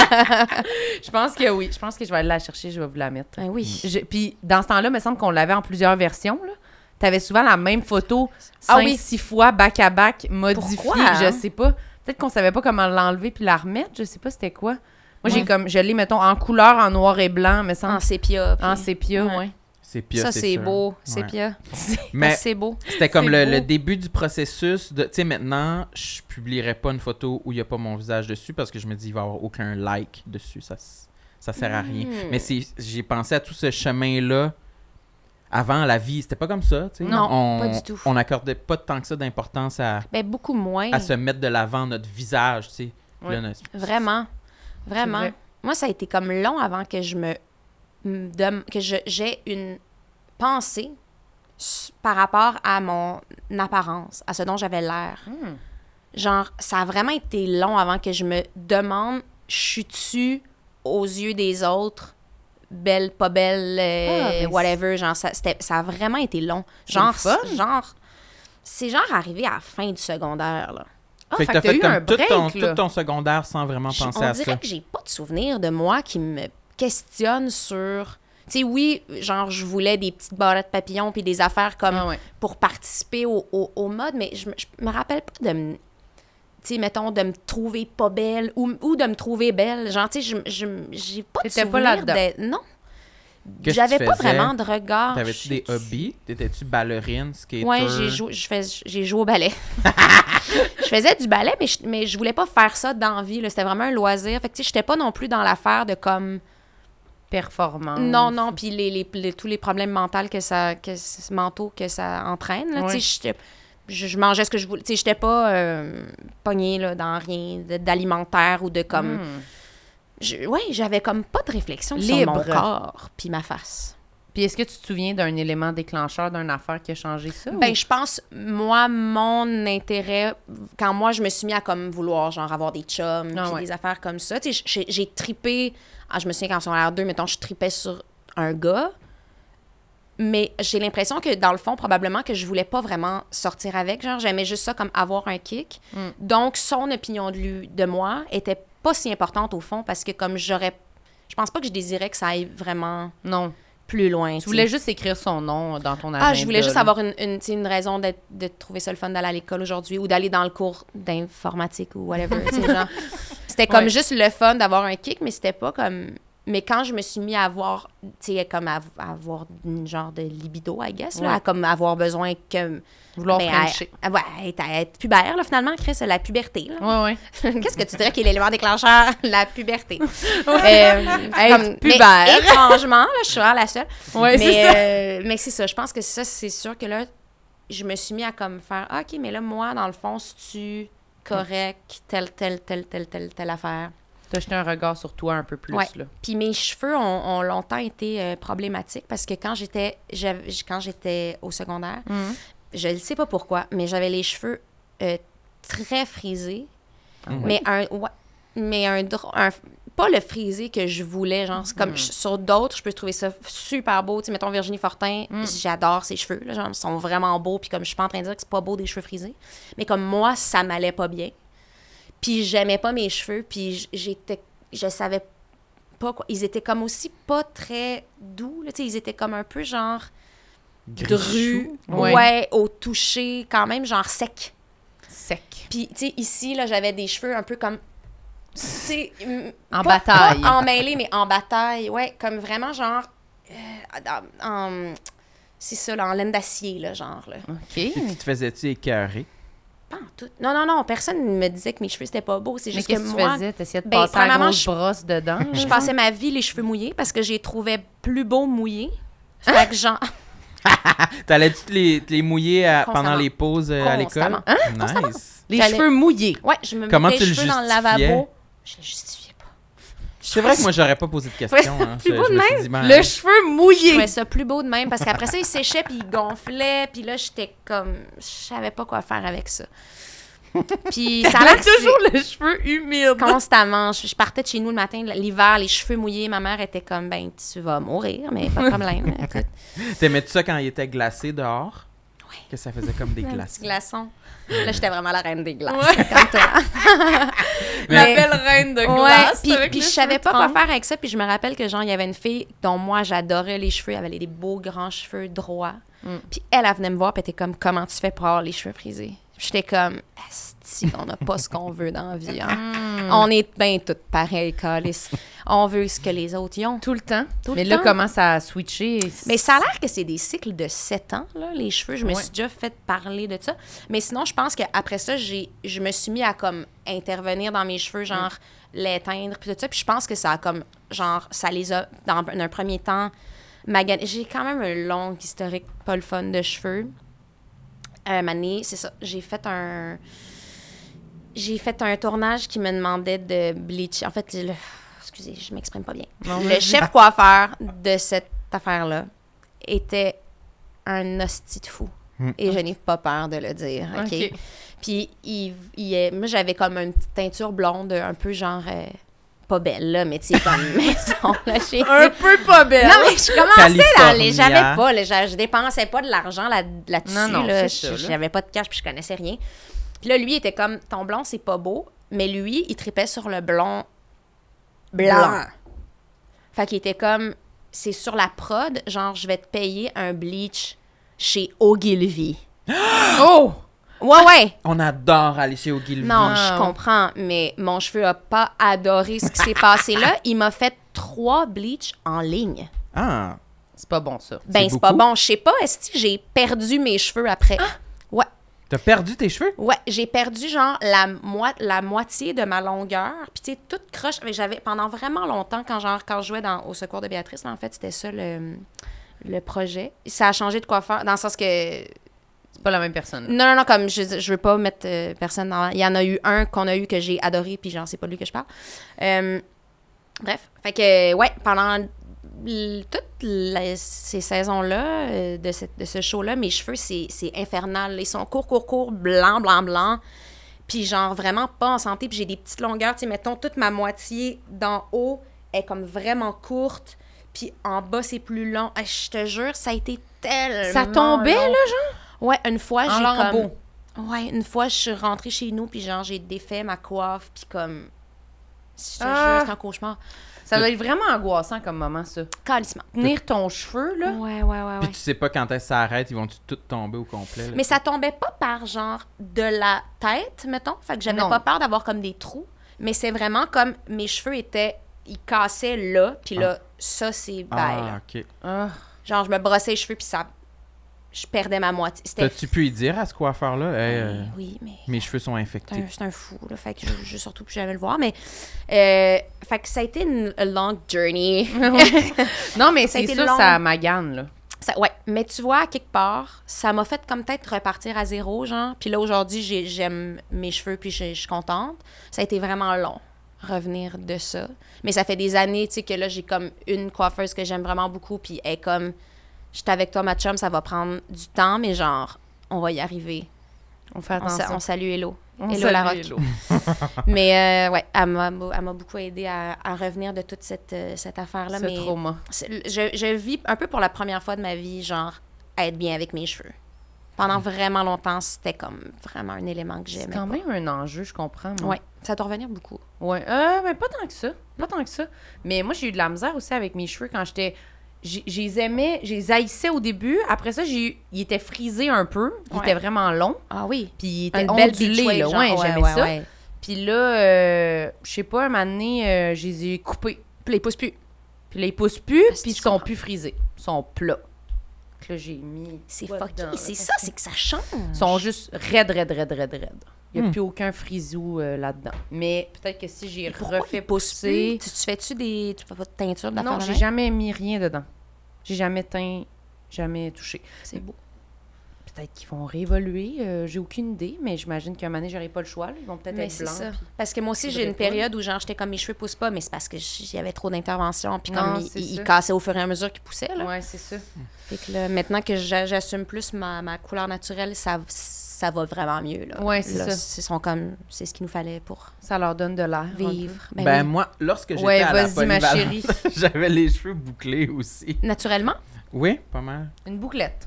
S2: Je pense que oui. Je pense que je vais aller la chercher. Je vais vous la mettre.
S4: Ben oui.
S2: Je- Puis dans ce temps-là, il me semble qu'on l'avait en plusieurs versions. Là. T'avais souvent la même photo
S4: Ah
S2: cinq,
S4: oui.
S2: six fois back à back modifiée.
S4: Pourquoi?
S2: Je sais pas. Peut-être qu'on savait pas comment l'enlever puis la remettre. Je sais pas c'était quoi. Moi j'ai
S4: Ouais.
S2: comme je l'ai mettons en couleur, en noir et blanc, me
S4: En
S2: semble.
S4: sépia. puis-
S2: En sépia, ouais.
S1: C'est pire,
S4: Ça, c'est
S1: sûr.
S4: beau.
S1: Ouais.
S4: Sépia.
S1: Mais
S4: C'est beau.
S1: C'était comme
S2: C'est
S1: le,
S2: beau.
S1: le début du processus de. Tu sais, maintenant, je publierai pas une photo où il n'y a pas mon visage dessus parce que je me dis, il va y avoir aucun like dessus. Ça, s- ça sert à rien. Mais c'est- j'ai pensé à tout ce chemin-là avant la vie. C'était pas comme ça, tu sais.
S4: Non,
S1: on,
S4: pas du tout.
S1: On n'accordait pas tant que ça d'importance à,
S4: Ben, beaucoup moins.
S1: à se mettre de l'avant notre visage, tu sais.
S2: Ouais.
S1: Là, notre-
S4: Vraiment. Vraiment.
S2: vrai.
S4: Moi, ça a été comme long avant que je me. me dem- que je- j'ai une pensée s- par rapport à mon apparence, à ce dont j'avais l'air.
S5: Hmm.
S4: Genre, ça a vraiment été long avant que je me demande, je suis-tu aux yeux des autres, belle, pas belle, euh,
S5: Ah, ben,
S4: whatever. Genre, ça, c'était- ça a vraiment été long. Genre,
S5: le fun.
S4: c'est- genre, c'est genre arrivé à la fin du secondaire, là.
S5: Ah,
S1: fait que t'as
S5: t'as
S1: fait
S5: eu un
S1: comme tout,
S5: break,
S1: ton,
S5: là.
S1: tout ton secondaire sans vraiment
S4: Je-
S1: penser
S4: on
S1: à
S4: dirait
S1: ça.
S4: que j'ai pas de souvenir de moi qui me questionne sur. Tu sais, oui, genre, je voulais des petites barrettes papillons puis des affaires comme
S5: Ah ouais.
S4: pour participer au, au- au mode, mais je, me- je me rappelle pas de me. Tu sais, mettons, de me trouver pas belle ou, ou de me trouver belle. Genre, tu sais, je- je- j'ai pas de
S5: T'étais pas
S4: souvenir
S5: là-dedans.
S4: de- Non.
S1: Qu'est-ce que
S4: J'avais
S1: tu
S4: pas
S1: faisais?
S4: vraiment de regard.
S1: T'avais-tu des
S4: Je-
S1: hobbies? T'étais-tu ballerine, skater?
S4: Ouais, j'ai joué, je fais, j'ai joué au ballet. je faisais du ballet, mais je, mais je voulais pas faire ça d'envie. C'était vraiment un loisir. Fait que, tu sais, j'étais pas non plus dans l'affaire de comme.
S5: Performance.
S4: Non, non, puis les, les- les- tous les problèmes mentaux que ça, que, c- mentaux que ça entraîne. là.
S5: Ouais.
S4: Tu sais, j'étais- je, je mangeais ce que je voulais. Tu sais, j'étais pas euh, pognée là, dans rien de- d'alimentaire ou de comme.
S5: Hmm.
S4: Je- ouais, j'avais comme pas de réflexion sur mon
S5: Libre.
S4: corps puis ma face.
S5: Puis est-ce que tu te souviens d'un élément déclencheur, d'une affaire qui a changé ça?
S4: Ben,
S5: ou-
S4: je pense, moi, mon intérêt, quand moi, je me suis mis à comme vouloir, genre, avoir des chums,
S5: Ah
S4: puis
S5: ouais.
S4: des affaires comme ça, tu sais, j'ai- j'ai tripé, ah, je me souviens qu'en secondaire 2, mettons, je tripais sur un gars, mais j'ai l'impression que, dans le fond, probablement que je voulais pas vraiment sortir avec, genre, j'aimais juste ça comme avoir un kick.
S5: Hmm.
S4: Donc, son opinion de, lui, de moi était pas si importante, au fond, parce que comme j'aurais... Je pense pas que je désirais que ça aille vraiment
S5: Non.
S4: plus loin.
S5: Tu voulais juste écrire son nom dans ton agenda.
S4: Ah, je voulais juste
S5: là.
S4: avoir une, une, tu sais, une raison d'être- de trouver ça le fun d'aller à l'école aujourd'hui ou d'aller dans le cours d'informatique ou whatever. tu sais, genre. C'était comme
S5: Ouais.
S4: juste le fun d'avoir un kick, mais c'était pas comme. Mais quand je me suis mis à avoir, tu sais, comme à, à avoir une genre de libido, I guess, là,
S5: Ouais.
S4: à comme avoir besoin que.
S5: Vouloir
S4: ben,
S5: frencher.
S4: à- à- ouais, à être, à être pubère, là, finalement, Chris, la puberté. là.
S5: Ouais, ouais.
S4: Qu'est-ce que tu dirais qui est l'élément déclencheur? La puberté. Euh,
S5: Être
S4: comme-
S5: pubère.
S4: mais étrangement, là, je suis vraiment la seule.
S5: Ouais, c'est
S4: mais,
S5: ça.
S4: euh, mais c'est ça. Je pense que ça, c'est sûr que là, je me suis mis à comme faire Ah, OK, mais là, moi, dans le fond, si tu correct, telle, telle, telle, telle, telle, telle affaire.
S5: T'as jeté un regard sur toi un peu plus,
S4: Ouais.
S5: là.
S4: Puis mes cheveux ont, ont longtemps été euh, problématiques parce que quand j'étais j'avais- quand j'étais au secondaire,
S5: Mhm.
S4: je ne sais pas pourquoi, mais j'avais les cheveux euh, très frisés, mais un ouais, mais un, dro- un- pas le frisé que je voulais genre c'est comme je- sur d'autres, je peux trouver ça super beau, tu sais mettons Virginie Fortin, j'adore ses cheveux là, genre ils sont vraiment beaux puis comme je suis pas en train de dire que c'est pas beau des cheveux frisés, mais comme moi ça m'allait pas bien. Puis j'aimais pas mes cheveux, puis j- j'étais je savais pas quoi. Ils étaient comme aussi pas très doux. Là, tu sais, ils étaient comme un peu genre drus.
S5: Ouais.
S4: Ouais. au toucher, quand même, genre sec.
S5: Sec.
S4: Puis, tu sais, ici, là, j'avais des cheveux un peu comme. tu sais, m-
S5: En
S4: pas-
S5: bataille.
S4: Pas emmêlés, mais en bataille. Ouais, comme vraiment genre. euh, en- en- c'est ça, là, en laine d'acier, là, genre. Là.
S5: OK.
S2: Hmm.
S1: Tu te faisais-tu écœurer?
S4: Pas en tout. Non, non, non, personne ne me disait que mes cheveux, c'était pas beau. C'est
S5: Mais
S4: juste
S5: qu'est-ce
S4: que
S5: que tu
S4: moi.
S5: faisais? T'essayais de
S4: ben,
S5: passer la
S4: premièrement,
S5: grosse
S4: je-
S5: brosse dedans?
S4: Je
S5: genre?
S4: passais ma vie les cheveux mouillés parce que j'ai trouvé plus beau mouillé.
S5: Hein?
S4: Fait que genre,
S1: T'allais-tu te les, te les mouiller à- pendant
S4: Constamment.
S1: les pauses euh, à l'école?
S4: Constamment. Hein?
S1: Nice.
S5: Les
S4: J'allais-
S5: cheveux mouillés.
S4: ouais, je me
S1: Comment
S4: mettais
S1: tu
S4: les
S1: le
S4: cheveux dans le
S1: justifiais?
S4: lavabo. Je le justifiais pas.
S1: C'est vrai que moi, j'aurais pas posé de questions. hein.
S5: C'est
S1: Je-
S5: pas
S1: je
S5: de
S1: me suis
S5: même.
S1: dit, ben,
S5: Le cheveu
S4: Je
S5: mouillé.
S4: trouvais ça plus beau de même parce qu'après ça, il séchait puis il gonflait. Puis là, j'étais comme. Je savais pas quoi faire avec ça. Puis ça a l'air
S5: T'avais
S4: que c'est-
S5: toujours le cheveu humide.
S4: constamment. Je, je partais de chez nous le matin, l'hiver, les cheveux mouillés. Ma mère était comme, ben, tu vas mourir, mais pas de problème. Écoute,
S1: T'aimais-tu ça quand il était glacé dehors? Que ça faisait comme des
S4: un petit
S1: glaces.
S4: glaçon. Là, j'étais vraiment la reine des glaces. Comme toi.
S5: La
S1: Mais-
S5: belle reine de glace.
S4: puis,
S5: avec
S4: puis
S5: les
S4: je savais
S5: cheveux
S4: pas quoi
S5: trempés.
S4: faire avec ça. Puis je me rappelle que, genre, il y avait une fille dont moi, j'adorais les cheveux. Elle avait des beaux grands cheveux droits.
S5: Mm.
S4: Puis elle, elle venait me voir, puis elle était comme, comment tu fais pour avoir les cheveux frisés? Puis J'étais comme, Asti, on n'a pas ce qu'on veut dans la vie. hein.
S5: Mm.
S4: On est bien toutes pareilles, Calis. On veut ce que les autres y ont.
S5: Tout le temps.
S4: Tout le
S5: Mais là,
S4: temps.
S5: comment ça a switché?
S4: Mais ça a l'air que c'est des cycles de 7 ans, là, les cheveux. Je me
S5: Ouais.
S4: suis déjà fait parler de ça. Mais sinon, je pense qu'après ça, j'ai, je me suis mis à comme intervenir dans mes cheveux, genre l'éteindre, puis tout ça. Puis je pense que ça a comme, genre, ça les a, dans un- un premier temps, magané. J'ai quand même un long historique pas le fun de cheveux. Euh, Mané, c'est ça. J'ai fait un. J'ai fait un tournage qui me demandait de bleacher. En fait, le- excusez, je m'exprime pas bien.
S5: Non,
S4: le
S5: vas-y.
S4: chef coiffeur de cette affaire-là était un hostie de fou.
S1: Hmm.
S4: Et je n'ai pas peur de le dire, OK?
S7: OK.
S4: Puis, il, il est- moi, j'avais comme une petite teinture blonde, un peu genre... euh, pas belle, là, mais tu sais, comme maison, là, chez
S2: Un peu pas belle.
S4: non, mais je commençais dans les.
S1: California.
S4: J'avais pas, là, j'a- je dépensais pas de l'argent là- là-dessus.
S7: Non, non,
S4: là,
S7: c'est
S4: Je-
S7: ça, là.
S4: J'avais pas de cash, puis je connaissais rien. Puis là, lui, il était comme ton blond, c'est pas beau, mais lui, il tripait sur le blond blanc.
S2: Blanc.
S4: Fait qu'il était comme c'est sur la prod, genre, je vais te payer un bleach chez Ogilvy.
S2: Oh!
S4: Ouais, ouais.
S1: On adore aller chez Ogilvy.
S4: Non,
S7: Wow.
S4: je comprends, mais mon cheveu a pas adoré ce qui s'est passé là. Il m'a fait trois bleachs en ligne.
S1: Ah,
S2: C'est pas bon, ça.
S4: Ben,
S1: C'est
S4: c'est pas
S1: beaucoup. Ah!
S4: bon. Je sais pas, est-ce que j'ai perdu mes cheveux après? Ouais,
S1: t'as perdu tes cheveux?
S4: ouais. J'ai perdu, genre, la, moi- la moitié de ma longueur. Puis, tu sais, toute croche. Mais j'avais, pendant vraiment longtemps, quand, genre, quand je jouais dans, au secours de Béatrice, là, en fait, c'était ça le, le projet. Ça a changé de coiffeur, dans le sens que.
S2: C'est pas la même personne.
S4: Non, non, non, comme je, je veux pas mettre euh, personne dans. Il y en a eu un qu'on a eu que j'ai adoré, puis, genre, c'est pas de lui que je parle. Euh, bref. Fait que, ouais, pendant l- toutes les- ces saisons-là, euh, de, cette- de ce show-là, mes cheveux, c'est c'est infernal. Ils sont courts, courts, courts, blancs, blancs, blancs. Puis genre vraiment pas en santé. Puis j'ai des petites longueurs. Tu sais, mettons, toute ma moitié d'en haut est comme vraiment courte. Puis en bas, c'est plus long. Ah, je te jure, ça a été tellement
S7: Ça tombait,
S4: long.
S7: là,
S4: Ouais, une fois,
S7: En
S4: j'ai
S7: lambeaux.
S4: comme... Ouais, une fois, je suis rentrée chez nous, puis genre, j'ai défait ma coiffe, puis comme... Je te
S2: Ah.
S4: jure, c'est un cauchemar.
S2: Ça doit être vraiment angoissant comme moment, ça.
S4: Calissement.
S2: Tenir ton cheveu, là.
S4: Ouais, ouais, ouais,
S1: Puis tu sais pas quand elles s'arrêtent, ils vont tout tomber au complet. là?
S4: Mais ça tombait pas par genre de la tête, mettons. Fait que j'avais
S2: Non.
S4: pas peur d'avoir comme des trous. Mais c'est vraiment comme mes cheveux étaient. Ils cassaient là, puis là, ça, c'est bye.
S1: Ah,
S4: là.
S1: ok.
S2: Ah.
S4: Genre, je me brossais les cheveux, puis ça. Je perdais ma moitié. C'était.
S1: T'as-tu pu y dire à ce coiffeur-là? Hey, euh,
S4: Oui, mais.
S1: Mes cheveux sont
S4: C'est un,
S1: infectés.
S4: c'est un fou, là. Fait que je, je veux surtout plus jamais le voir. Mais. euh, fait que ça a été une a long journey.
S2: Non, mais
S4: Ça
S2: c'est
S4: a été
S2: sûr,
S4: long.
S2: ça magane, là.
S4: Ça- ouais, mais tu vois, à quelque part, ça m'a fait comme peut-être repartir à zéro, genre. Puis là, aujourd'hui, j'ai- j'aime mes cheveux, puis je je suis contente. Ça a été vraiment long, revenir de ça. Mais ça fait des années, tu sais, que là, j'ai comme une coiffeuse que j'aime vraiment beaucoup, puis elle est comme, je suis avec toi, ma chum, ça va prendre du temps, mais genre, on va y arriver.
S2: On fait
S4: On, sa-
S2: attention.
S4: on salue Hello.
S2: On
S4: Hello
S2: salue
S4: la rock.
S2: Hello.
S4: Mais euh, ouais, elle m'a elle m'a beaucoup aidé à, à revenir de toute cette, euh, cette affaire-là.
S2: Ce
S4: mais
S2: trauma.
S4: c'est- je, je vis un peu pour la première fois de ma vie, genre, à être bien avec mes cheveux. Pendant vraiment longtemps, c'était comme vraiment un élément que
S2: Mm. C'est
S4: j'aimais.
S2: quand même un enjeu, je comprends. moi.
S4: Ouais, ça doit revenir beaucoup.
S2: Ouais. Euh, mais pas tant que ça. Pas tant que ça. Mais moi, j'ai eu de la misère aussi avec mes cheveux quand j'étais. j'ai- Je les aimais, je les haïssais au début. Après ça, j'ai eu- ils étaient frisés un peu. Ils
S4: Ouais.
S2: étaient vraiment longs.
S4: Ah oui.
S2: Puis ils étaient
S4: Une belle
S2: ondulés, là.
S4: beachwave, genre,
S2: Ouais,
S4: ouais,
S2: j'aimais
S4: ouais,
S2: ça.
S4: ouais.
S2: Puis là, euh, je sais pas, un moment donné, euh, je les ai coupés. Puis là, ils poussent plus. Puis là, ils poussent plus,
S4: si,
S2: puis ils
S4: je
S2: sont
S4: comprends.
S2: plus frisés. Ils sont plats. Fait que Là, j'ai mis.
S4: C'est
S2: quoi
S4: fucké.
S2: dedans, là?
S4: C'est ça, c'est que ça change.
S2: Ils sont juste raides, raides, raides, raides, raides. Il n'y a
S1: Hmm.
S2: plus aucun frisou euh, là-dedans. Mais peut-être que si j'ai
S4: Pourquoi
S2: refait
S4: ils poussent
S2: pousser.
S4: plus? Tu, tu fais-tu des. Tu fais pas de teinture d'affaires
S2: Non,
S4: de
S2: j'ai
S4: même?
S2: jamais mis rien dedans. J'ai jamais teint, jamais touché.
S4: C'est beau.
S2: Peut-être qu'ils vont réévoluer, euh, j'ai aucune idée, mais j'imagine qu'un moment donné, j'aurai pas le choix. là. Ils vont peut-être
S4: Mais
S2: être
S4: c'est
S2: blancs.
S4: ça.
S2: puis-
S4: Parce que moi aussi, j'ai
S2: faudrait
S4: une
S2: pas.
S4: période où genre j'étais comme mes cheveux poussent pas, mais c'est parce que j- il y avait trop d'interventions, puis
S2: Non,
S4: comme
S2: c'est
S4: ils
S2: ça.
S4: il cassaient au fur et à mesure qu'ils poussaient. Là.
S2: Ouais, c'est ça.
S4: Fait que là, maintenant que j'a- j'assume plus ma, ma couleur naturelle, ça, ça va vraiment mieux. Là.
S2: Ouais, c'est
S4: Là,
S2: ça.
S4: ce sont comme, c'est ce qu'il nous fallait pour
S2: Ça leur donne de l'air. un peu.
S4: vivre. Ben
S1: Ben,
S4: oui.
S1: moi, lorsque j'étais
S2: Ouais,
S1: à la
S2: vas-y, ma
S1: polyvalente,
S2: chérie.
S1: j'avais les cheveux bouclés aussi.
S4: Naturellement?
S1: Oui, pas mal.
S2: Une bouclette.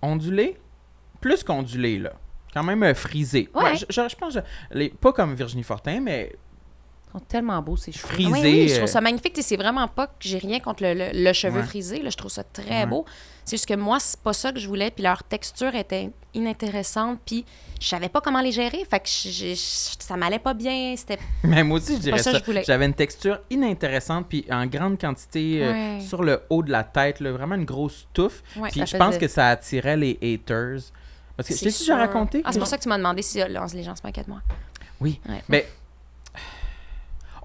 S1: Ondulé? Plus qu'ondulé, là. Quand même euh, frisé.
S4: Ouais.
S1: je, je- je pense, que je- les- pas comme Virginie Fortin, mais
S2: Ils sont tellement beaux, ces cheveux.
S1: frisé.
S4: Oui, oui, je
S1: euh,
S4: trouve ça magnifique. Tu sais, C'est vraiment pas que j'ai rien contre le, le- le cheveu
S1: Ouais.
S4: frisé. Là, je trouve ça très
S1: Ouais.
S4: beau. C'est juste que moi, c'est pas ça que je voulais. Puis leur texture était inintéressante. Puis je savais pas comment les gérer. Fait que j'ai- ça m'allait pas bien. C'était
S1: Mais moi aussi, je dirais
S4: ça,
S1: ça.
S4: je voulais.
S1: J'avais une texture inintéressante, puis en grande quantité euh,
S4: Ouais.
S1: sur le haut de la tête, là, vraiment une grosse touffe.
S4: Ouais,
S1: puis
S2: ça
S1: je pense
S2: faisait-
S1: que ça attirait les haters. Parce que, je
S4: C'est
S1: t'ai-tu déjà
S4: sûr.
S1: raconté?
S4: Ah, c'est pour
S1: que-
S4: ça que tu m'as demandé si euh, les gens se moquaient de moi.
S1: Oui,
S4: Ouais.
S1: mais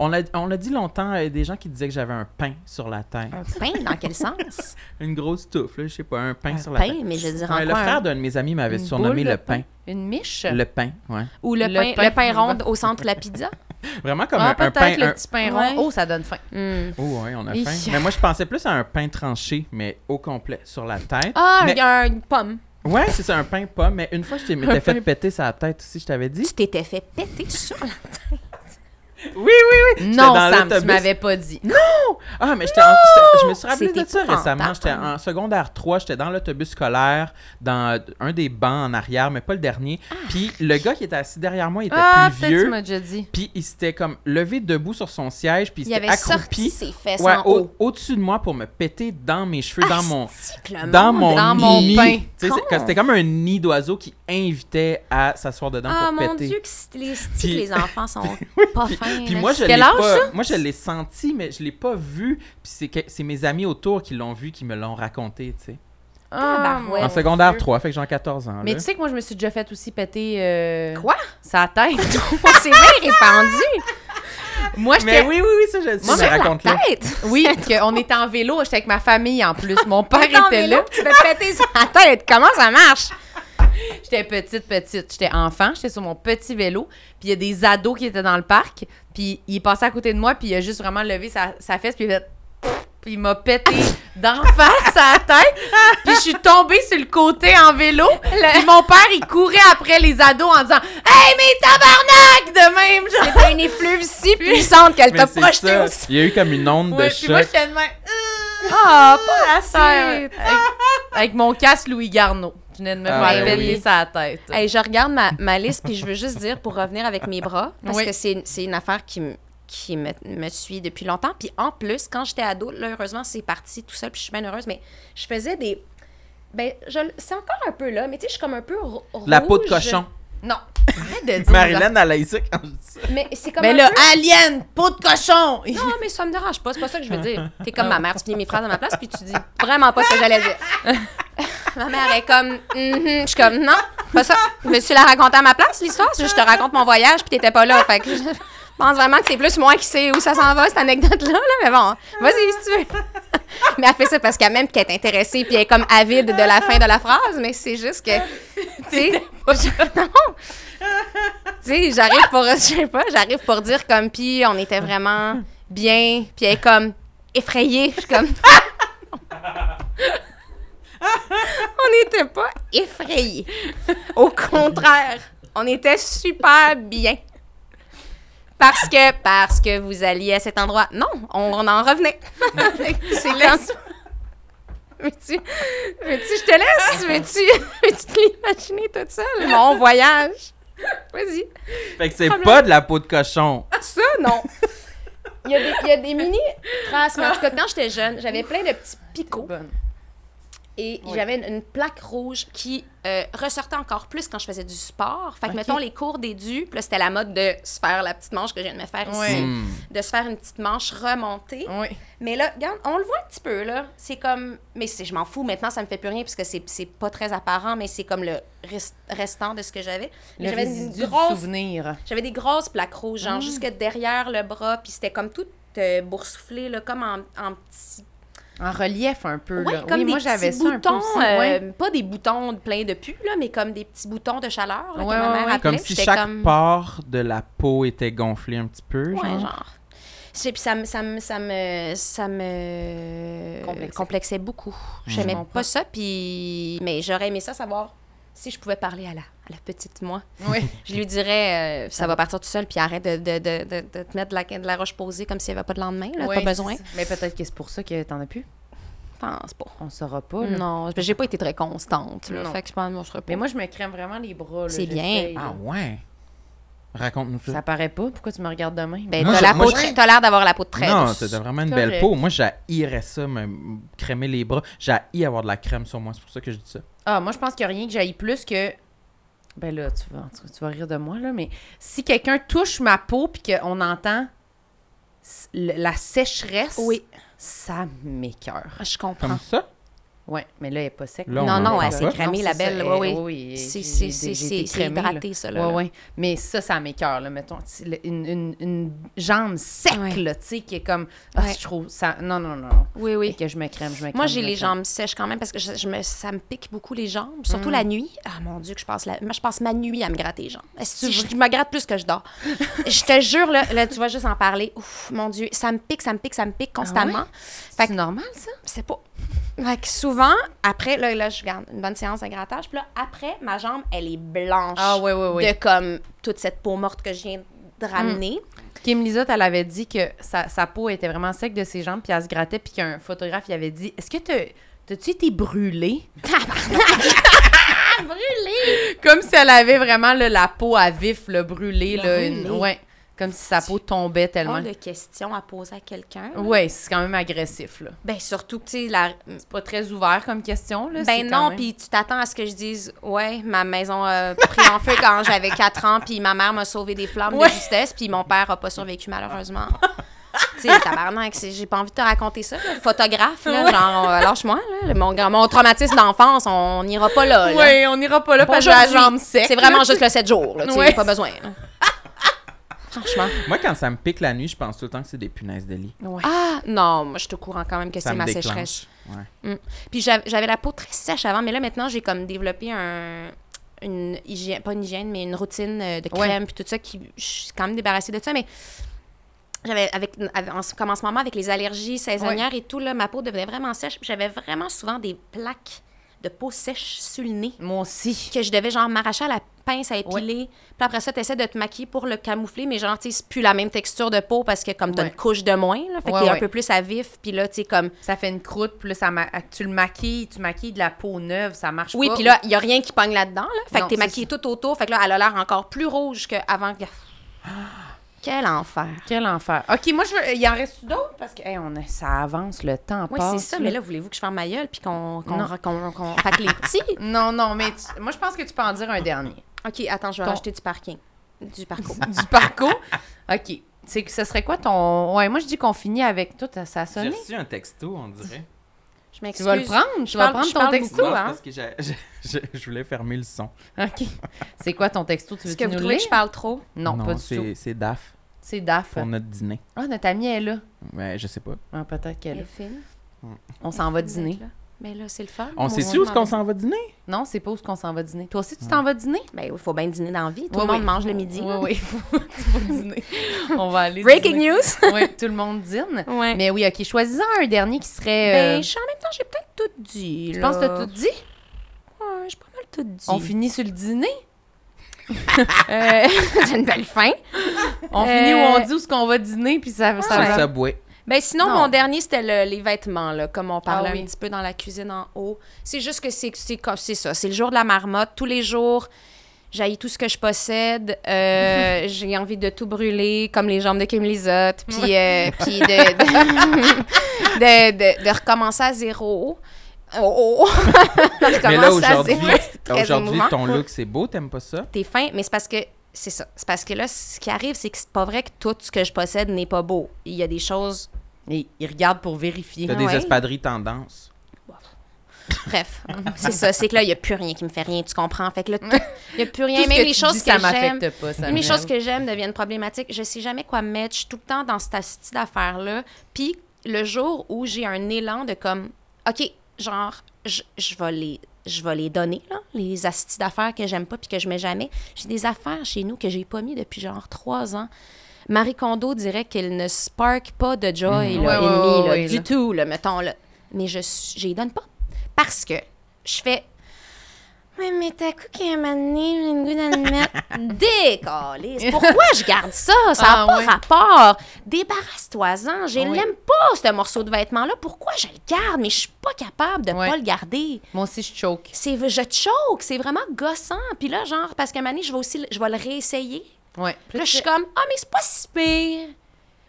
S1: on l'a on l'a dit longtemps, euh, des gens qui disaient que j'avais un pain sur la tête.
S4: Un pain, dans quel sens?
S1: Ah. Une grosse touffe, là, je sais pas, un pain
S4: Un
S1: sur la
S4: pain,
S1: tête.
S4: mais je veux dire en
S1: Ouais, le
S4: quoi, un-
S1: frère d'un de mes amis m'avait
S2: Une
S1: surnommé
S2: boule de
S1: le pain.
S2: Une miche.
S1: Le pain, ouais.
S4: Ou le,
S2: Le
S4: pain,
S2: pain.
S4: le pain rond au centre de la pizza?
S1: Vraiment comme
S2: Ah,
S1: un, un pain.
S2: peut-être le
S1: un-
S2: petit pain
S4: Ouais.
S2: rond. Oh, ça donne faim.
S8: Hmm.
S1: Oh, ouais, on a
S8: Hi.
S1: faim. Mais moi, je pensais plus à un pain tranché, mais au complet, sur la tête.
S9: Ah,
S1: Mais-
S9: il y a une pomme.
S1: Ouais, c'est ça, un pain pas. Mais une fois, je t'ai- m'étais fait péter sa tête aussi, je t'avais dit.
S4: Tu t'étais fait péter sur la
S1: Oui, oui, oui. J'étais
S2: Non,
S1: dans
S2: Sam, tu
S1: l'autobus.
S2: m'avais pas dit.
S1: Ah, mais j'étais en- j'étais- je me suis rappelé
S4: C'est
S1: de ça
S4: épouvantable.
S1: récemment. J'étais en secondaire 3, j'étais dans l'autobus scolaire, dans un des bancs en arrière, mais pas le dernier. Puis le gars qui était assis derrière moi, il était
S2: Ah,
S1: plus
S2: peut-être que tu
S1: vieux.
S2: m'as déjà dit.
S1: Puis il s'était comme levé debout sur son siège, puis il
S4: Il
S1: s'était
S4: avait
S1: accroupi
S4: sorti ses fesses
S1: ouais,
S4: en haut.
S1: au- au-dessus de moi pour me péter dans mes cheveux, dans mon
S4: Tic, le
S1: dans
S4: monde
S1: mon
S2: dans mon
S1: nid.
S2: pain.
S1: Tu sais, c'est- que C'était comme un nid d'oiseau qui invitait à s'asseoir dedans
S4: Ah
S1: pour
S4: mon
S1: péter.
S4: Dieu, que c'est- les sticks,
S1: Puis-
S4: les enfants sont pas fins.
S1: Puis
S4: là.
S1: moi je l'ai
S2: Quel âge,
S1: pas, moi je l'ai senti mais je l'ai pas vu puis c'est que- c'est mes amis autour qui l'ont vu qui me l'ont raconté, tu sais.
S2: Ah,
S4: Tabarouette.
S2: mon
S1: en secondaire
S2: Dieu.
S1: 3, fait que j'ai en 14 ans
S2: Mais
S1: Ah, là.
S2: tu sais que moi, je me suis déjà fait aussi péter. euh,
S4: Quoi?
S2: Sa tête.
S4: c'est bien répandu.
S2: moi,
S1: Mais
S2: j'étais.
S1: oui oui oui, ça je le sais,
S2: Moi,
S1: mais
S2: sur la
S1: raconte-le.
S4: Tête.
S2: Oui, parce qu'on était en vélo, j'étais avec ma famille en plus. Mon père
S4: Attends,
S2: était
S4: mais
S2: là.
S4: Tu vas te péter sur la tête. Comment ça marche?
S2: J'étais petite, petite. J'étais enfant, j'étais sur mon petit vélo. Puis il y a des ados qui étaient dans le parc. Puis il est passé à côté de moi, puis il a juste vraiment levé sa, sa fesse, puis il a fait... Pfff Puis il m'a pété d'en face à la tête. Puis je suis tombée sur le côté en vélo. Puis mon père, il courait après les ados en disant « Hey, mais tabarnak! » De même, genre.
S4: C'était une effluve si puissante qu'elle
S1: Mais
S4: t'a
S1: c'est
S4: projeté
S1: ça.
S4: au sol.
S1: Il y a eu comme une onde
S2: Ouais,
S1: de
S2: puis moi,
S1: choc.
S2: j'étais de même. Ah, pas la
S8: tête.
S2: Avec, avec mon casque Louis Garneau. Je venais de me
S1: Ah,
S2: faire
S4: ben
S2: péter
S4: oui.
S2: sa tête.
S4: Hey, je regarde ma, ma liste, puis je veux juste dire, pour revenir avec mes bras, parce
S2: Oui.
S4: que c'est c'est une affaire qui, me- qui me, me suit depuis longtemps. Puis en plus, quand j'étais ado, là, heureusement, c'est parti tout seul, puis je suis bien heureuse, mais je faisais des... Ben, je le- c'est encore un peu là, mais tu sais, je suis comme un peu ro- rouge.
S1: La peau de cochon.
S2: Non. Arrête de dire
S1: Marilyn elle a eu ça quand je dis ça.
S4: Mais c'est comme
S2: Mais
S4: un
S2: là,
S4: peu-
S2: alien, peau de cochon!
S4: Non, mais ça me dérange pas, c'est pas ça que je veux dire. T'es comme ma mère, tu finis mes phrases à ma place, puis tu dis vraiment pas ce que j'allais dire. ma mère est comme, Mhm. je suis comme, non, pas ça. Je me suis la raconter à ma place, l'histoire, c'est juste je te raconte mon voyage, puis t'étais pas là. Fait que je pense vraiment que c'est plus moi qui sais où ça s'en va, cette anecdote-là, là, mais bon, vas-y si tu veux. mais elle fait ça parce qu'elle même qu'elle est intéressée, puis elle est comme avide de la fin de la phrase, mais c'est juste que, tu sais, je- non. Tu sais, j'arrive pour, je sais pas, j'arrive pour dire comme, puis on était vraiment bien, puis elle est comme effrayée. Je suis comme. on n'était pas effrayés. Au contraire, on était super bien. Parce que, parce que vous alliez à cet endroit. Non, on, on en revenait. C'est quand- Veux-tu, veux-tu, je te laisse? Veux-tu, veux-tu te l'imaginer toute seule? Mon voyage. Vas-y.
S1: Fait que c'est pas de la peau de cochon.
S4: Ça, non. Il y a des, il y a des mini traces. Mais en tout cas,
S2: Ah.
S4: quand j'étais jeune, j'avais plein de petits picots et j'avais une, une plaque rouge qui euh, ressortait encore plus quand je faisais du sport. Fait que,
S1: Ok.
S4: mettons, les cours des dus, puis là, c'était la mode de se faire la petite manche que je viens de me faire
S2: Ouais.
S4: ici,
S1: Hmm.
S4: de se faire une petite manche remontée.
S2: Oui.
S4: Mais là, regarde, on le voit un petit peu, là. C'est comme. Mais c'est- je m'en fous, maintenant, ça me fait plus rien, puisque c'est c'est pas très apparent, mais c'est comme le rest- restant de ce que j'avais. Mais
S2: Le
S4: J'avais
S2: résidu
S4: une
S2: du
S4: grosse
S2: souvenir.
S4: j'avais des grosses plaques rouges,
S2: Mm.
S4: genre jusque derrière le bras, puis c'était comme tout euh, boursouflé, là, comme en, en petits.
S2: En relief un peu.
S4: Ouais,
S2: là.
S4: comme
S2: oui,
S4: des
S2: moi, j'avais
S4: petits
S2: ça un peu
S4: boutons,
S2: aussi.
S4: euh,
S2: ouais.
S4: pas des boutons de plein de pus, là, mais comme des petits boutons de chaleur, là,
S2: Ouais,
S4: que ma
S2: ouais,
S4: mère
S2: ouais.
S4: appelait,
S1: Comme
S4: puis
S1: si
S4: j'étais
S1: chaque
S4: comme-
S1: part de la peau était gonflée un petit peu.
S4: Ouais,
S1: genre.
S4: genre. Je sais, puis ça me, ça me, ça me, ça me
S2: Complexait.
S4: complexait beaucoup. J'aimais
S2: Je comprends.
S4: pas ça, puis... Mais j'aurais aimé ça savoir si je pouvais parler à la, à la petite moi.
S2: Oui.
S4: Je lui dirais, euh, ça va partir tout seul, puis arrête de, de, de, de, de te mettre de la, de la roche posée comme s'il n'y avait pas de lendemain, là,
S2: Ouais,
S4: pas besoin.
S2: c'est ça. Mais peut-être que c'est pour ça que t'en as plus.
S4: Je pense pas.
S2: On saura pas.
S1: Mm.
S2: là.
S4: Non, j'ai pas été très constante, là,
S2: Non.
S4: fait que je pense que moi, je serais pas...
S2: Mais moi, je me crème vraiment les bras. là,
S4: C'est bien.
S2: j'essaye, là.
S1: Ah ouais. Raconte-nous ça.
S2: Ça paraît pas. Pourquoi tu me regardes demain?
S4: ben,
S1: Moi,
S4: t'as
S1: je-
S4: la
S1: moi,
S4: peau
S1: je-
S4: très- t'as l'air d'avoir la peau de très
S1: Non,
S4: douce.
S1: t'as vraiment une
S2: C'est
S1: belle
S2: correct.
S1: peau. Moi, j'haïrais ça, me me crémer les bras. J'haïs avoir de la crème sur moi, c'est pour ça que je dis ça.
S2: Ah, moi, je pense qu'il n'y a rien que j'aille plus que. Ben là, tu vas, tu, tu vas rire de moi, là, mais si quelqu'un touche ma peau puis qu'on entend s- le- la sécheresse,
S4: Oui,
S2: ça m'écœure.
S4: Ah, je
S1: Comme
S4: comprends.
S1: ça?
S2: Ouais, mais là, elle est pas sec.
S1: Là, on-
S4: non, non,
S1: on
S4: elle
S1: peut
S4: s'est
S1: pas.
S4: cramée, la belle.
S2: Oui,
S4: Oui, oui.
S2: oui.
S4: C'est-
S2: j'ai-
S4: c'est-
S2: j'ai-
S4: c'est-
S2: j'ai
S4: c'est
S2: été
S4: c'est
S2: cramée,
S4: hydraté, ça.
S2: Là.
S4: Là,
S2: Ouais,
S4: là.
S2: ouais. Mais ça, ça m'écœure, là, mettons. tu sais, le- Une, une, une jambe sec,
S4: Ouais.
S2: là, tu sais, qui est comme. Ah,
S4: Ouais.
S2: je trouve. Ça... Non, non, non.
S4: Oui,
S2: Et
S4: oui.
S2: que je me crème, je me crème.
S4: Moi,
S2: je
S4: j'ai
S2: me
S4: les
S2: crème.
S4: jambes sèches quand même parce que je, je me, ça me pique beaucoup les jambes, surtout
S2: Mm.
S4: la nuit. Ah mon Dieu, que je passe la, moi, je passe ma nuit à me gratter les jambes. Si je, je me gratte plus que je dors. je te jure, là, là, tu vas juste en parler. Ouf, mon Dieu, ça me pique, ça me pique, ça me pique constamment.
S2: Ah
S4: Fait
S2: C'est normal, ça?
S4: c'est pas. Fait que souvent, après, là, là, je garde une bonne séance de grattage. Puis là, après, ma jambe, elle est blanche.
S2: Ah, ouais, ouais, ouais. Mm.
S4: De comme toute cette peau morte que je viens de ramener.
S2: Kim Lizotte, elle avait dit que sa, sa peau était vraiment sec de ses jambes, puis elle se grattait, puis qu'un photographe, il avait dit Est-ce que t'as- t'as-tu été brûlée? brûlée! Comme si elle avait vraiment là, la peau à vif, là, brûlée. Là, une-
S4: Brûlée.
S2: ouais, comme si sa peau tombait
S4: Pas
S2: tellement.
S4: de questions à poser à quelqu'un.
S2: Ouais, c'est quand même agressif. Là.
S4: Ben, surtout que, tu sais, la,
S2: C'est pas très ouvert comme question. Là, c'est
S4: Ben
S2: quand
S4: non,
S2: même-
S4: puis tu t'attends à ce que je dise ouais, ma maison a pris en feu quand j'avais 4 ans, puis ma mère m'a sauvé des flammes
S2: Ouais.
S4: de justesse, puis mon père a pas survécu malheureusement. tu sais, tabarnak, c'est- j'ai pas envie de te raconter ça, là. photographe là, genre euh, lâche-moi là, mon grand- mon traumatisme d'enfance, on n'ira pas là. là.
S2: Ouais, on n'ira pas là parce que j'ai la
S4: Aujourd'hui,
S2: jambe sec.
S4: C'est vraiment juste le 7 jours, là, tu sais,
S2: Ouais.
S4: pas besoin. là. Franchement.
S1: Moi, quand ça me pique la nuit, je pense tout le temps que c'est des punaises de lit.
S4: Ah, non, moi, je suis au courant quand même que
S1: Ça
S4: c'est
S1: me
S4: ma
S1: déclenche.
S4: sécheresse.
S1: Ouais.
S4: Mm. Puis j'av- j'avais la peau très sèche avant, mais là maintenant j'ai comme développé un une hygiène, pas une hygiène, mais une routine euh, de crème puis tout ça qui je suis quand même débarrassée de ça, mais j'avais avec, avec- en, ce- comme en ce moment avec les allergies saisonnières et tout là, ma peau devenait vraiment sèche. puis J'avais vraiment souvent des plaques de peau sèche sur le nez
S2: Moi aussi.
S4: que je devais genre m'arracher à la pince à épiler. Puis après ça, t'essaies de te maquiller pour le camoufler, mais genre, tu sais, c'est plus la même texture de peau parce que comme t'as
S2: Ouais.
S4: une couche de moins, là, fait
S2: Ouais,
S4: qu'il est
S2: ouais.
S4: un peu plus à vif. Puis là, tu sais, comme...
S2: Ça fait une croûte, puis là, ça ma- tu le maquilles, tu maquilles de la peau neuve, ça marche
S4: Oui,
S2: pas.
S4: puis là, il y a rien qui pogne là-dedans, là. Fait
S2: Non,
S4: que t'es
S2: c'est
S4: maquillée tout autour. Fait que là, elle a l'air encore plus rouge qu'avant. que- Quel enfer.
S2: Quel enfer. OK, moi, je veux... il en reste d'autres? Parce que hey, on a- ça avance, le temps
S4: Oui,
S2: passe.
S4: c'est ça. Mais là, voulez-vous que je ferme ma gueule puis qu'on... qu'on,
S2: Non.
S4: qu'on- qu'on- Fait que les petits...
S2: Non, non, mais tu- moi, je pense que tu peux en dire un dernier.
S4: OK, attends, je vais
S2: Ton-
S4: rajouter du parking. Du parcours.
S2: du parcours. OK. C'est que ce serait quoi ton... Ouais, moi, je dis qu'on finit avec... Toi, t'as- ça a
S1: J'ai
S2: sonné?
S1: reçu un texto, on dirait.
S4: Je
S2: Tu
S4: m'excuse.
S2: vas le prendre? Tu
S4: Je
S2: vas
S4: parle-
S2: prendre
S4: je
S2: ton
S4: parle
S2: texto?
S4: beaucoup.
S1: Non, c'est
S4: hein?
S1: parce que j'ai- j'ai- j'ai- je voulais fermer le son.
S2: OK. C'est quoi ton texto? Tu
S4: Est-ce
S2: veux
S4: que
S2: que
S4: vous
S2: nous
S4: trouvez
S2: lire?
S4: que je parle trop?
S2: Non, pas du
S1: c'est-
S2: tout.
S1: C'est DAF
S2: C'est DAF.
S1: pour notre dîner.
S2: Ah, notre amie est là.
S1: Ouais, je sais pas.
S2: Ah, Peut-être qu'elle est là.
S4: Delphine,
S2: On s'en va dîner.
S4: vous êtes là? Mais là, c'est le fun.
S1: On sait-tu
S4: va
S1: où est-ce qu'on
S4: demander.
S1: s'en va dîner?
S2: Non, c'est pas où qu'on s'en va dîner. Toi aussi, tu t'en vas dîner?
S4: Ben, il faut bien dîner dans la vie. Tout
S2: Oui,
S4: le monde
S2: oui.
S4: mange le midi.
S2: Oui, oui. Faut- faut dîner. On va aller
S4: Breaking
S2: dîner.
S4: news!
S2: Oui, tout le monde dîne.
S4: Ouais.
S2: Mais oui, OK, choisis-en un dernier qui serait...
S4: Ben,
S2: euh,
S4: je- en même temps, j'ai peut-être tout dit.
S2: je pense que t'as tout dit.
S4: Ouais, j'ai pas mal tout dit.
S2: On finit sur le dîner.
S4: Euh, c'est une belle fin.
S2: On
S4: Euh,
S2: finit où on dit où ce qu'on va dîner, puis ça, ça
S1: Sur
S2: va.
S1: Subway.
S4: Ben sinon,
S2: Non.
S4: mon dernier, c'était le- les vêtements, là, comme on parlait
S2: Ah oui.
S4: un petit peu dans la cuisine en haut. C'est juste que c'est c'est comme- c'est ça. C'est le jour de la marmotte. Tous les jours, j'haïs tout ce que je possède. Euh, J'ai envie de tout brûler, comme les jambes de Kim Lizotte. Puis euh, puis de, de, de- de- de recommencer à zéro. Oh, oh. De
S1: Mais là,
S4: recommencer à
S1: aujourd'hui,
S4: zéro. C'est très
S1: aujourd'hui
S4: émouvant.
S1: ton look, c'est beau, t'aimes pas ça?
S4: t'es fin, mais c'est parce que c'est ça. C'est parce que là, ce qui arrive, c'est que c'est pas vrai que tout ce que je possède n'est pas beau. Il y a des choses.
S2: Et il regarde pour vérifier.
S1: T'as des
S4: Ouais.
S1: espadrilles tendance.
S4: Bref, c'est ça. C'est que là, il y a plus rien qui me fait rien, tu comprends? Fait que là, tout- il y a plus rien.
S2: Tout ce
S4: Même
S2: que
S4: les
S2: tu
S4: choses
S2: dis,
S4: que
S2: ça
S4: j'aime.
S2: m'affecte pas. Ça
S4: Même les
S2: me-
S4: choses que j'aime deviennent problématiques. Je sais jamais quoi mettre. Je suis tout le temps dans cette style d'affaires-là. Puis le jour où j'ai un élan de comme, OK, genre, je, je vais les. Je vais les donner, là, les astis d'affaires que j'aime pas puis que je mets jamais. J'ai des affaires chez nous que j'ai pas mis depuis genre trois ans. Marie Kondo dirait qu'elle ne spark pas de joy
S2: Mhm.
S4: là,
S2: Ouais,
S4: in
S2: ouais,
S4: me,
S2: ouais,
S4: là,
S2: ouais,
S4: du
S2: là.
S4: tout, là, mettons. Là. Mais je je les donne pas parce que je fais mais mais t'as coup qu'à un moment donné, j'ai le goût d'en mettre. Décalisse. Pourquoi je garde ça? Ça n'a
S2: Ah,
S4: pas
S2: ouais.
S4: rapport. Débarrasse-toi-en. Je
S2: Oui.
S4: l'aime pas, ce morceau de vêtement-là. Pourquoi je le garde? Mais je suis pas capable de
S2: Ouais.
S4: pas le garder.
S2: Moi aussi, je choque.
S4: C'est, je te choque. C'est vraiment gossant. Puis là, genre, parce qu'à un moment donné, je vais aussi, le- je vais le réessayer.
S2: Ouais.
S4: Puis là, je suis comme, ah, mais c'est pas si pire.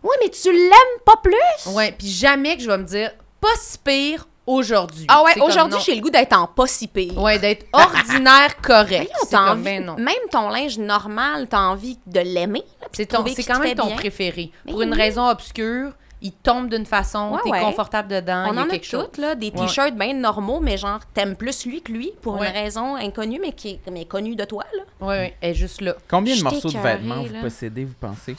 S4: Oui, mais tu l'aimes pas plus?
S2: Ouais, puis jamais que je vais me dire pas si pire aujourd'hui.
S4: Ah ouais,
S2: C'est comme
S4: aujourd'hui,
S2: non.
S4: j'ai le goût d'être en pas si pire.
S2: Ouais, d'être ordinaire correct.
S4: Voyons,
S2: C'est
S4: t'as
S2: comme,
S4: envie-
S2: ben non.
S4: Même ton linge normal, t'as envie de l'aimer. là, puis
S2: C'est
S4: de
S2: ton-
S4: trouver
S2: c'est
S4: qu'il te
S2: quand même
S4: fait
S2: ton
S4: bien.
S2: préféré.
S4: Mais
S2: Pour une
S4: oui.
S2: raison obscure, il tombe d'une façon,
S4: Ouais,
S2: t'es
S4: ouais.
S2: confortable dedans,
S4: On
S2: il y a
S4: en a
S2: quelque chose.
S4: toutes, là, des
S2: Ouais.
S4: t-shirts bien normaux, mais genre, t'aimes plus lui que lui pour
S2: Ouais.
S4: une raison inconnue, mais qui est mais connue de toi, là.
S2: Oui, oui, elle est juste là.
S1: Combien de
S4: Je
S1: morceaux de
S4: t'écœurée,
S1: vêtements vous
S4: là.
S1: possédez, vous pensez?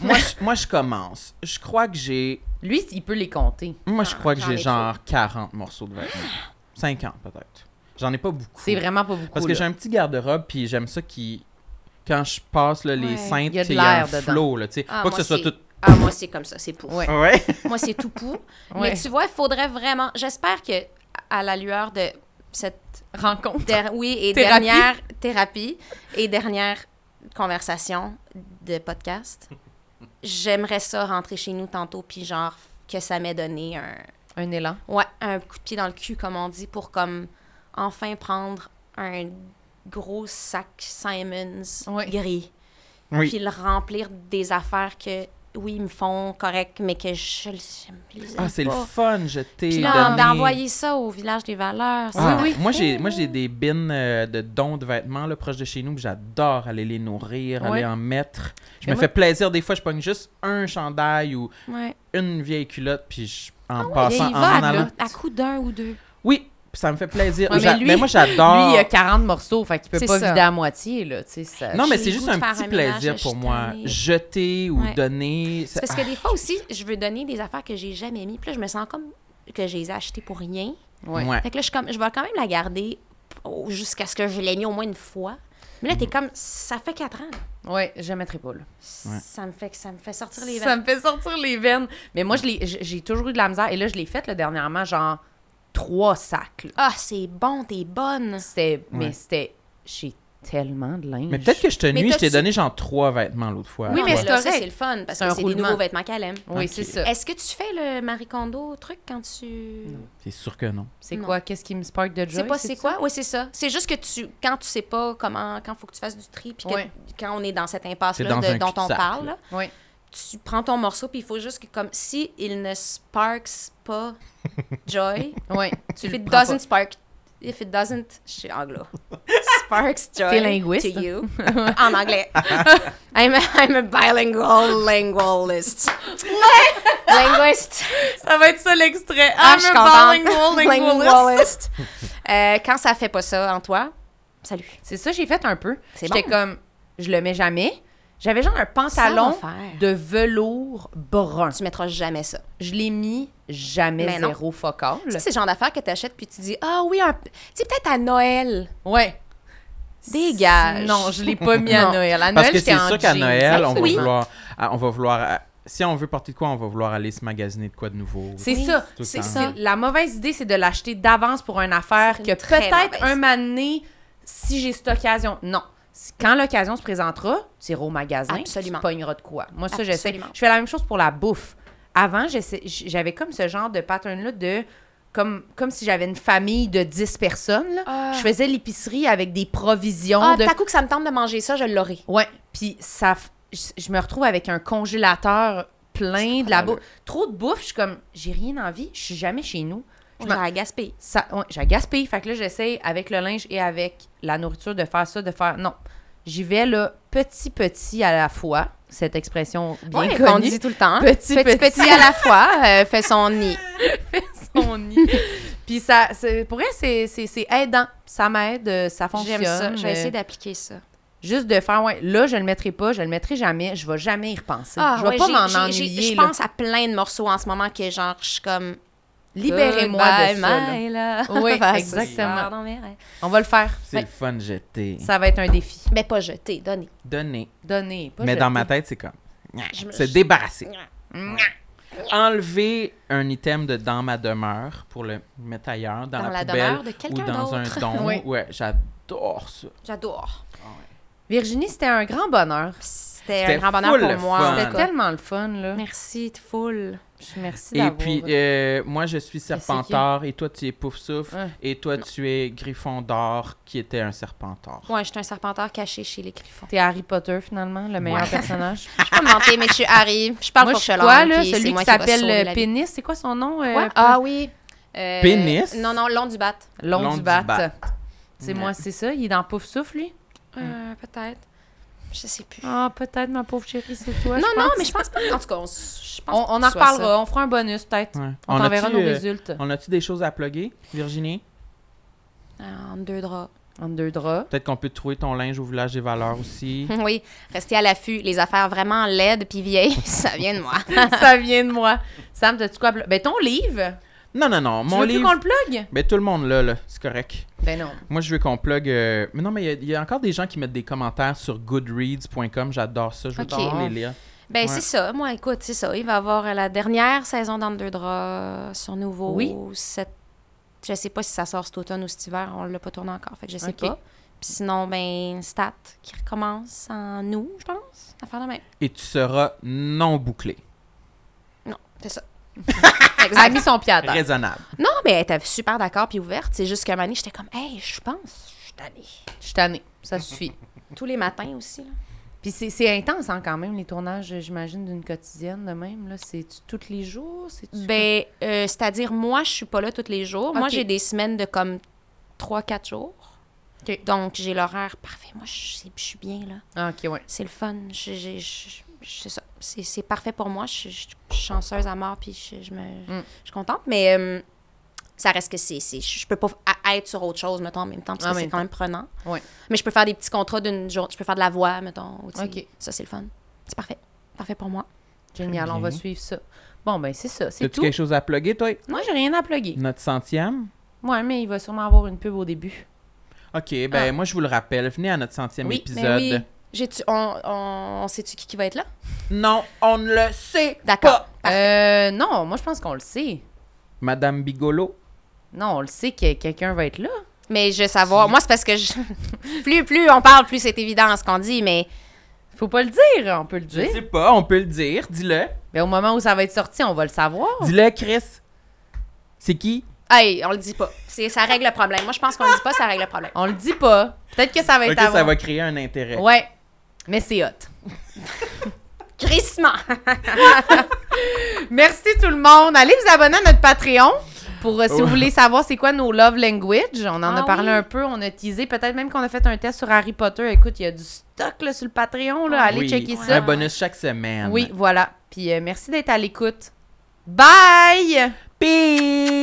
S1: Moi, je, moi, je commence. Je crois que j'ai.
S2: Lui, il peut les compter.
S1: Moi, je
S4: Ah,
S1: crois que
S4: j'en
S1: j'ai
S4: ai
S1: genre 40 morceaux de vêtements. 50 peut-être. J'en ai pas beaucoup.
S2: C'est vraiment pas beaucoup.
S1: Parce que
S2: là.
S1: j'ai un petit garde-robe, puis j'aime ça qui. Quand je passe là, les
S4: Ouais.
S1: cintres,
S2: Il y a de
S1: il y a un
S2: l'air dedans.
S1: flow. Là, tu sais.
S4: Ah,
S1: pas
S4: moi,
S1: que ce soit
S4: c'est-
S1: tout.
S4: Ah, moi, c'est comme ça, c'est pour.
S2: Ouais.
S1: Ouais.
S4: Moi, c'est tout pour.
S2: Ouais.
S4: Mais tu vois, il faudrait vraiment. J'espère que à la lueur de cette
S2: rencontre.
S4: der- oui et
S2: Thérapie.
S4: dernière thérapie et dernière conversation de podcast, j'aimerais ça rentrer chez nous tantôt puis genre que ça m'ait donné un
S2: Un élan.
S4: ouais un coup de pied dans le cul comme on dit pour comme enfin prendre un gros sac Simons
S2: Ouais.
S4: gris
S1: Oui.
S4: puis le remplir des affaires que oui ils me font correct mais que je, je les aime
S1: Ah, c'est le
S4: pas.
S1: fun, je t'ai.
S4: Puis là,
S1: donné.
S4: d'envoyer ça au village des valeurs.
S1: Ah,
S4: ça-
S1: Moi, j'ai, moi,
S4: Oh.
S1: j'ai des bins euh, de dons de vêtements là, proches de chez nous que j'adore aller les nourrir,
S2: Ouais.
S1: aller en mettre. Je
S4: Ben
S2: Mais
S1: me
S2: moi-
S1: fais plaisir. Des fois, je pogne juste un chandail ou
S4: Ouais.
S1: une vieille culotte, puis je, en
S4: Ah
S2: il y a
S1: passant, Ah, en hein.
S2: une
S1: m'en
S2: vague,
S1: allant.
S2: là.
S4: À coup d'un ou deux.
S1: Oui, puis ça me fait plaisir.
S2: Ouais,
S1: J'a-
S2: mais
S1: mais,
S2: lui-
S1: moi, j'adore.
S2: Lui, il a 40 morceaux, fait qu'il peut
S4: C'est
S2: pas
S4: ça.
S2: vider à moitié, là. tu sais, Ça...
S1: Non, mais
S4: J'ai
S1: c'est
S4: le
S1: juste
S4: goût de
S1: un
S4: faire
S1: petit
S4: un ménage,
S1: plaisir
S4: je
S1: pour
S4: suis
S1: moi.
S4: tannée.
S1: Jeter ou
S4: Ouais.
S1: donner.
S4: C'est
S1: c'est-
S4: parce que des fois
S2: Ah,
S4: aussi, je veux donner des affaires que j'ai jamais mis. Puis là, je me sens comme que je les ai achetées pour rien.
S1: Ouais.
S2: ouais.
S4: Fait que là, je, suis comme, je vais quand même la garder au- jusqu'à ce que je l'ai mis au moins une fois. Mais
S2: Mhm.
S4: là, t'es comme, ça fait quatre ans. là.
S2: Ouais, je mettrai pas, là.
S1: Ouais.
S4: Ça, me fait, ça me fait sortir les
S2: Ça
S4: veines.
S2: me fait sortir les veines. Mais moi, je l'ai- j- j'ai toujours eu de la misère. Et là, je l'ai faite, là, dernièrement, genre trois sacs. là.
S4: Ah, c'est bon, t'es bonne.
S2: C'était...
S1: Ouais.
S2: Mais c'était... J'ai tellement de linge.
S1: Mais peut-être que je te
S4: Mais
S1: nuis, je t'ai
S4: t'as-tu-
S1: donné genre trois vêtements l'autre fois.
S2: Ah, Oui,
S4: Non,
S2: mais
S1: Ouais.
S2: c'est
S4: là, ça,
S2: correct.
S4: c'est le fun parce
S2: C'est
S4: que
S2: un
S4: c'est des
S2: roulement.
S4: nouveaux vêtements qu'elle aime.
S2: Oui,
S1: Ok.
S2: c'est ça.
S4: Est-ce que tu fais le Marie Kondo truc quand tu.
S1: C'est sûr que non.
S2: C'est
S4: Non.
S2: quoi? Qu'est-ce qui me spark de joy?
S4: C'est pas c'est quoi? Oui, c'est ça. C'est juste que tu quand tu sais pas comment quand faut que tu fasses du tri puis que-
S2: Ouais.
S4: quand on est dans cette
S1: C'est
S4: impasse-là
S1: dans
S4: de-
S1: un
S4: dont on
S1: cul-de-sac,
S4: parle,
S1: là.
S4: là,
S2: Oui.
S4: tu prends ton morceau puis il faut juste que comme si il ne sparks pas joy,
S2: Oui.
S4: if it
S2: prends
S4: doesn't spark if it doesn't, je suis anglo. Sparks joy
S2: T'es linguiste?
S4: to you en anglais. I'm a, I'm a bilingual lingualist. linguist.
S2: Ça va être ça l'extrait.
S4: Ah,
S2: I'm
S4: je suis
S2: a
S4: contente.
S2: bilingual lingualist.
S4: Lingualist. Euh, quand ça fait pas ça en toi, salut.
S2: C'est ça, j'ai fait un peu.
S4: C'est
S2: J'étais
S4: bon.
S2: comme, je le mets jamais. J'avais genre un
S4: Ça
S2: pantalon
S4: va faire.
S2: de velours brun.
S4: Tu mettras jamais ça.
S2: Je l'ai mis jamais
S4: Mais non.
S2: zéro focal.
S4: Tu sais, c'est le genre d'affaires que t'achètes puis tu dis Ah oui, un... tu sais, peut-être à Noël.
S2: Ouais.
S4: Dégage.
S2: Non, je l'ai pas mis à
S4: Non.
S2: Noël. À
S1: Parce
S2: Noël,
S1: que
S2: j'étais
S1: c'est
S2: en
S1: sûr qu'à
S2: jeans.
S1: Noël, on va,
S4: Oui.
S1: vouloir, ah, on va vouloir. ah, Si on veut porter de quoi, on va vouloir aller se magasiner de quoi de nouveau.
S2: C'est
S4: Oui,
S2: ça.
S1: tout le
S2: C'est
S1: temps.
S2: ça. La mauvaise idée, c'est de l'acheter d'avance pour une affaire
S4: C'est
S2: que
S4: une très
S2: peut-être
S4: mauvaise
S2: un
S4: idée.
S2: mané, si j'ai cette occasion. Non. C'est- Quand l'occasion se présentera, tu iras au magasin,
S4: Absolument.
S2: tu pogneras de quoi. Moi, ça, j'essaie.
S4: Absolument.
S2: Je fais la même chose pour la bouffe. Avant, j'essaie- j- j'avais comme ce genre de pattern-là de. Comme, comme si j'avais une famille de 10 personnes. là.
S4: Ah.
S2: Je faisais l'épicerie avec des provisions.
S4: Ah,
S2: de...
S4: t'as coup que ça me tente de manger ça, je l'aurai.
S2: Ouais, puis ça, f- je je me retrouve avec un congélateur plein de la bouffe. Trop de bouffe, je suis comme, j'ai rien envie, je suis jamais chez nous. Je
S4: Je
S2: m'en-
S4: vais gaspiller.
S2: ça, ouais, j'ai gaspillé. Fait que là, j'essaie avec le linge et avec la nourriture de faire ça, de faire non. J'y vais là, petit petit à la fois. Cette expression bien
S4: Ouais, qu'on
S2: connue.
S4: dit tout le temps.
S2: Petit,
S4: petit,
S2: petit.
S4: petit à la fois euh, fait son nid.
S2: Son nid. Puis ça, c'est- pour elle, c'est, c'est, c'est aidant. Ça m'aide, euh, ça fonctionne.
S4: J'aime ça. Je vais
S2: euh,
S4: essayer d'appliquer ça.
S2: Juste de faire, ouais, là, je le mettrai pas, je le mettrai jamais, je vais jamais y repenser. je vais
S4: Ah, ouais,
S2: pas
S4: j'ai-
S2: m'en
S4: j'ai- j'ai-
S2: ennuyer.
S4: Je
S2: là.
S4: pense à plein de morceaux en ce moment que genre, je suis comme.
S2: Libérez-moi de
S4: Goodbye,
S2: ça. là.
S4: Myla.
S2: Oui,
S4: Parce-
S2: exactement.
S4: Pardon, mais ouais.
S2: On va le faire.
S1: C'est le fun, jeter.
S2: Ça va être un défi.
S4: Mais pas jeter, donner.
S1: Donner.
S2: Donner. Pas
S1: Mais
S2: jeter.
S1: dans ma tête, c'est comme.
S4: Je me-
S1: Se débarrasser. Enlever un item de dans ma demeure pour le mettre ailleurs, dans,
S4: Dans la
S1: poubelle
S4: demeure de
S1: ou
S4: quelqu'un
S1: dans un
S4: d'autre.
S1: don.
S2: Oui.
S1: Ouais, j'adore ça.
S4: J'adore.
S2: Virginie, c'était un grand bonheur.
S4: C'était
S1: C'était
S4: un grand bonheur
S1: full
S4: pour
S1: le
S4: moi.
S1: fun.
S4: en
S2: C'était
S4: tout cas.
S2: tellement le fun, là.
S4: Merci, t'es full.
S2: Je- Merci
S1: Et
S2: d'avoir...
S1: puis, euh, moi, je suis
S2: Qu'est-ce qu'il y a?
S1: serpentard, et toi, tu es Poufsouffle,
S2: Ouais.
S1: et toi, tu es Gryffondor, qui était un serpentard.
S4: Ouais, je suis un serpenteur caché chez les Griffons.
S2: T'es Harry Potter, finalement, le meilleur personnage.
S4: Je peux mentir, mais je suis Harry. Je parle
S2: moi, je
S4: pour
S2: suis quoi, là?
S4: puis c'est
S2: Celui
S4: moi
S2: qui
S4: va
S2: s'appelle
S4: sauver
S2: euh,
S4: la vie.
S2: Pénis, c'est quoi son nom? euh,
S4: Quoi?
S2: pour-
S4: Ah oui. Euh,
S1: Pénis?
S4: Non, non, long du bat.
S2: Long,
S1: Long
S2: du
S1: du
S2: bat.
S1: bat.
S2: C'est
S1: Ouais.
S2: moi, c'est ça? Il est dans Pouf Souffle, lui?
S4: Euh, Peut-être. Je sais plus.
S2: Ah, peut-être, ma pauvre chérie, c'est toi.
S4: non, non, mais je pense pas. En tout cas, on, s- je pense
S2: On,
S4: pas que
S2: on en
S4: ce soit ça.
S2: reparlera, on fera un bonus peut-être.
S1: Ouais.
S2: On, t'enverra
S1: a-tu,
S2: nos
S1: euh,
S2: résultats.
S1: On a-tu des choses à plugger, Virginie?
S4: Ah, En deux draps.
S2: En deux draps.
S1: Peut-être qu'on peut trouver ton linge au village des valeurs aussi.
S4: Oui, restez à l'affût. Les affaires vraiment laides puis vieilles, ça vient de moi.
S2: ça vient de moi. Sam, t'as-tu quoi? à pl- Ben, ton livre.
S1: Non, non, non.
S2: Tu
S1: Mon
S2: veux plus
S1: livre.
S2: qu'on le plug?
S1: Ben, tout le monde là, là. C'est correct.
S2: Ben non.
S1: Moi, je veux qu'on plug. euh, Mais non, mais il y a- il y, a encore des gens qui mettent des commentaires sur goodreads.com. J'adore ça. Je veux
S4: Ok.
S1: toujours les lire.
S4: Ben,
S1: Ouais.
S4: c'est ça. Moi, écoute, c'est ça. Il va y avoir euh, la dernière saison dans deux draps sur nouveau.
S2: Oui.
S4: Cet- Je sais pas si ça sort cet automne ou cet hiver. On l'a pas tourné encore. Fait que je sais
S2: Ok.
S4: pas. Puis sinon, ben, Stat qui recommence en nous, je pense. À faire de même.
S1: Et tu seras non bouclé.
S4: Non, c'est ça.
S2: Elle a
S4: Exact.
S2: mis son pied à terre.
S1: Raisonnable.
S4: Non, mais elle était super d'accord puis ouverte. C'est juste qu'à un moment donné, j'étais comme, hey, je pense, je suis tannée.
S2: Je suis tannée. Ça suffit.
S4: Tous les matins aussi. là.
S2: Puis c'est- c'est intense hein, quand même, les tournages, j'imagine, d'une quotidienne de même. là. C'est-tu tous les jours? C'est-tu-
S4: Ben, euh, c'est-à-dire, moi, je suis pas là tous les jours. Moi,
S2: Ok.
S4: j'ai des semaines de comme 3-4 jours.
S2: Ok.
S4: Donc, j'ai l'horaire parfait. Moi, je sais- je suis bien, là.
S2: Ah, OK, ouais.
S4: C'est le fun. Je- je- je- je- C'est ça. C'est c'est parfait pour moi. Je je- je suis chanceuse à mort, puis je, je me,
S2: Mm.
S4: je suis contente. Mais euh, ça reste que c'est... c'est- Je peux pas à- être sur autre chose, mettons, en même temps, parce
S2: En
S4: que c'est
S2: même
S4: quand même prenant.
S2: Ouais.
S4: Mais je peux faire des petits contrats d'une journée. Je peux faire de la voix, mettons. ou tu sais.
S2: Ok.
S4: Ça, c'est le fun. C'est parfait. Parfait pour moi.
S2: Génial, on va
S1: bien.
S2: suivre ça. Bon, ben c'est ça, c'est
S1: As-tu
S2: tout.
S1: quelque chose à plugger, toi?
S2: Moi, j'ai rien à plugger.
S1: Notre centième?
S2: Moi, mais il va sûrement avoir une pub au début.
S1: OK,
S2: Ah.
S1: ben moi, je vous le rappelle. Venez à notre centième
S4: Oui, mais
S1: épisode.
S4: oui. J'ai-tu- on, on, on sait-tu qui, qui va être là?
S1: Non, on ne le sait
S4: D'accord.
S1: pas.
S2: Euh, non, moi, je pense qu'on le sait.
S1: Madame Bigolo.
S2: Non, on le sait que quelqu'un va être là.
S4: Mais je veux savoir. Moi, c'est parce que je... plus, plus on parle, plus c'est évident ce qu'on dit, mais
S2: Faut pas le dire, on peut le
S1: Je
S2: dire.
S1: sais pas, on peut le dire. Dis-le.
S2: Ben, au moment où ça va être sorti, on va le savoir.
S1: Oh. Dis-le, Chris. C'est qui?
S4: hey, on le dit pas. C'est, ça règle le problème. Moi, je pense qu'on le dit pas, ça règle le problème.
S2: On le dit pas. Peut-être que ça va être
S1: OK,
S2: avant.
S1: ça va créer un intérêt.
S2: Ouais, mais c'est hot.
S4: Crissement!
S2: Merci tout le monde. Allez vous abonner à notre Patreon pour euh, si vous voulez savoir c'est quoi nos love language. On en
S4: Ah
S2: a parlé
S4: oui.
S2: un peu, on a teasé. Peut-être même qu'on a fait un test sur Harry Potter. Écoute, il y a du stock là, sur le Patreon. Là. Allez
S1: Ah Oui,
S2: checker
S1: Un
S2: ça.
S1: bonus chaque semaine.
S2: Oui, voilà. Puis euh, merci d'être à l'écoute. Bye!
S1: Peace!